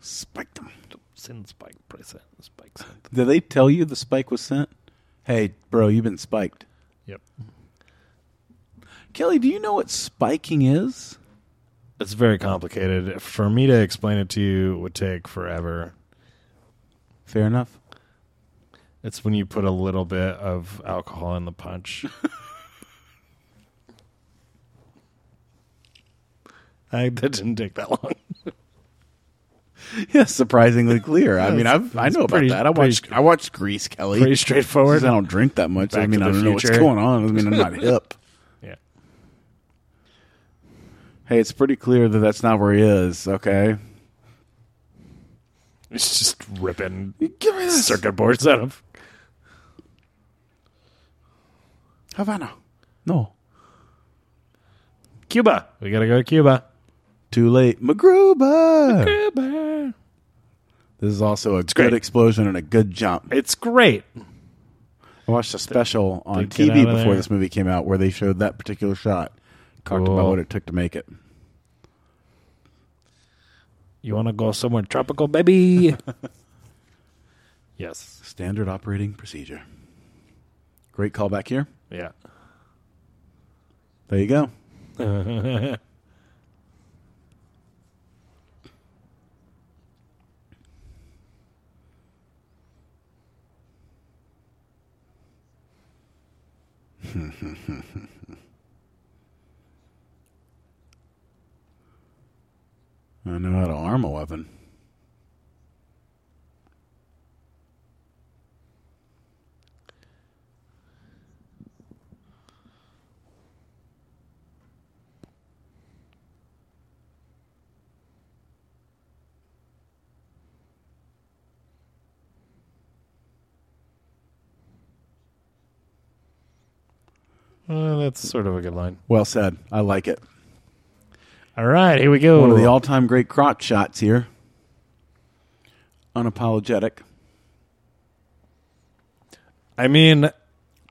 I: Spiked them.
H: Send Spike. Press send Spike. Send.
I: Did they tell you the spike was sent? Hey, bro, you've been spiked.
H: Yep.
I: Kelly, do you know what spiking is?
H: It's very complicated. For me to explain it to you would take forever.
I: Fair enough.
H: It's when you put a little bit of alcohol in the punch. I, that didn't take that long.
I: Yeah, surprisingly clear. I mean, I've, I know about
H: pretty-
I: that. I
H: pretty
I: watched I watched Grease, Kelly.
H: Pretty straightforward.
I: I don't drink that much. I
H: Back
I: mean,
H: to
I: I
H: the
I: don't know what's
H: future.
I: going on. I mean, I'm not hip.
H: Yeah.
I: Hey, it's pretty clear that that's not where he is. Okay,
H: It's just ripping
I: give me this
H: circuit boards out of.
I: Havana. No,
H: Cuba. We gotta go to Cuba.
I: too late, MacGruber.
H: Cuba.
I: This is also a
H: great.
I: good explosion and a good jump.
H: It's great.
I: I watched a special on
H: get
I: TV
H: out of
I: before
H: there.
I: this movie came out where they showed that particular shot, talked about
H: Cool.
I: what it took to make it.
H: You wanna go somewhere tropical, baby? yes.
I: Standard operating procedure. Great callback here.
H: Yeah.
I: There you go. I know how to arm a weapon.
H: Uh, that's sort of a good line.
I: Well said. I like it.
H: All right, here we go.
I: One of the all-time great crotch shots here. Unapologetic.
H: I mean, I-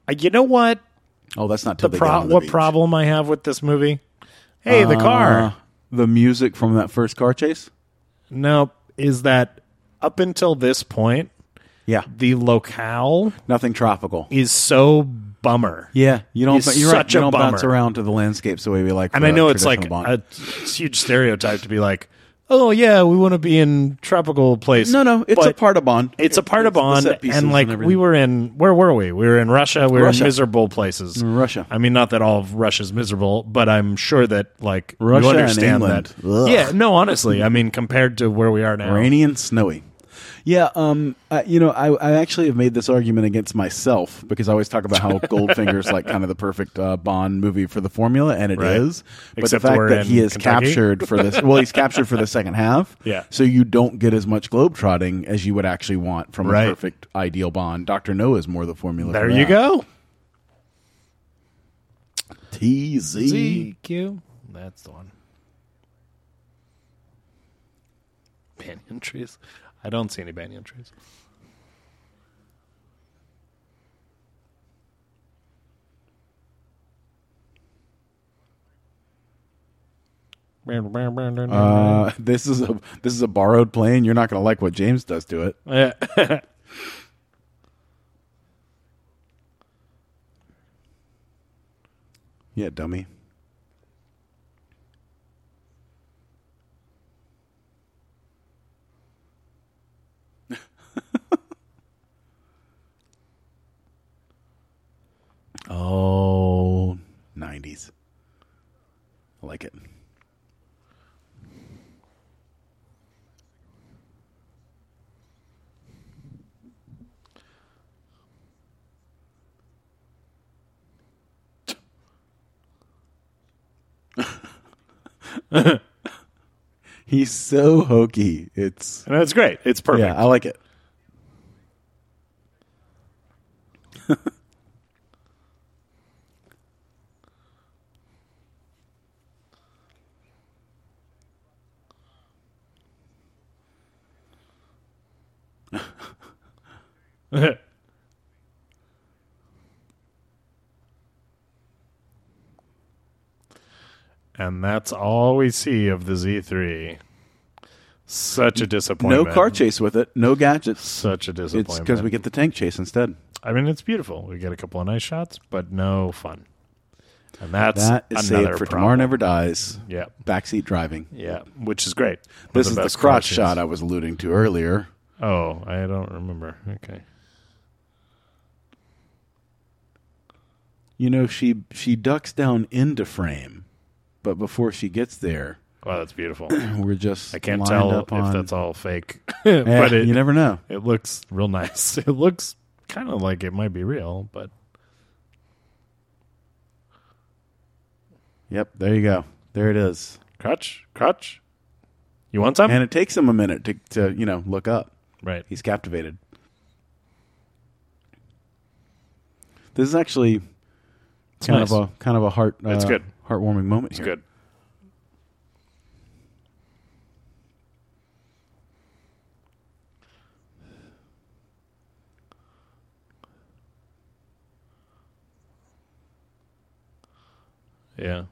H: Uh, you know what?
I: Oh, that's not till
H: The
I: they
H: pro-
I: get onto
H: what
I: the beach.
H: problem I have with this movie? Hey, the
I: Uh,
H: car.
I: the music from that first car chase.
H: No, is that up until this point,
I: Yeah,
H: the locale
I: nothing tropical.
H: is so bummer.
I: Yeah, you don't.
H: He's
I: you're right.
H: such
I: You
H: a
I: don't bounce
H: bummer.
I: around to the landscapes the way we like.
H: And
I: for
H: I
I: a
H: know it's like
I: traditional Bond.
H: a huge stereotype to be like, oh yeah, we want to be in tropical place.
I: No, no, it's a
H: But
I: part of Bond.
H: It's a part of
I: the
H: Bond,
I: set pieces
H: and like
I: everything.
H: we were in, where were we? We were in Russia. We were
I: Russia.
H: in miserable places.
I: Russia.
H: I mean, not that all of Russia's miserable, but I'm sure that like
I: Russia
H: you
I: and
H: understand
I: England.
H: that.
I: Ugh.
H: Yeah, no, honestly, I mean, compared to where we are now,
I: rainy and snowy. Yeah, um, I, you know, I, I actually have made this argument against myself because I always talk about how Goldfinger's like kind of the perfect uh, Bond movie for the formula, and it is.
H: Right.
I: But
H: Except
I: the fact
H: we're
I: that
H: in
I: he is
H: Kentucky.
I: captured for this, well, he's captured for the second half.
H: Yeah.
I: So you don't get as much globetrotting as you would actually want from
H: Right.
I: a perfect ideal Bond. Doctor No is more the formula.
H: there you go.
I: T Z.
H: ZQ. That's the one. Banyan trees. I don't see any banyan trees.
I: Uh, this is a this is a borrowed plane. You're not going to like what James does to it.
H: Yeah.
I: Yeah, dummy. oh, 90s. I like it. He's so hokey. It's
H: and it's great. It's perfect.
I: yeah, I like it.
H: and that's all we see of the Z3. Such a disappointment.
I: No car chase with it. No gadgets.
H: Such a disappointment.
I: It's because we get the tank chase instead.
H: I mean, it's beautiful. We get a couple of nice shots, but no fun. And that's
I: That is
H: another
I: saved for Tomorrow
H: problem.
I: Never Dies.
H: Yeah.
I: Backseat driving.
H: Yeah, which is great. One of
I: This is the
H: best
I: crotch
H: crotches.
I: shot I was alluding to earlier.
H: Oh, I don't remember. Okay.
I: You know, she she ducks down into frame, but before she gets there,
H: Wow, that's beautiful.
I: we're just
H: I can't
I: lined
H: tell
I: up
H: if
I: on-
H: that's all fake,
I: Yeah,
H: but it,
I: you never know.
H: it looks real nice. It looks kind of like it might be real, but
I: Yep, there you go. There it is.
H: crotch, crotch. You want some?
I: And it takes him a minute to, to you know look up.
H: right.
I: He's captivated. This is actually kind
H: nice.
I: of a kind of a heart uh,
H: It's good.
I: heartwarming moment
H: It's
I: here.
H: good. Yeah.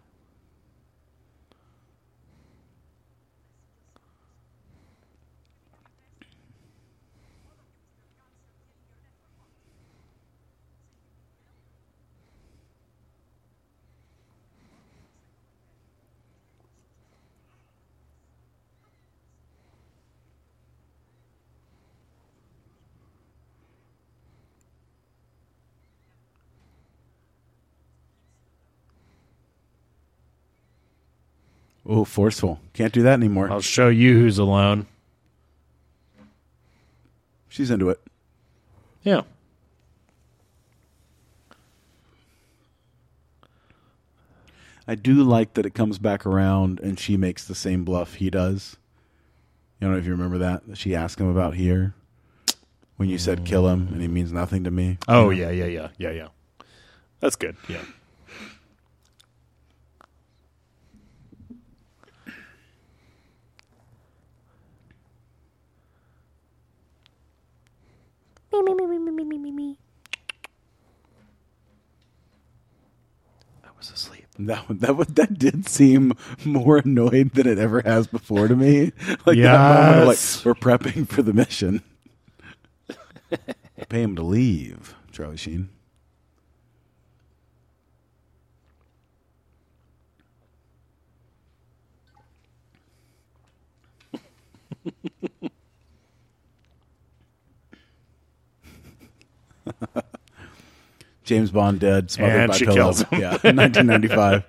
I: Oh, forceful. Can't do that anymore.
H: I'll show you who's alone.
I: She's into it.
H: Yeah.
I: I do like that it comes back around and she makes the same bluff he does. I don't know if you remember that. that She asked him about here when you said kill him and he means nothing to me.
H: Oh yeah, yeah, yeah, yeah, yeah. That's good. Yeah. I was asleep.
I: That that would- that did seem more annoyed than it ever has before to me. Like that moment, of,
H: Yes.
I: like we're prepping for the mission. Pay him to leave, Charlie Sheen. James Bond dead, smothered
H: And
I: by
H: she
I: pillow.
H: kills him.
I: Yeah, 1995.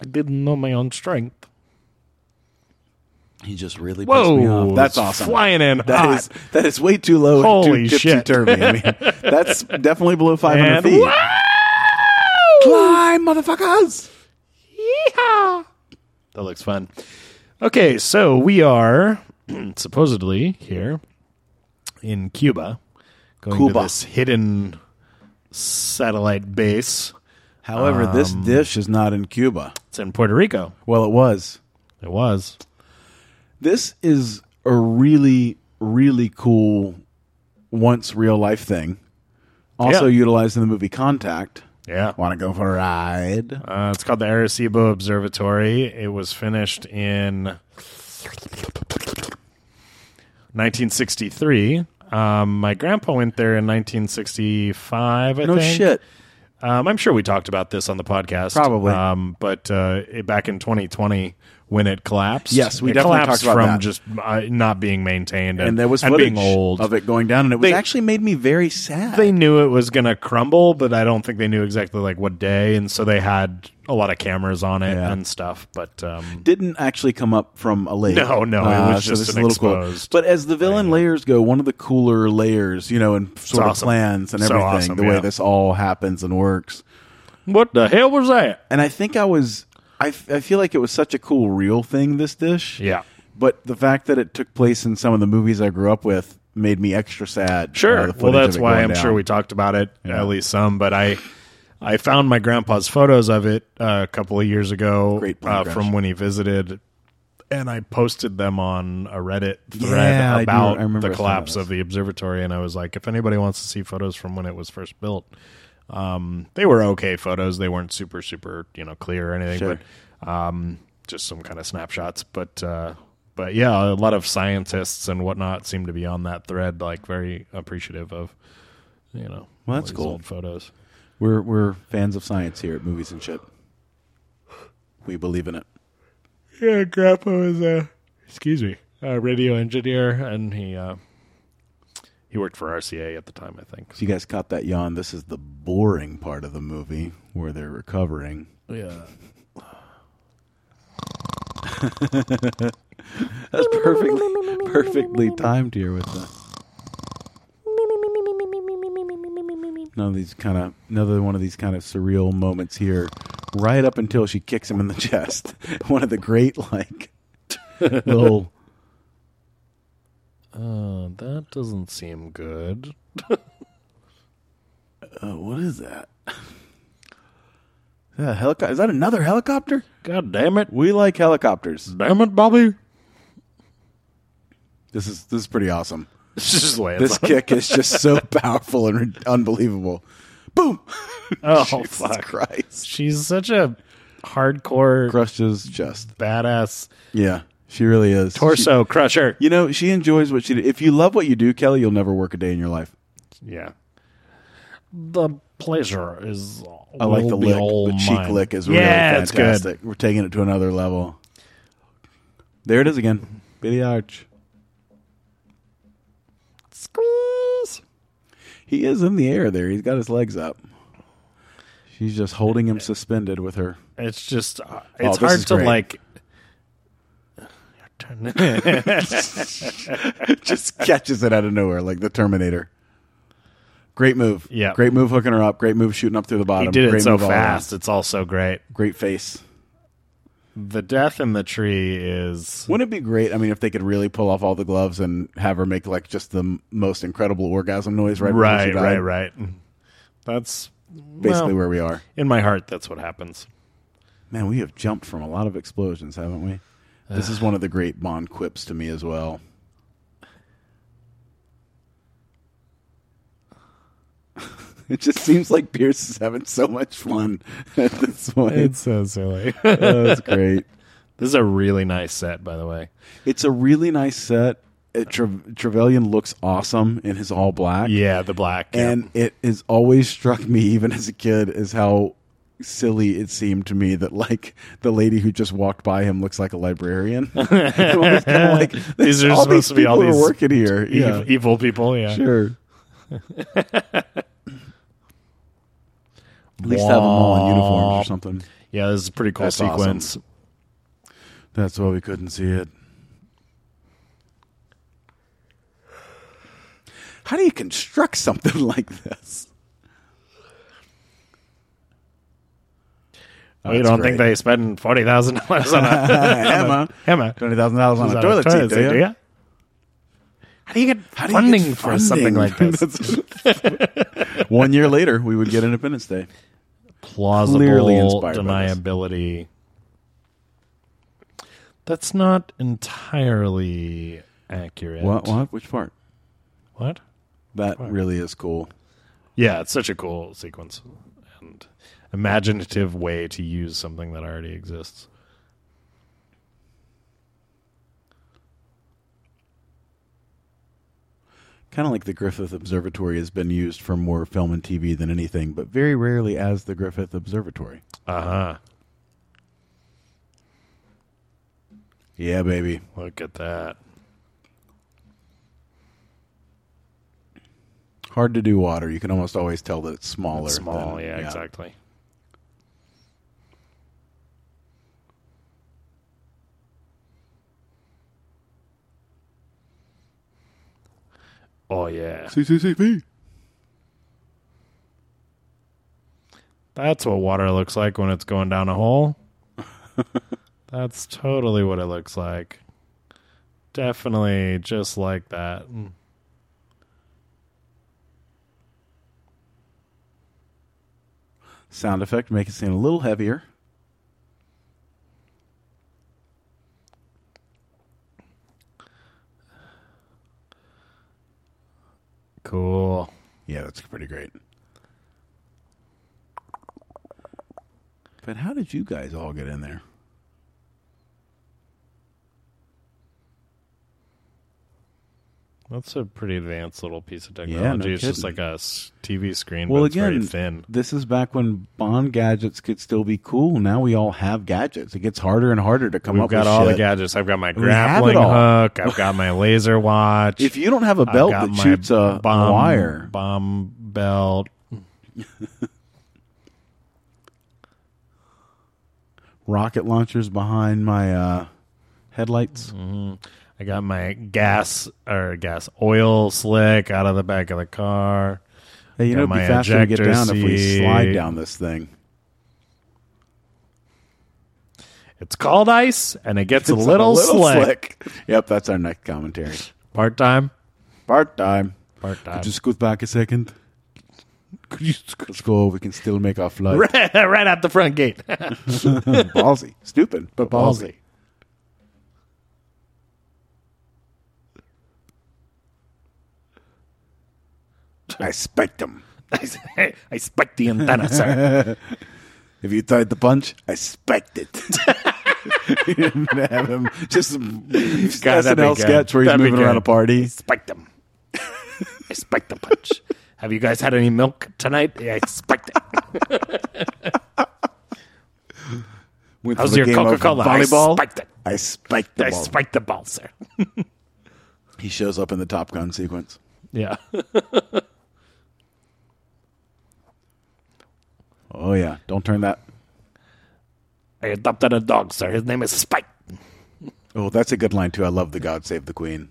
H: I didn't know my own strength.
I: he just really pissed me
H: Whoa,
I: off. That's
H: it's
I: awesome.
H: Flying in
I: That
H: hot.
I: is that is way too low.
H: Holy
I: too
H: shit.
I: Turvy. I mean, that's definitely below 500
H: And
I: feet.
H: wow!
I: Climb, motherfuckers!
H: Yeehaw! That looks fun. Okay, so we are supposedly here in Cuba, going
I: Cuba.
H: to this hidden satellite base. Um,
I: However, this dish is not in Cuba.
H: It's in Puerto Rico.
I: Um, Well, it was.
H: It was.
I: This is a really, really cool once real life thing. Also
H: Yeah.
I: utilized in the movie Contact.
H: Yeah.
I: Want to go for a ride?
H: Uh, it's called the Arecibo Observatory. It was finished in 1963. Um, my grandpa went there in 1965. I
I: No
H: think.
I: shit.
H: Um, I'm sure we talked about this on the podcast,
I: Probably.
H: Um, but uh, it, back in 2020, when it collapsed,
I: Yes, we
H: it
I: definitely
H: collapsed
I: talked about
H: from
I: that.
H: just uh, not being maintained and,
I: And there was
H: and
I: footage
H: being old.
I: of it going down, and it was
H: They-
I: actually made me very sad.
H: They knew it was going to crumble, but I don't think they knew exactly like what day, and so they had a lot of cameras on it
I: Yeah.
H: and stuff. But um,
I: didn't actually come up from a lake.
H: No, no, it was just
I: this is
H: an
I: a little cool.
H: exposed
I: But as the villain layers go, one of the cooler layers, you know, and sort of
H: awesome.
I: plans and
H: So
I: everything,
H: awesome,
I: the
H: yeah.
I: way this all happens and works.
H: what the hell was that?
I: And I think I was, I, f- I feel like it was such a cool real thing, this dish.
H: Yeah.
I: But the fact that it took place in some of the movies I grew up with made me extra sad. uh,
H: Sure.
I: the
H: Well,
I: footage
H: that's
I: of it
H: why
I: going
H: I'm
I: down.
H: sure we talked about it at least some. But I, I found my grandpa's photos of it uh, a couple of years ago
I: Great plane
H: uh,
I: crash.
H: from when he visited, and I posted them on a Reddit thread
I: Yeah, I do.
H: about
I: I remember I
H: the
I: saw
H: collapse
I: those.
H: of the observatory. And I was like, if anybody wants to see photos from when it was first built, um, they were okay photos. They weren't super super you know clear or anything,
I: Sure.
H: but um, just some kind of snapshots. But uh, but yeah, a lot of scientists and whatnot seem to be on that thread, like very appreciative of you know
I: Well,
H: all
I: that's
H: these
I: cool.
H: old photos.
I: We're, we're fans of science here at Movies and Shit. We believe in it.
H: Yeah, Grandpa was uh, a excuse me a radio engineer, and he uh, he worked for RCA at the time, I think.
I: If you guys caught that yawn, this is the boring part of the movie where they're recovering.
H: Yeah.
I: That's perfectly perfectly timed here with the None of these kind of another one of these kind of surreal moments here, right up until she kicks him in the chest. one of the great like little
H: Uh, that doesn't seem good.
I: oh, what is that? Is that a helicopter? Is that another helicopter?
H: God damn it!
I: We like helicopters.
H: Damn it, Bobby!
I: This is this is pretty awesome.
H: It's just lands
I: This kick is just so powerful and re- unbelievable. Boom!
H: Oh
I: Jesus
H: fuck!
I: Christ.
H: She's such a hardcore
I: Crushed his chest.
H: badass
I: Yeah, she really is.
H: torso crusher.
I: She- you know, she enjoys what she did. If you love what you do, Kelly, you'll never work a day in your life.
H: Yeah. The pleasure is.
I: I like the lick. The cheek lick is really fantastic. We're taking it to another level. There it is again. Billy Arch.
H: Squeeze.
I: He is in the air there. He's got his legs up. She's just holding him suspended with her.
H: It's just. uh,
I: Oh,
H: It's
I: this
H: hard
I: is
H: to
I: great.
H: like.
I: just catches it out of nowhere like the Terminator. Great move.
H: Yeah.
I: Great move hooking her up. Great move shooting up through the bottom.
H: He did
I: great
H: it so
I: move all around.
H: fast. It's all so great.
I: Great face.
H: The death in the tree is.
I: Wouldn't it be great? I mean, if they could really pull off all the gloves and have her make like just the m- most incredible orgasm noise right before she
H: Right,
I: died.
H: right, right. That's.
I: Basically,
H: well,
I: where we are.
H: In my heart, that's what happens.
I: Man, we have jumped from a lot of explosions, haven't we? This is one of the great Bond quips to me as well. It just seems like Pierce is having so much fun at this point.
H: It's uh, so silly.
I: oh, that's great.
H: This is a really nice set, by the way.
I: It's a really nice set. It, Tre- Trevelyan looks awesome in his all black.
H: Yeah, the black. yeah.
I: And it has always struck me, even as a kid, is how silly it seemed to me that like the lady who just walked by him looks like a librarian. It was kinda like,
H: These are supposed to be all
I: people are
H: these
I: working here.
H: Ev-
I: Yeah,
H: evil people. Yeah,
I: sure. At least have them all in uniforms or something.
H: yeah. This is a pretty cool
I: That's awesome. Oh,
H: sequence.
I: That's why we couldn't see it. How do you construct something like this? Oh,
H: you
I: that's
H: don't think
I: great.
H: they spend forty thousand dollars on a
I: Emma,
H: hammer?
I: twenty thousand dollars on
H: Is
I: a
H: that
I: toilet, seat?
H: seat,
I: Do
H: do
I: you?
H: ya? How do you get
I: How do you
H: funding
I: get
H: for something like
I: funding?
H: this?
I: That's- One year later, we would get Independence Day.
H: Plausible
I: Clearly inspired by this.
H: deniability. That's not entirely accurate.
I: What? What? Which part?
H: What?
I: That really is cool.
H: Yeah, it's such a cool sequence and imaginative way to use something that already exists.
I: Kind of like the Griffith Observatory has been used for more film and TV than anything, but very rarely as the Griffith Observatory.
H: Uh huh.
I: Yeah, baby.
H: Look at that.
I: Hard to do water. You can almost always tell that it's smaller.
H: Small.
I: than-
H: yeah, exactly. Oh yeah,
I: CCCP.
H: that's what water looks like when it's going down a hole. that's totally what it looks like. Definitely just like that. Mm.
I: Sound effect, make it seem a little heavier.
H: Cool.
I: Yeah, that's pretty great. But how did you guys all get in there?
H: That's a pretty advanced little piece of technology.
I: no
H: it's just
I: kidding.
H: like a s- TV screen,
I: Well,
H: but it's very
I: again,
H: thin.
I: this is back when Bond gadgets could still be cool. Now we all have gadgets. It gets harder and harder to come
H: We've
I: up
H: got
I: with
H: all
I: shit.
H: the gadgets. I've got my
I: We have it
H: grappling
I: all.
H: hook. I've got my laser watch.
I: If you don't have a
H: I've
I: belt
H: got
I: that
H: my
I: shoots a
H: bomb,
I: wire,
H: bomb belt.
I: rocket launchers behind my uh, headlights.
H: Mm-hmm. I got my gas or gas oil slick out of the back of the car.
I: Hey, you
H: Got
I: know, it'd
H: my
I: be faster to get
H: ejector
I: down if we slide
H: seat.
I: down this thing.
H: It's called ice, and it gets
I: It's
H: a little, slick.
I: Yep, that's our next commentary.
H: Part time.
I: Part time.
H: Part time.
I: Just go back a second. Let's go. We can still make our flight.
H: right, right out the front gate.
I: ballsy, stupid, but ballsy. I spiked him.
H: I, I spiked the antenna, sir.
I: If you tried the punch, I spiked it. You didn't have him just some
H: God, that'd be
I: SNL
H: good.
I: sketch where he's
H: That'd be
I: moving around
H: good.
I: a party.
H: spiked them. I spiked the punch. Have you guys had any milk tonight? Yeah, I spiked it.
I: Went
H: How's
I: for
H: your
I: the game of
H: Coca Cola? I
I: Volleyball.
H: spiked it.
I: I spiked the
H: I
I: ball.
H: spiked the ball, sir.
I: He shows up in the Top Gun sequence.
H: Yeah.
I: Oh yeah, don't turn that.
H: I adopted a dog, sir. His name is Spike.
I: Oh, that's a good line too. I love the God Save the Queen.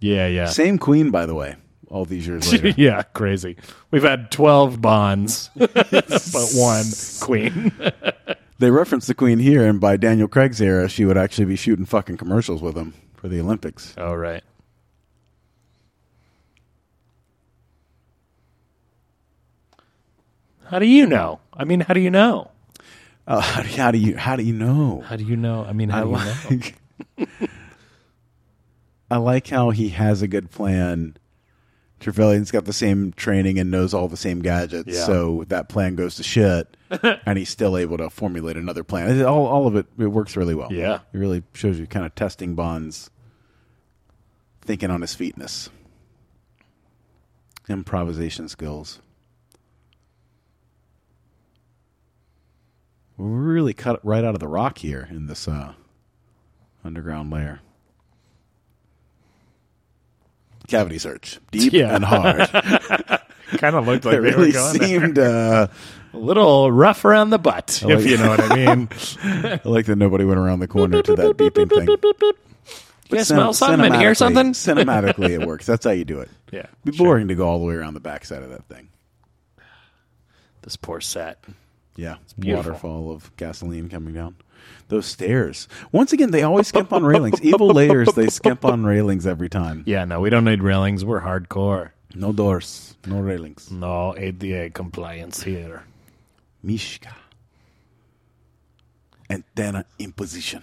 H: Yeah, yeah.
I: Same Queen, by the way. All these years later.
H: yeah, crazy. We've had 12 bonds, but one queen.
I: They reference the Queen here, and by Daniel Craig's era, she would actually be shooting fucking commercials with him for the Olympics.
H: All right. How do you know? I mean, how do you know?
I: Uh, how, do, how do you how do you know?
H: How do you know? I mean, how
I: I
H: do you know?
I: like I like how he has a good plan. Trevelyan's got the same training and knows all the same gadgets,
H: Yeah.
I: so that plan goes to shit, and he's still able to formulate another plan. All all of it it works really well.
H: Yeah.
I: it really shows you kind of testing Bond's thinking on his feetness, improvisation skills. We're really cut right out of the rock here in this uh, underground layer. Cavity search, deep
H: Yeah.
I: and hard.
H: kind of looked like
I: it
H: they
I: really
H: were going
I: seemed. Uh,
H: a little rough around the butt,
I: like-
H: if you know what I mean.
I: I like that nobody went around the corner to that beeping thing.
H: You
I: Cin-
H: smell something and hear
I: cinematically-
H: something?
I: Cinematically, it works. That's how you do it.
H: Yeah,
I: It'd be
H: sure.
I: boring to go all the way around the backside of that thing.
H: This poor set.
I: Yeah,
H: beautiful.
I: waterfall of gasoline coming down. Those stairs. Once again, they always skimp on railings. Evil layers. They skimp on railings every time.
H: Yeah, no, we don't need railings. We're hardcore.
I: No doors. No railings.
H: No ADA compliance here.
I: Mishka. Antenna in position.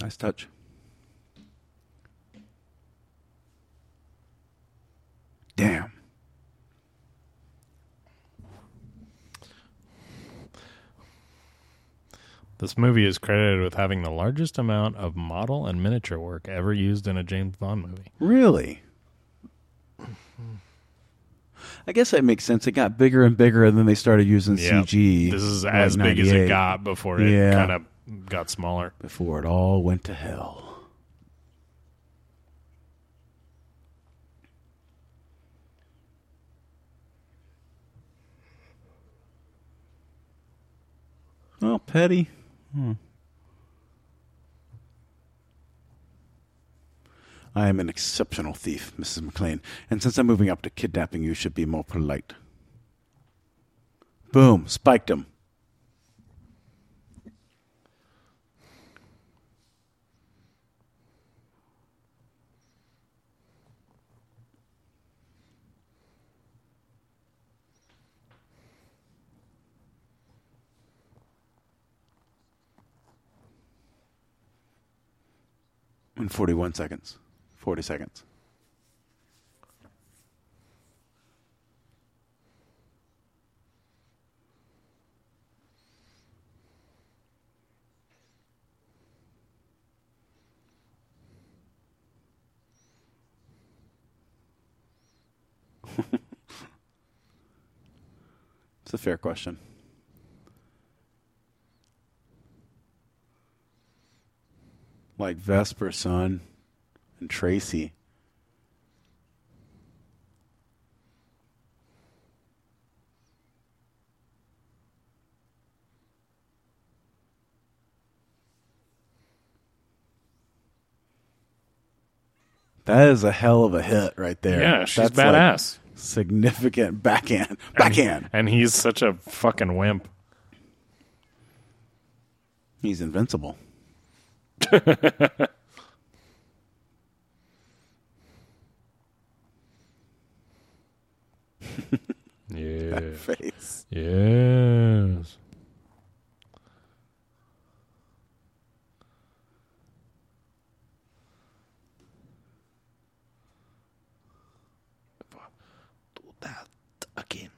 I: Nice touch. Damn.
H: This movie is credited with having the largest amount of model and miniature work ever used in a James Bond movie.
I: Really? I guess that makes sense. It got bigger and bigger, and then they started using CG.
H: This is
I: like
H: as big as
I: 98,
H: it got before it
I: Yeah.
H: kind of got smaller.
I: before it all went to hell. Oh, petty. hmm. I am an exceptional thief, Mrs. McLean, and since I'm moving up to kidnapping, you should be more polite. Boom, spiked him. in 41 seconds. 40 seconds. it's a fair question. like Vesper Son and Tracy. That is a hell of a hit right there.
H: Yeah, she's
I: That's, like,
H: badass.
I: significant backhand. Backhand.
H: And he's such a fucking wimp.
I: He's invincible.
H: Yeah.
I: Face.
H: yes. Do that again.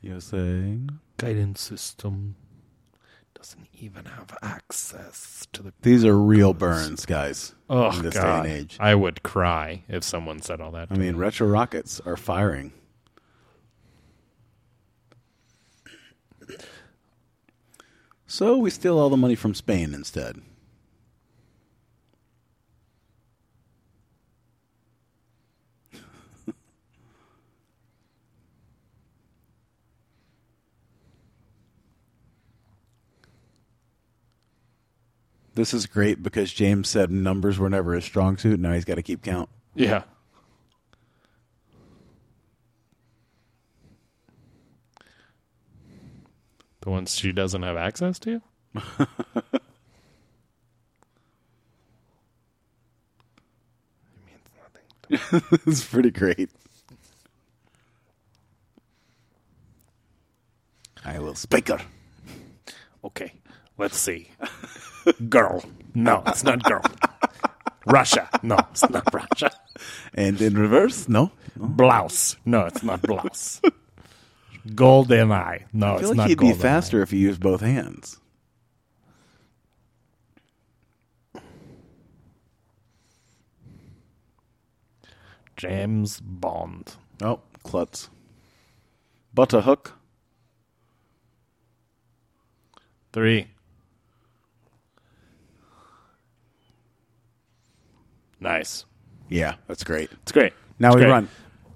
I: You're saying?
H: Guidance system doesn't even have access to the
I: These are real burns, guys.
H: Oh
I: in this
H: God!
I: day and age.
H: I would cry if someone said all that.
I: I
H: to
I: mean,
H: me.
I: retro rockets are firing. So we steal all the money from Spain instead. This is great because James said numbers were never his strong suit. Now he's got to keep count.
H: yeah. The ones she doesn't have access to?
I: it's pretty great. I will spike her.
H: Okay, let's see. Girl. No, it's not girl. Russia. No, it's not Russia.
I: And in reverse, no.
H: Blouse. No, it's not blouse. Golden eye. No,
I: I
H: it's
I: feel like
H: not
I: he'd be
H: golden eye.
I: faster if he used both hands.
H: James Bond.
I: Oh, klutz. Butterhook.
H: Three. Nice.
I: Yeah, that's great.
H: It's great.
I: Now
H: It's
I: we
H: great.
I: run.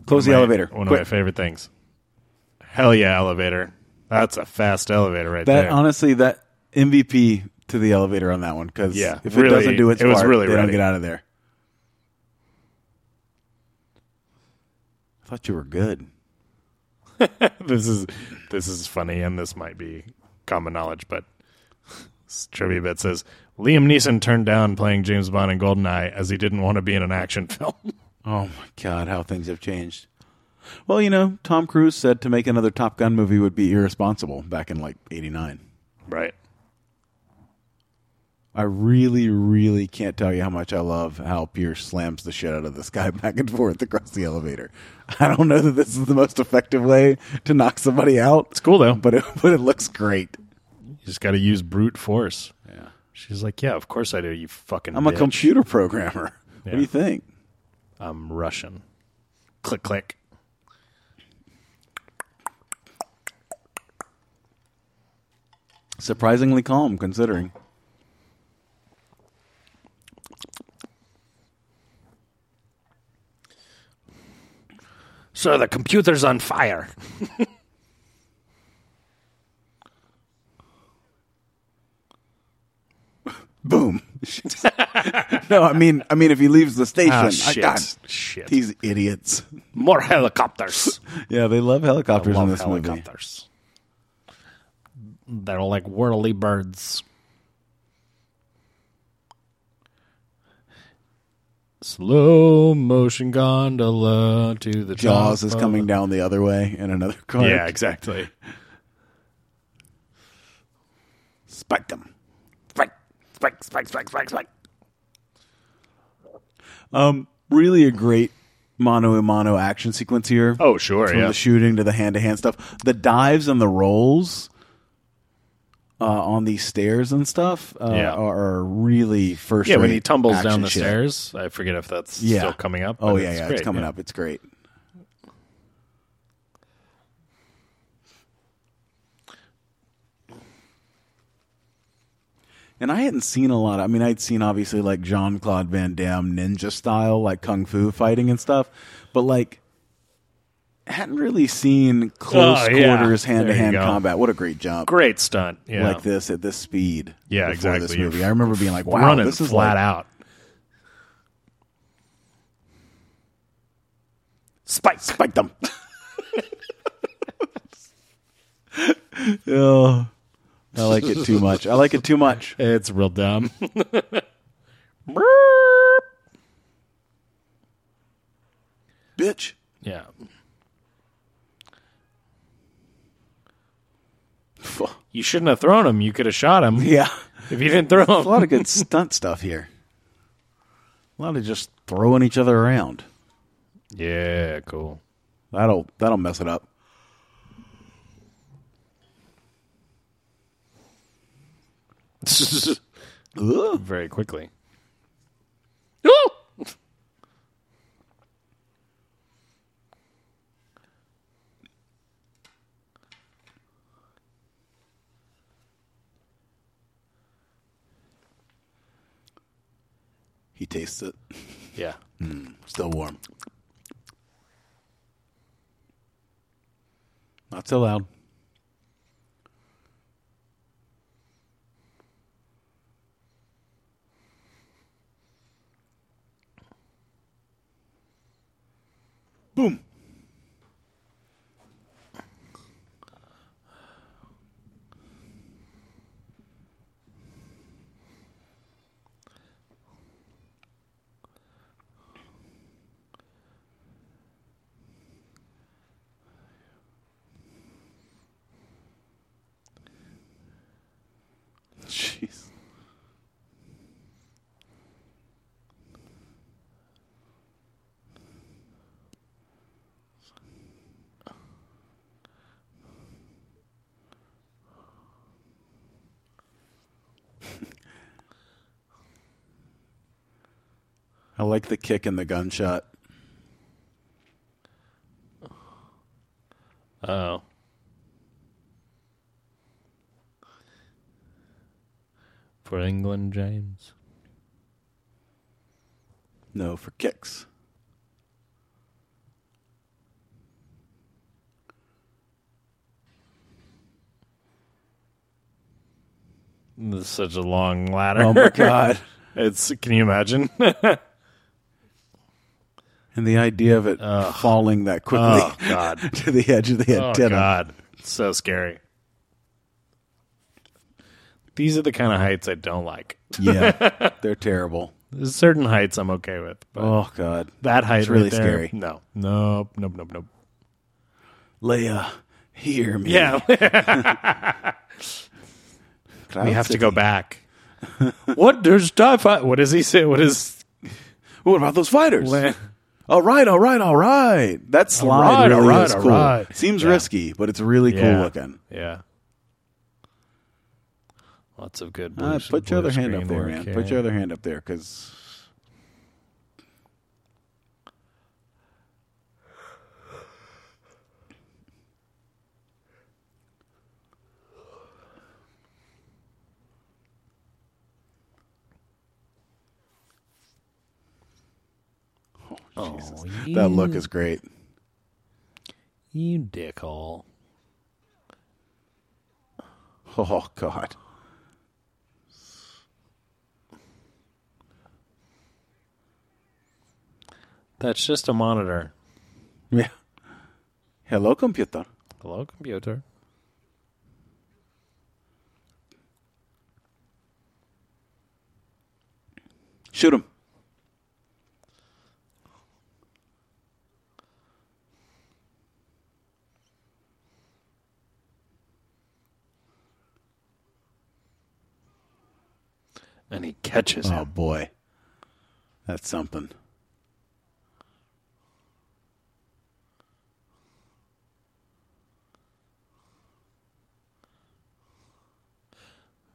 I: Close the
H: My-
I: elevator.
H: One
I: Quick.
H: of my favorite things. Hell yeah, elevator. That's a fast elevator right
I: That
H: there.
I: honestly, that MVP to the elevator on that one because
H: Yeah,
I: if it
H: really,
I: doesn't do its
H: it was
I: part,
H: really
I: they don't
H: ready.
I: get out of there. I thought you were good. uh,
H: this is this is funny, and this might be common knowledge, but this trivia bit says Liam Neeson turned down playing James Bond in Goldeneye as he didn't want to be in an action film.
I: Oh my god, how things have changed. Well, you know, Tom Cruise said to make another Top Gun movie would be irresponsible back in like '89.
H: right.
I: I really, really can't tell you how much I love how Pierce slams the shit out of this guy back and forth across the elevator. I don't know that this is the most effective way to knock somebody out. It's
H: cool, though.
I: but it, but it looks great.
H: You just got to use brute force. Yeah. She's like, yeah, of course I do. You fucking.
I: I'm a
H: bitch.
I: computer programmer. What
H: Yeah.
I: do you think?
H: I'm Russian. Click click.
I: Surprisingly calm, considering.
H: Sir, the computer's on fire.
I: Boom. no, I mean, I mean, if he leaves the station,
H: Ah,
I: I-
H: shit.
I: God,
H: Shit.
I: these idiots.
H: More helicopters.
I: Yeah, they love
H: I
I: helicopters in
H: love
I: this movie.
H: helicopters. They're like whirly birds. Slow motion gondola to the
I: Jaws
H: top
I: is
H: of-
I: coming down the other way in another car.
H: Yeah, exactly.
I: spike them.
H: Spike, spike, spike, spike, spike, spike.
I: Um, really a great mono and mono action sequence here.
H: Oh, sure,
I: from
H: yeah.
I: the shooting to the hand to hand stuff, the dives and the rolls uh, on these stairs and stuff uh,
H: Yeah.
I: are, are really first.
H: yeah, when he
I: rate
H: tumbles down
I: action
H: the
I: shit.
H: stairs, I forget if that's
I: yeah,
H: still coming up.
I: Oh
H: but
I: yeah, yeah,
H: great,
I: it's coming
H: yeah.
I: up. It's great. And I hadn't seen a lot. I mean, I'd seen obviously like Jean Claude Van Damme ninja style, like kung fu fighting and stuff, but like hadn't really seen close
H: Oh, yeah.
I: quarters
H: There you
I: hand to hand
H: go.
I: combat. What a great jump!
H: Great stunt. Yeah,
I: Like this at this speed.
H: Yeah,
I: before This
H: exactly. You're
I: movie, I remember being like, "Wow,
H: running
I: this is
H: flat
I: like,
H: out. Spike, spike them.
I: Oh, I like it too much. I like it too much.
H: It's real dumb.
I: Bitch.
H: yeah. You shouldn't have thrown him. You could have shot him
I: Yeah.
H: if you didn't throw
I: A lot
H: him.
I: of good stunt stuff here. A lot of just throwing each other around.
H: Yeah, cool.
I: That'll that'll mess it up. Ugh.
H: Very quickly.
I: He tastes it.
H: Yeah.
I: Still warm. Not so loud. Boom. I like the kick and the gunshot.
H: Oh. For England, James.
I: No, for kicks.
H: This is such a long ladder.
I: Oh my god!
H: It's can you imagine?
I: And the idea of it falling that quickly
H: Oh, God.
I: to the edge of the
H: oh
I: antenna.
H: god. It's so scary. These are the kind of heights I don't like.
I: Yeah, they're terrible.
H: There's certain heights I'm okay with. But
I: Oh god,
H: that height
I: it's really
H: right there,
I: scary.
H: No. Nope. Nope. Nope. Nope.
I: Leia, hear me.
H: Yeah.
I: Cloud
H: we have to
I: City.
H: go back. what? There's TIE fight. What does he say? What is.
I: What about those fighters?
H: La-
I: all right, all right, all right. That slide
H: right,
I: really
H: all right,
I: is
H: all
I: cool.
H: right.
I: Seems
H: Yeah.
I: risky, but it's really
H: Yeah.
I: cool looking.
H: Yeah. Lots of good.
I: Uh,
H: blue-
I: put your
H: blue
I: other hand up
H: screen
I: there,
H: work
I: man.
H: here.
I: Put your other hand up there, because
H: Oh,
I: that look is great.
H: You dickhole.
I: Oh God.
H: That's just a monitor.
I: Yeah. Hello, computer.
H: Hello, computer.
I: Shoot him.
H: And he catches
I: Oh
H: him.
I: boy, that's something.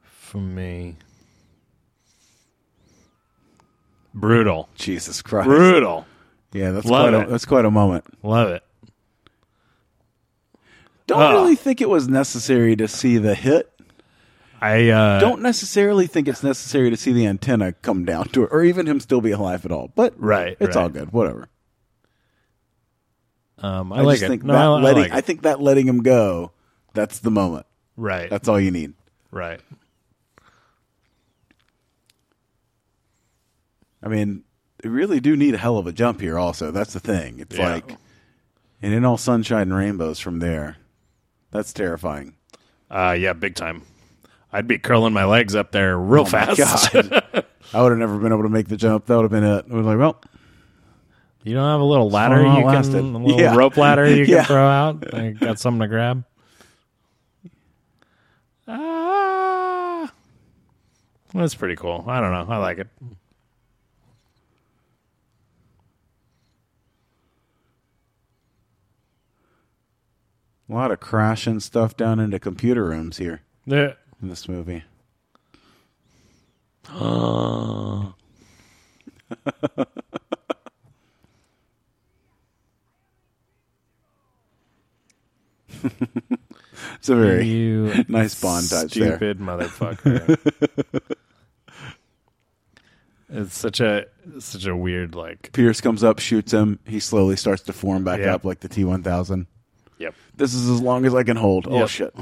H: For me. Brutal.
I: Jesus Christ.
H: Brutal.
I: Yeah, that's
H: Love
I: quite a,
H: it.
I: that's quite a moment.
H: Love it.
I: Don't
H: Ah.
I: really think it was necessary to see the hit.
H: I uh,
I: Don't necessarily think it's necessary to see the antenna come down to it, or even him still be alive at all. But
H: Right,
I: it's
H: right.
I: all good. Whatever.
H: Um, I,
I: I,
H: like
I: just
H: it.
I: think
H: No,
I: that
H: I, I
I: letting.
H: like
I: I
H: it.
I: think that letting him go. That's the moment.
H: right.
I: That's all you need.
H: right.
I: I mean, they really do need a hell of a jump here. Also, that's the thing. It's
H: Yeah.
I: like, and in all sunshine and rainbows from there. That's terrifying.
H: Uh, yeah, big time. I'd be curling my legs up there real fast.
I: Oh God. I would have never been able to make the jump. That would have been it. I was like, well,
H: you don't have a little ladder
I: long
H: you
I: lasted.
H: can, a little
I: Yeah.
H: rope ladder you
I: Yeah.
H: can throw out. I got something to grab. Ah, that's pretty cool. I don't know. I like it.
I: a lot of crashing stuff down into computer rooms here
H: Yeah.
I: in this movie. it's a very
H: You
I: nice Bond touch there.
H: stupid motherfucker. it's such a such a weird like.
I: Pierce comes up, shoots him. He slowly starts to form back
H: Yeah.
I: up like the T one thousand.
H: Yep.
I: This is as long as I can hold. Oh
H: Yep.
I: shit.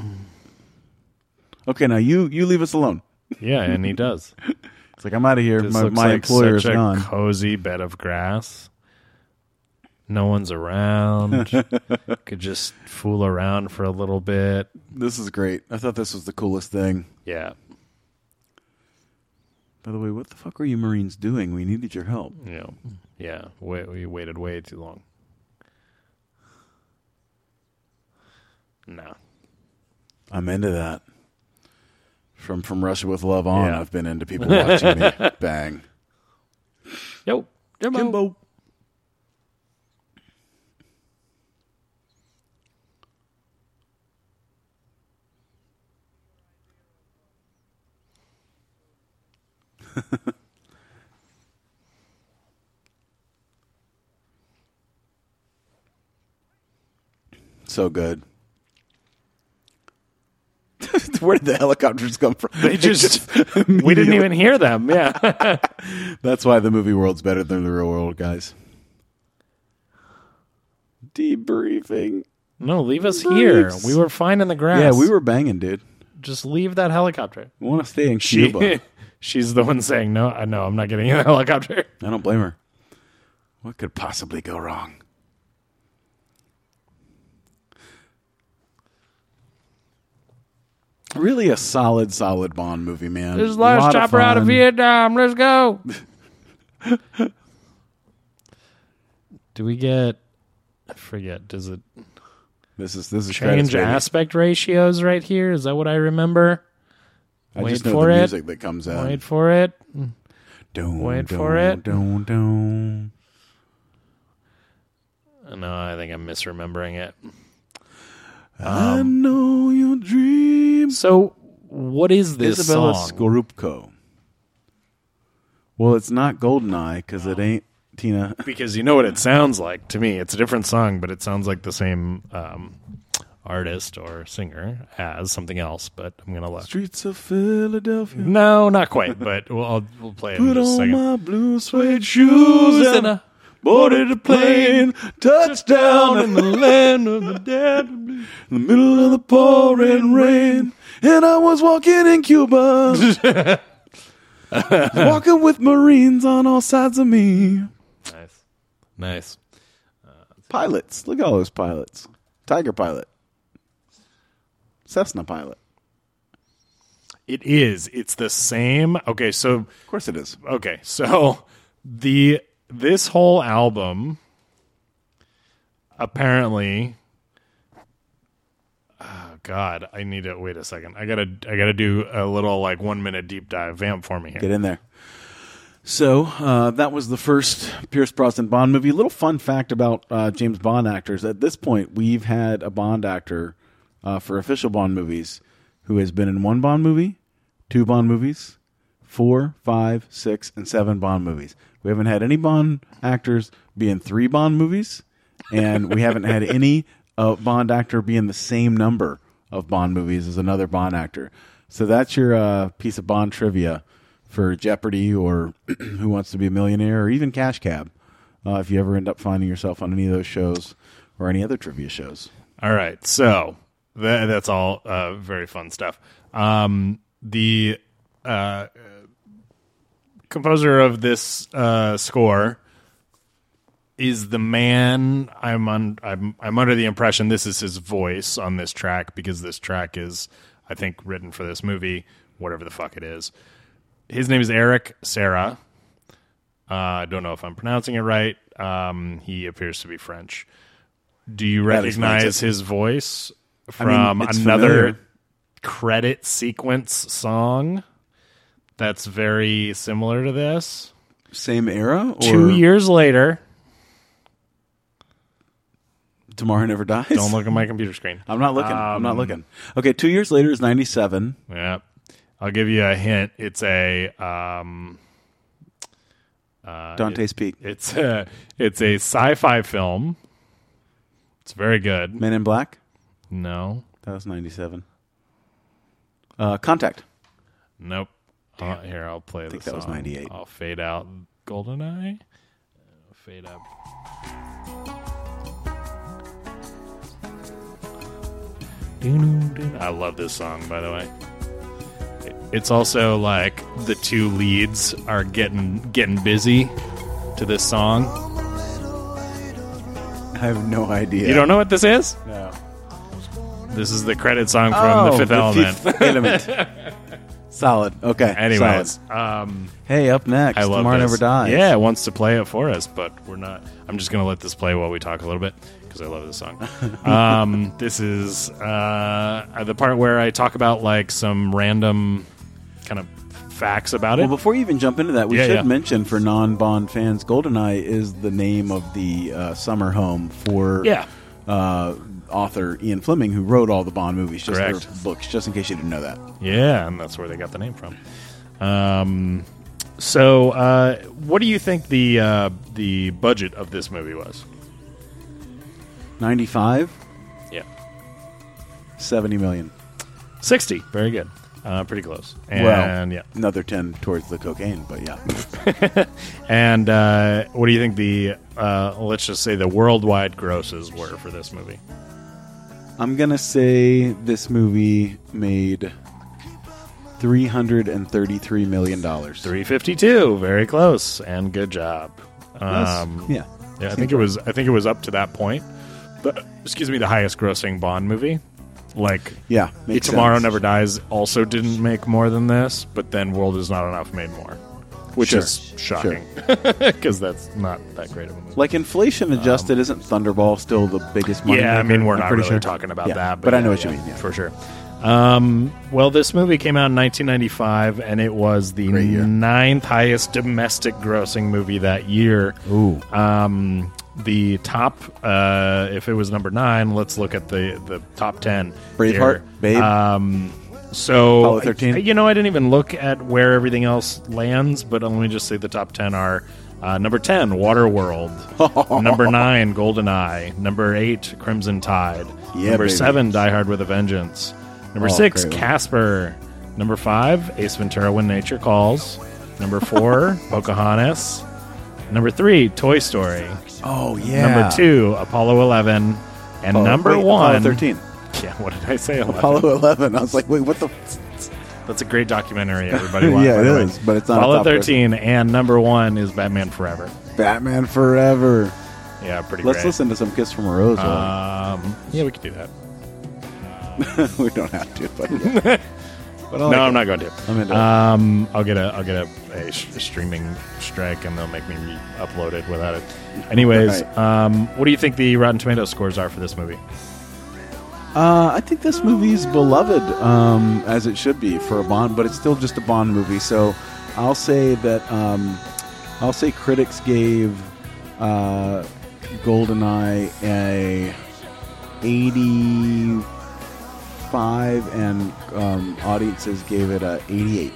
I: Okay, now you you leave us alone.
H: Yeah, and he does.
I: It's like I'm out of here.
H: This
I: my
H: looks
I: my
H: like
I: employer's
H: such a
I: gone.
H: cozy bed of grass. No one's around. Could just fool around for a little bit.
I: this is great. I thought this was the coolest thing.
H: Yeah,
I: By the way, what the fuck were you Marines doing? We needed your help.
H: you know, yeah. We, we waited way too long. No,
I: I'm into that. From from Russia with Love on,
H: Yeah.
I: I've been into people watching me. Bang.
H: yo, Jimbo.
I: Jimbo. So good. Where did the helicopters come from?
H: They just we didn't even hear them. Yeah.
I: That's why the movie world's better than the real world, guys. Debriefing.
H: No, leave us here. We were fine in the grass.
I: Yeah, we were banging, dude.
H: just leave that helicopter.
I: We want to stay in Cuba.
H: She's the one saying no. I know I'm not getting in the helicopter.
I: I don't blame her. What could possibly go wrong? Really, a solid, solid Bond movie, man.
H: This is the last
I: Lot
H: chopper out of
I: fun.
H: Vietnam. Let's go. Do we get? I forget. Does it
I: This is this is
H: change
I: credits, baby.
H: aspect ratios right here? Is that what I remember?
I: I
H: Wait
I: just know
H: for
I: the
H: it.
I: music that comes out.
H: Wait for it.
I: Dun,
H: wait
I: dun,
H: for it.
I: dun, dun.
H: No, I think I'm misremembering it. Um,
I: I know your dreams.
H: So, what is this
I: Isabella
H: song?
I: Skorupko. Well, it's not Goldeneye because it ain't Tina.
H: because you know what it sounds like to me. It's a different song, but it sounds like the same um, artist or singer as something else. But I'm gonna look.
I: Streets of Philadelphia.
H: No, not quite. But we'll I'll, we'll play it in
I: Put
H: just a
I: on
H: second.
I: my blue suede shoes and I boarded a plane. Touchdown in the land of the dead. In the middle of the pouring rain. And I was walking in Cuba. walking with Marines on all sides of me.
H: nice, nice.
I: Pilots. Look at all those pilots. Tiger pilot. Cessna pilot.
H: It is. It's the same. Okay, so
I: Of course it is.
H: okay, so the this whole album apparently oh god, I need to wait a second. I got to I got to do a little like 1 minute deep dive vamp for me
I: Get
H: here.
I: in there. So uh, that was the first Pierce Brosnan Bond movie. Little fun fact about uh, James Bond actors: at this point, we've had a Bond actor uh, for official Bond movies who has been in one Bond movie, two Bond movies, four, five, six, and seven Bond movies. We haven't had any Bond actors be in three Bond movies, and we haven't had any uh, Bond actor be in the same number of Bond movies as another Bond actor. So that's your uh, piece of Bond trivia for Jeopardy or Who Wants to Be a Millionaire or even Cash Cab. Uh, if you ever end up finding yourself on any of those shows or any other trivia shows,
H: All right. So, tha that's all uh, very fun stuff. Um the uh composer of this uh, score is the man I'm on I'm I'm under the impression this is his voice on this track because this track is I think written for this movie whatever the fuck it is. His name is Eric Serra. Uh, I don't know if I'm pronouncing it right. Um, he appears to be French. Do you
I: explains
H: recognize
I: it.
H: his voice
I: mean,
H: from
I: it's
H: another
I: familiar.
H: credit sequence song? that's very similar to this.
I: same era or
H: Two years later,
I: Tomorrow Never Dies.
H: don't look at my computer screen.
I: I'm not looking. I'm
H: Um,
I: not looking. Okay, two years later is '97.
H: Yeah, I'll give you a hint. It's a um, uh,
I: Dante's Peak,
H: it's a it's a sci-fi film. It's very good.
I: Men in Black.
H: No,
I: That was '97. Uh, Contact.
H: nope. Uh, here, I'll play. I
I: think
H: the
I: that was
H: song.
I: 98.
H: I'll fade out Goldeneye. Uh, Fade up. I love this song, by the way. It's also like the two leads are getting getting busy to this song.
I: I have no idea.
H: You don't know what this is?
I: know.
H: This is the credit song from
I: Oh,
H: The Fifth Element.
I: Solid. Okay.
H: Anyways,
I: solid.
H: um,
I: Hey, up next,
H: I love
I: Tomorrow
H: this.
I: Never Dies.
H: Yeah, it wants to play it for us, but we're not. I'm just gonna let this play while we talk a little bit because I love this song. um, this is uh, the part where I talk about like some random kind of facts about it.
I: Well, before you even jump into that, we
H: Yeah,
I: should
H: yeah.
I: mention for non Bond fans, Goldeneye is the name of the uh, summer home for
H: Yeah.
I: uh, author Ian Fleming, who wrote all the Bond movies, just their
H: Correct.
I: books, just in case you didn't know that.
H: Yeah, and that's where they got the name from. Um, so, uh, what do you think the uh, the budget of this movie was?
I: 95?
H: Yeah,
I: 70 million.
H: 60. Very good. Uh, pretty close.
I: well,
H: And yeah.
I: another 10 towards the cocaine, but yeah.
H: And uh, what do you think the uh, let's just say the worldwide grosses were for this movie?
I: I'm going to say this movie made $333 million.
H: Three fifty two. Very close. And good job. Um,
I: yeah.
H: yeah, I think it was. I think it was up to that point. The, excuse me, the highest grossing Bond movie. Like
I: Yeah. makes
H: Tomorrow
I: sense.
H: Never Dies also didn't make more than this, but then World Is Not Enough made more, which
I: Sure.
H: is shocking because that's not that great of a movie.
I: Like inflation adjusted, isn't Thunderball still the biggest money?
H: Um, yeah, I
I: maker?
H: mean, we're
I: I'm
H: not
I: pretty
H: really
I: sure.
H: talking about
I: Yeah,
H: that, but,
I: But, I know
H: yeah,
I: what you
H: yeah,
I: mean. Yeah.
H: for sure. Um, well, this movie came out in 1995, and it was the
I: Great year.
H: ninth highest domestic grossing movie that year.
I: Ooh.
H: Um, the top, uh, if it was number nine, let's look at the the top ten.
I: Braveheart,
H: here.
I: Babe.
H: Uh, So
I: Apollo 13.
H: you know, I didn't even look at where everything else lands, but let me just say the top ten are uh, number ten, Waterworld, number nine, GoldenEye, number eight, Crimson Tide,
I: Yeah,
H: number
I: baby.
H: seven, Die Hard with a Vengeance, number
I: Oh,
H: six,
I: great one.
H: Casper, number five, Ace Ventura: When Nature Calls, number four, Pocahontas, number three, Toy Story,
I: oh yeah.
H: number two, Apollo Eleven, and
I: Apollo-
H: number
I: wait,
H: one,
I: Apollo thirteen.
H: Yeah, what did I say? 11?
I: Apollo eleven. I was like, wait, what the? F-?
H: That's a great documentary, everybody. watch,
I: Yeah,
H: by
I: it
H: the way.
I: is, but it's not a
H: Apollo
I: top person.
H: 13 and number one is Batman Forever.
I: Batman Forever.
H: Yeah, pretty
I: Let's
H: great.
I: listen to some Kiss from a Rose. while-
H: Um, yeah, we could do that.
I: we don't have to, but but I
H: No,
I: like
H: I'm
I: it.
H: not going to.
I: I'm into it.
H: um, I'll get a I'll get a, a sh- streaming strike, and they'll make me re-upload it without it. Anyways,
I: Right.
H: um, what do you think the Rotten Tomatoes scores are for this movie?
I: Uh, I think this movie's beloved, um, as it should be for a Bond, but it's still just a Bond movie. So I'll say that um, I'll say critics gave uh, Goldeneye a eighty-five, and um, audiences gave it a eighty-eight.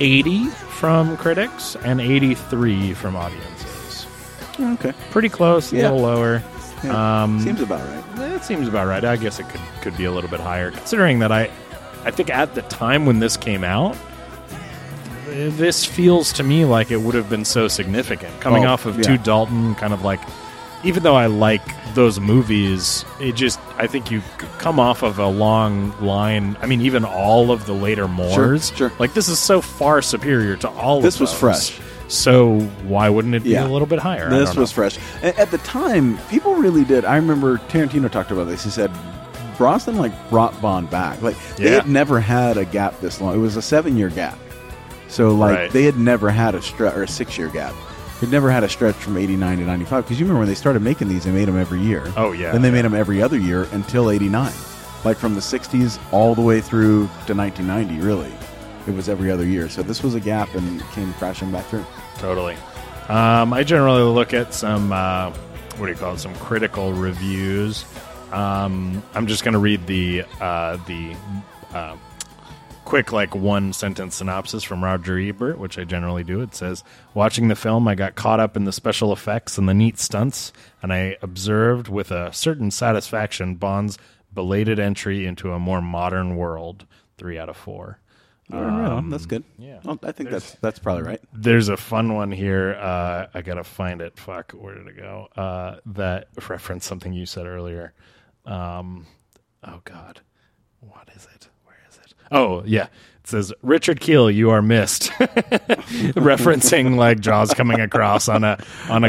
H: 80 from critics and 83 from audiences.
I: Okay,
H: Pretty close, a
I: Yeah.
H: little lower.
I: Yeah.
H: Um,
I: seems about right.
H: That seems about right. I guess it could could be a little bit higher, considering that I, I think at the time when this came out, th- this feels to me like it would have been so significant. Coming
I: Oh,
H: off of
I: yeah.
H: Two Dalton, kind of like, even though I like those movies, it just I think you c- come off of a long line. I mean, even all of the later Moors,
I: sure.
H: like this is so far superior to all.
I: This
H: of
I: was
H: those.
I: fresh.
H: So why wouldn't it be
I: Yeah.
H: a little bit higher? I
I: This
H: don't know.
I: was fresh. A- At the time, people really did. I remember Tarantino talked about this. He said Brosnan like brought Bond back. Like they
H: Yeah.
I: had never had a gap this long. It was a seven year gap. So like
H: Right.
I: they had never had a stretch or a six year gap. They'd never had a stretch from eighty nine to ninety five because you remember when they started making these, they made them every year.
H: Oh, yeah.
I: Then they made them every other year until eighty nine, like from the sixties all the way through to nineteen ninety. Really, it was every other year. So this was a gap and it came crashing back through.
H: Totally. Um, I generally look at some uh, what do you call it? Some critical reviews. Um, I'm just going to read the uh, the uh, quick like one sentence synopsis from Roger Ebert, which I generally do. It says, "Watching the film, I got caught up in the special effects and the neat stunts, and I observed with a certain satisfaction Bond's belated entry into a more modern world." Three out of four.
I: Um, that's good. Yeah, I think that's that's probably right.
H: there's a fun one here. Uh, I gotta find it. Fuck, where did it go? Uh, that referenced something you said earlier. Um, oh God, what is it? Where is it? Oh yeah, it says Richard Keel, you are missed, referencing like Jaws coming across on a on a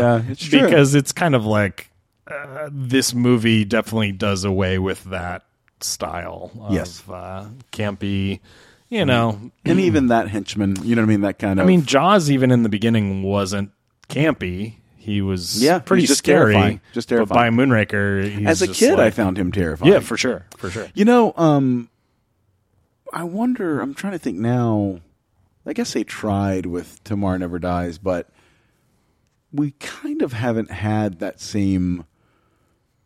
I: Oh, yeah, it's true.
H: because it's kind of like uh, this movie definitely does away with that style. Of,
I: Yes.
H: uh, campy. You know,
I: And even that henchman, you know what I mean? That kind of.
H: I mean, Jaws even in the beginning wasn't campy. He was
I: Yeah,
H: pretty
I: he's just
H: scary,
I: terrifying. Just terrifying.
H: But by Moonraker, he's
I: as a
H: just
I: kid, I
H: like-
I: found him terrifying.
H: yeah, for sure, for sure.
I: you know, um, I wonder. I'm trying to think now. I guess they tried with Tomorrow Never Dies, but we kind of haven't had that same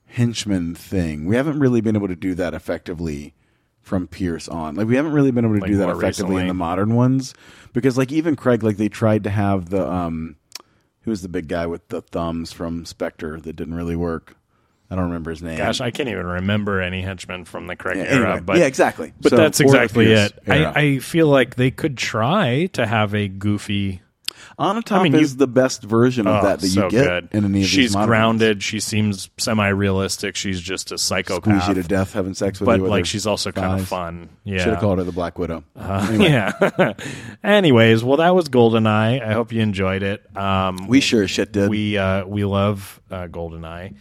I: henchman thing. We haven't really been able to do that effectively from Pierce on. Like we haven't really been able to
H: Like,
I: do that
H: more
I: effectively in
H: recently.
I: the modern ones because like even Craig like they tried to have the um who was the big guy with the thumbs from Spectre that didn't really work. I don't remember his name.
H: Gosh, I can't even remember any henchmen from the Craig
I: Yeah,
H: era.
I: anyway.
H: But
I: Yeah, exactly.
H: But
I: So,
H: that's
I: or the
H: exactly
I: Pierce
H: it.
I: era.
H: I, I feel like they could try to have a goofy.
I: Onatopp
H: I mean,
I: is
H: you-
I: the best version of
H: Oh,
I: that that
H: so
I: you get
H: good.
I: in any of
H: She's
I: these modern
H: grounded. She seems semi-realistic. She's just a
I: ones. Squeeze
H: psychopath,
I: you to death having sex with
H: but
I: you. with
H: like
I: her
H: she's also kind
I: thighs.
H: of fun. Yeah, Uh-huh.
I: Should have called her the Black Widow. Anyway,
H: Yeah. Anyways, well, that was Goldeneye. I hope you enjoyed it. Um,
I: We sure as shit did.
H: we uh, we love uh, Goldeneye,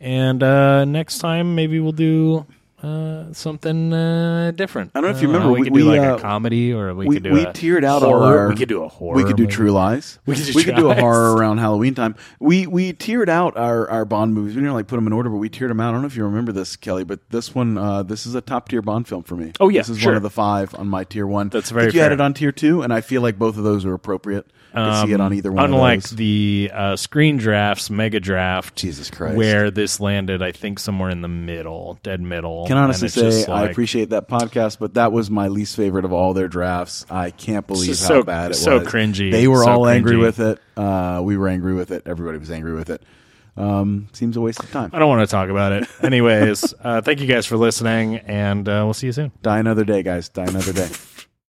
H: and uh, next time maybe we'll do uh, something uh, different.
I: I don't know if you remember,
H: we,
I: we-
H: could do
I: we,
H: like
I: uh,
H: a comedy, or we,
I: we,
H: could do
I: we
H: a
I: tiered out all
H: horror.
I: our.
H: we could do a horror.
I: We could do
H: maybe.
I: True Lies.
H: We could do True
I: do a
H: Lies.
I: horror around Halloween time. We we tiered out our, our Bond movies. We didn't like put them in order, but we tiered them out. I don't know if you remember this, Kelly, but this one, uh, this is a top tier Bond film for me.
H: Oh, yeah,
I: this is
H: sure.
I: one of the five on my tier one.
H: That's
I: I
H: very
I: think you had
H: fair.
I: it on tier two, and I feel like both of those are appropriate. I could see it on either one.
H: Unlike
I: of those.
H: the uh, screen drafts, mega draft,
I: Jesus Christ.
H: where this landed, I think somewhere in the middle, dead middle.
I: can honestly
H: And Oh, it's just
I: say I
H: like-
I: appreciate that podcast, but that was my least favorite of all their drafts. I can't believe
H: So-
I: how bad it
H: so
I: was.
H: cringy,
I: They were
H: so
I: all angry
H: cringy.
I: with it. Uh, we were angry with it. Everybody was angry with it. Um, seems a waste of time.
H: I don't want to talk about it. Anyways, uh, thank you guys for listening, and uh, we'll see you soon.
I: Die another day, guys. Die another day.